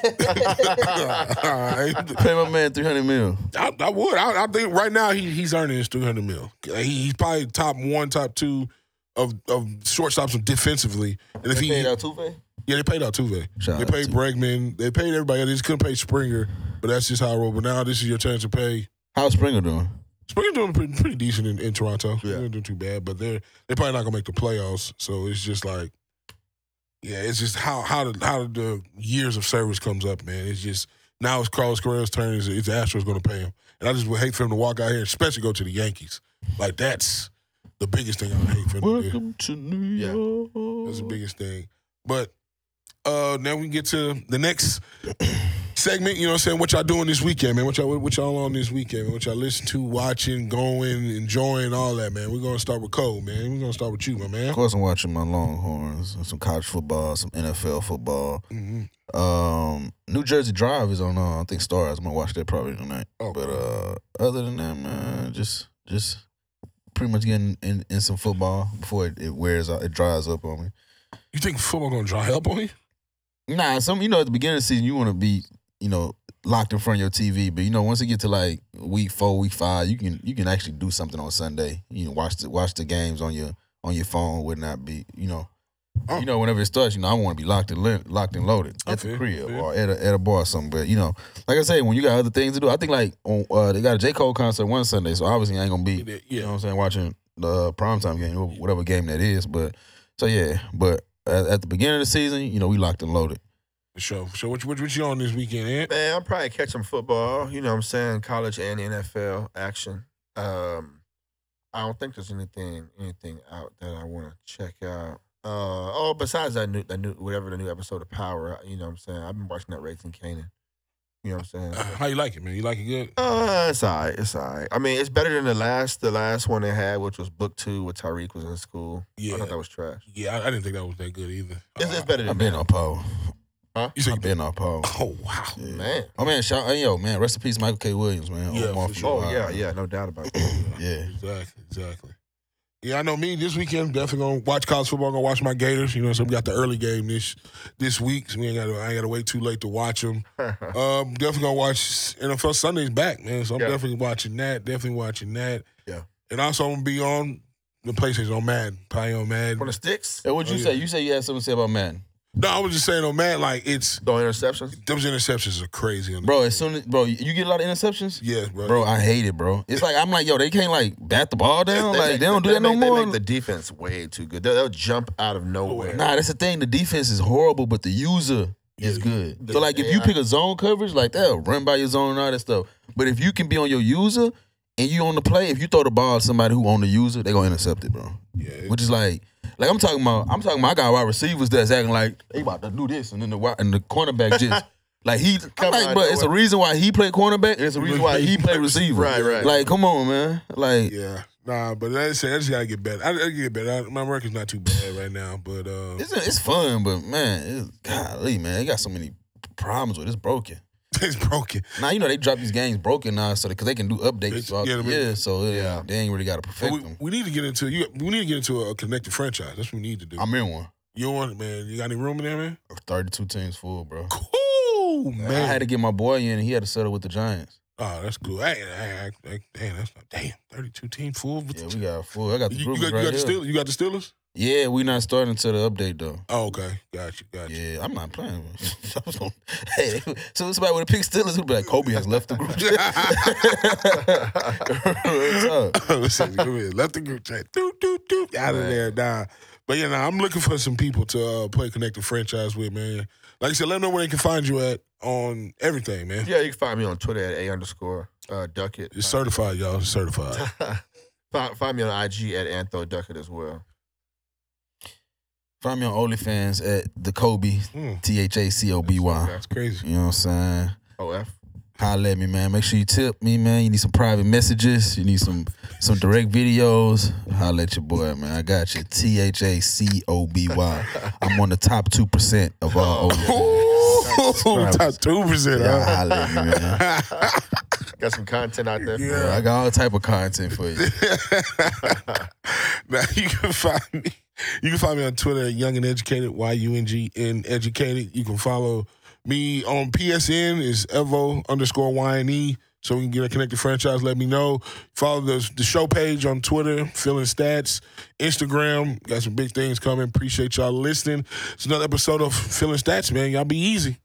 [SPEAKER 1] (laughs) I,
[SPEAKER 2] pay my man three hundred mil.
[SPEAKER 1] I would. I, I think right now he, he's earning his three hundred mil. He, he's probably top one, top two of of shortstops defensively. And if he
[SPEAKER 2] Paid out Tuve. Ah,
[SPEAKER 1] yeah, they paid out Tuve.
[SPEAKER 2] Shout
[SPEAKER 1] They
[SPEAKER 2] out
[SPEAKER 1] paid
[SPEAKER 2] to-
[SPEAKER 1] Bregman. They paid everybody. They just couldn't pay Springer. But that's just how I roll. But now this is your chance to pay.
[SPEAKER 2] How's Springer doing?
[SPEAKER 1] Springer's doing pretty, pretty decent in, in Toronto.
[SPEAKER 2] Yeah.
[SPEAKER 1] They're not doing too bad, but they're they're probably not gonna make the playoffs. So it's just like, yeah, it's just how how the, how the years of service comes up, man. It's just now it's Carlos Correa's turn. It's, it's the Astros gonna pay him, and I just would hate for him to walk out here, especially go to the Yankees. Like that's the biggest thing I would hate for him to do.
[SPEAKER 2] Welcome to New
[SPEAKER 3] Yeah.
[SPEAKER 2] York.
[SPEAKER 1] That's
[SPEAKER 3] Mm-hmm.
[SPEAKER 1] the biggest thing. But uh now we can get to the
[SPEAKER 3] (clears throat)
[SPEAKER 1] next segment. You know what I'm saying? What y'all doing this weekend, man? What y'all what y'all on this weekend, man? What y'all listen to, watching, going, enjoying, all that, man. We're gonna start with Cole, man. We're gonna start with you, my man.
[SPEAKER 2] Of course, I'm watching my Longhorns, some college football, some NFL football.
[SPEAKER 1] Mm-hmm.
[SPEAKER 2] Um, New Jersey Drive is on. Uh, I think Stars. I'm gonna watch that probably tonight.
[SPEAKER 1] Oh,
[SPEAKER 2] But uh, other than that, man, just just pretty much getting in, in some football before it, it wears out, it dries up on me.
[SPEAKER 1] you think football gonna dry up on you?
[SPEAKER 3] Mm.
[SPEAKER 2] Nah, some you know at the beginning of the season you want to be you know locked in front of your TV, but you know once it get to like week four, week five, you can you can actually do something on Sunday. You know, watch the watch the games on your on your phone would not be you know.
[SPEAKER 1] Oh.
[SPEAKER 2] You know, whenever it starts, you know I want to be locked and lit, locked and loaded at
[SPEAKER 1] Okay,
[SPEAKER 2] the crib
[SPEAKER 1] yeah.
[SPEAKER 2] or at a, at a bar or something. But you know, like I say, when you got other things to do, I think like on, uh, they got a J Cole concert one Sunday, so obviously I ain't gonna be
[SPEAKER 1] Yeah.
[SPEAKER 2] you know what I'm saying, watching the uh, primetime game, wh- whatever game that is. But so yeah, but at, at the beginning of the season, you know, we locked and loaded.
[SPEAKER 1] For sure. So what, you- what what you on this weekend, Ant?
[SPEAKER 3] Man, I'm probably catching football. You know what I'm saying? College and NFL action. Um, I don't think there's anything anything out that I want to check out. Uh, oh, besides that new, that new whatever the new episode of Power. uh, You know what I'm saying? I've been watching that Raising Canaan. You know what I'm
[SPEAKER 1] Uh,
[SPEAKER 3] saying?
[SPEAKER 1] How you like it, man? You like it good?
[SPEAKER 3] Uh, it's all right. It's all right. I mean, it's better than the last the last one they had, which was book two, where Tyreek was in school. I
[SPEAKER 1] Yeah.
[SPEAKER 3] thought that was trash.
[SPEAKER 1] Yeah, I, I didn't think that was that good either.
[SPEAKER 3] It's, it's
[SPEAKER 1] Uh,
[SPEAKER 3] better than
[SPEAKER 2] I've been
[SPEAKER 3] that.
[SPEAKER 2] on pole.
[SPEAKER 1] you said
[SPEAKER 2] I've been on pole.
[SPEAKER 1] (laughs) Oh wow.
[SPEAKER 2] Yeah.
[SPEAKER 3] man.
[SPEAKER 2] Oh man, shout hey, yo man, rest in peace, Michael K. Williams, man.
[SPEAKER 1] Yeah,
[SPEAKER 2] Omar
[SPEAKER 1] for
[SPEAKER 2] from
[SPEAKER 1] sure.
[SPEAKER 3] Oh
[SPEAKER 2] Ohio.
[SPEAKER 3] yeah, yeah, no doubt about it.
[SPEAKER 2] (clears throat)
[SPEAKER 3] (laughs)
[SPEAKER 2] yeah.
[SPEAKER 1] Exactly, exactly. Yeah, I know me this weekend. Definitely gonna watch college football. Gonna watch my Gators. You know, so we got the early game this this week. So we ain't gotta I ain't gotta wait too late to watch them. Um, definitely gonna watch NFL Sunday's back, man. So I'm
[SPEAKER 3] Yeah.
[SPEAKER 1] definitely watching that. Definitely watching that.
[SPEAKER 3] Yeah.
[SPEAKER 1] And also I'm gonna be on the PlayStation on Madden. Probably on
[SPEAKER 3] From
[SPEAKER 1] Madden.
[SPEAKER 3] the sticks,
[SPEAKER 2] Hey, what'd you
[SPEAKER 1] Oh,
[SPEAKER 2] say?
[SPEAKER 1] yeah.
[SPEAKER 2] You say you had something to say about Madden,
[SPEAKER 1] No, I was just saying on Madden. Like it's
[SPEAKER 3] throwing interceptions.
[SPEAKER 1] those interceptions are crazy. On the-
[SPEAKER 2] bro. As soon as bro, you get a lot of interceptions,
[SPEAKER 1] yeah, bro.
[SPEAKER 2] bro. I hate it, bro. It's like I'm like, yo, they can't like bat the ball down, like
[SPEAKER 3] make-
[SPEAKER 2] they don't do that no
[SPEAKER 3] make- they
[SPEAKER 2] more.
[SPEAKER 3] make the defense way too good. They'll, they'll jump out of nowhere.
[SPEAKER 2] Nah, that's the thing. The defense is horrible, but the user is
[SPEAKER 1] Yeah.
[SPEAKER 2] good.
[SPEAKER 3] The
[SPEAKER 2] so like, if you
[SPEAKER 3] AI.
[SPEAKER 2] pick a zone coverage, like they'll run by your zone and all that stuff. But if you can be on your user and you on the play, if you throw the ball to somebody who on the user, they gonna intercept it, bro.
[SPEAKER 1] Yeah.
[SPEAKER 2] Which is like, like I'm talking about, I'm talking about. I got wide receivers that's acting like they about to do this, and then the wi- and the cornerback just. Like he, I'm
[SPEAKER 3] Come
[SPEAKER 2] like,
[SPEAKER 3] on,
[SPEAKER 2] bro,
[SPEAKER 3] no
[SPEAKER 2] it's
[SPEAKER 3] way.
[SPEAKER 2] a reason why he played cornerback. and It's a reason why he played receiver.
[SPEAKER 3] Right, right.
[SPEAKER 2] Like, come on, man. Like,
[SPEAKER 1] Yeah. Nah, but like I said, I just gotta get better. I, I get better. I, my record's not too bad right now, but uh, (laughs)
[SPEAKER 2] it's it's fun, but man, it's, golly, man, they got so many problems with it. It's broken.
[SPEAKER 1] it's broken.
[SPEAKER 2] Now you know they drop these games broken now, so because they can do updates.
[SPEAKER 1] It's-
[SPEAKER 2] throughout
[SPEAKER 1] yeah,
[SPEAKER 2] the
[SPEAKER 1] I mean-
[SPEAKER 2] year, so it-
[SPEAKER 3] Yeah.
[SPEAKER 2] they ain't really got to
[SPEAKER 1] But
[SPEAKER 2] perfect
[SPEAKER 1] we,
[SPEAKER 2] them.
[SPEAKER 1] we need to get into you. We need to get into a connected franchise. That's what we need to do.
[SPEAKER 2] I'm in one.
[SPEAKER 1] you want it, man? You got any room in there, man?
[SPEAKER 2] 32 teams full, bro.
[SPEAKER 1] Cool, man.
[SPEAKER 2] Uh, I had to get my boy in, and he had to settle with the Giants.
[SPEAKER 1] oh, that's cool. Hey, hey, hey, hey, damn, that's not damn. Thirty-two team full. With
[SPEAKER 2] Yeah,
[SPEAKER 1] the,
[SPEAKER 2] we got full. I got the
[SPEAKER 1] you, you
[SPEAKER 2] group
[SPEAKER 1] got, you
[SPEAKER 2] right
[SPEAKER 1] got the
[SPEAKER 2] here.
[SPEAKER 1] Steelers. You got the Steelers.
[SPEAKER 2] yeah, we not starting until the update though.
[SPEAKER 1] Oh, okay. Got you. Got you.
[SPEAKER 2] Yeah, I'm not playing. (laughs) man. I was gonna- hey, so somebody would have picked Steelers would be like, Kobe has left the group. What's
[SPEAKER 1] (laughs)
[SPEAKER 2] up?
[SPEAKER 1] Listen, go ahead. Left the group chat. Doot, doot, doop, out of
[SPEAKER 3] Right.
[SPEAKER 1] there. Nah. But you know, I'm looking for some people to uh, play Connected Franchise with, man. Like I said, let them know where they can find you at on everything, man.
[SPEAKER 3] Yeah, you can find me on Twitter at a underscore uh, Duckett.
[SPEAKER 1] It's certified, y'all. It's
[SPEAKER 2] (laughs)
[SPEAKER 1] certified.
[SPEAKER 3] (laughs) find, find me on IG at Antho Duckett as well.
[SPEAKER 2] Find me on OnlyFans at the Kobe
[SPEAKER 1] Mm,
[SPEAKER 2] T H A C O B Y.
[SPEAKER 1] that's crazy.
[SPEAKER 2] You know what I'm saying?
[SPEAKER 3] OF.
[SPEAKER 2] Holla at me, man. Make sure you tip me, man. You need some private messages. You need some some direct videos. Holla at your boy, man. I got you. T H A C O B Y. I'm on the top two percent of all.
[SPEAKER 1] Ooh, top two percent.
[SPEAKER 2] Y'all
[SPEAKER 1] huh?
[SPEAKER 2] holla at me, man.
[SPEAKER 3] Got some content out there.
[SPEAKER 1] Yeah.
[SPEAKER 2] I got all type of content for you.
[SPEAKER 1] (laughs) now you can find me. You can find me on Twitter at Young and Educated, Y U N G N Educated. You can follow me on PSN is Evo underscore Y N E. So we can get a connected franchise. Let me know. Follow the, the show page on Twitter, filling stats, Instagram. Got some big things coming. Appreciate y'all listening. It's another episode of Filling Stats, man. Y'all be easy.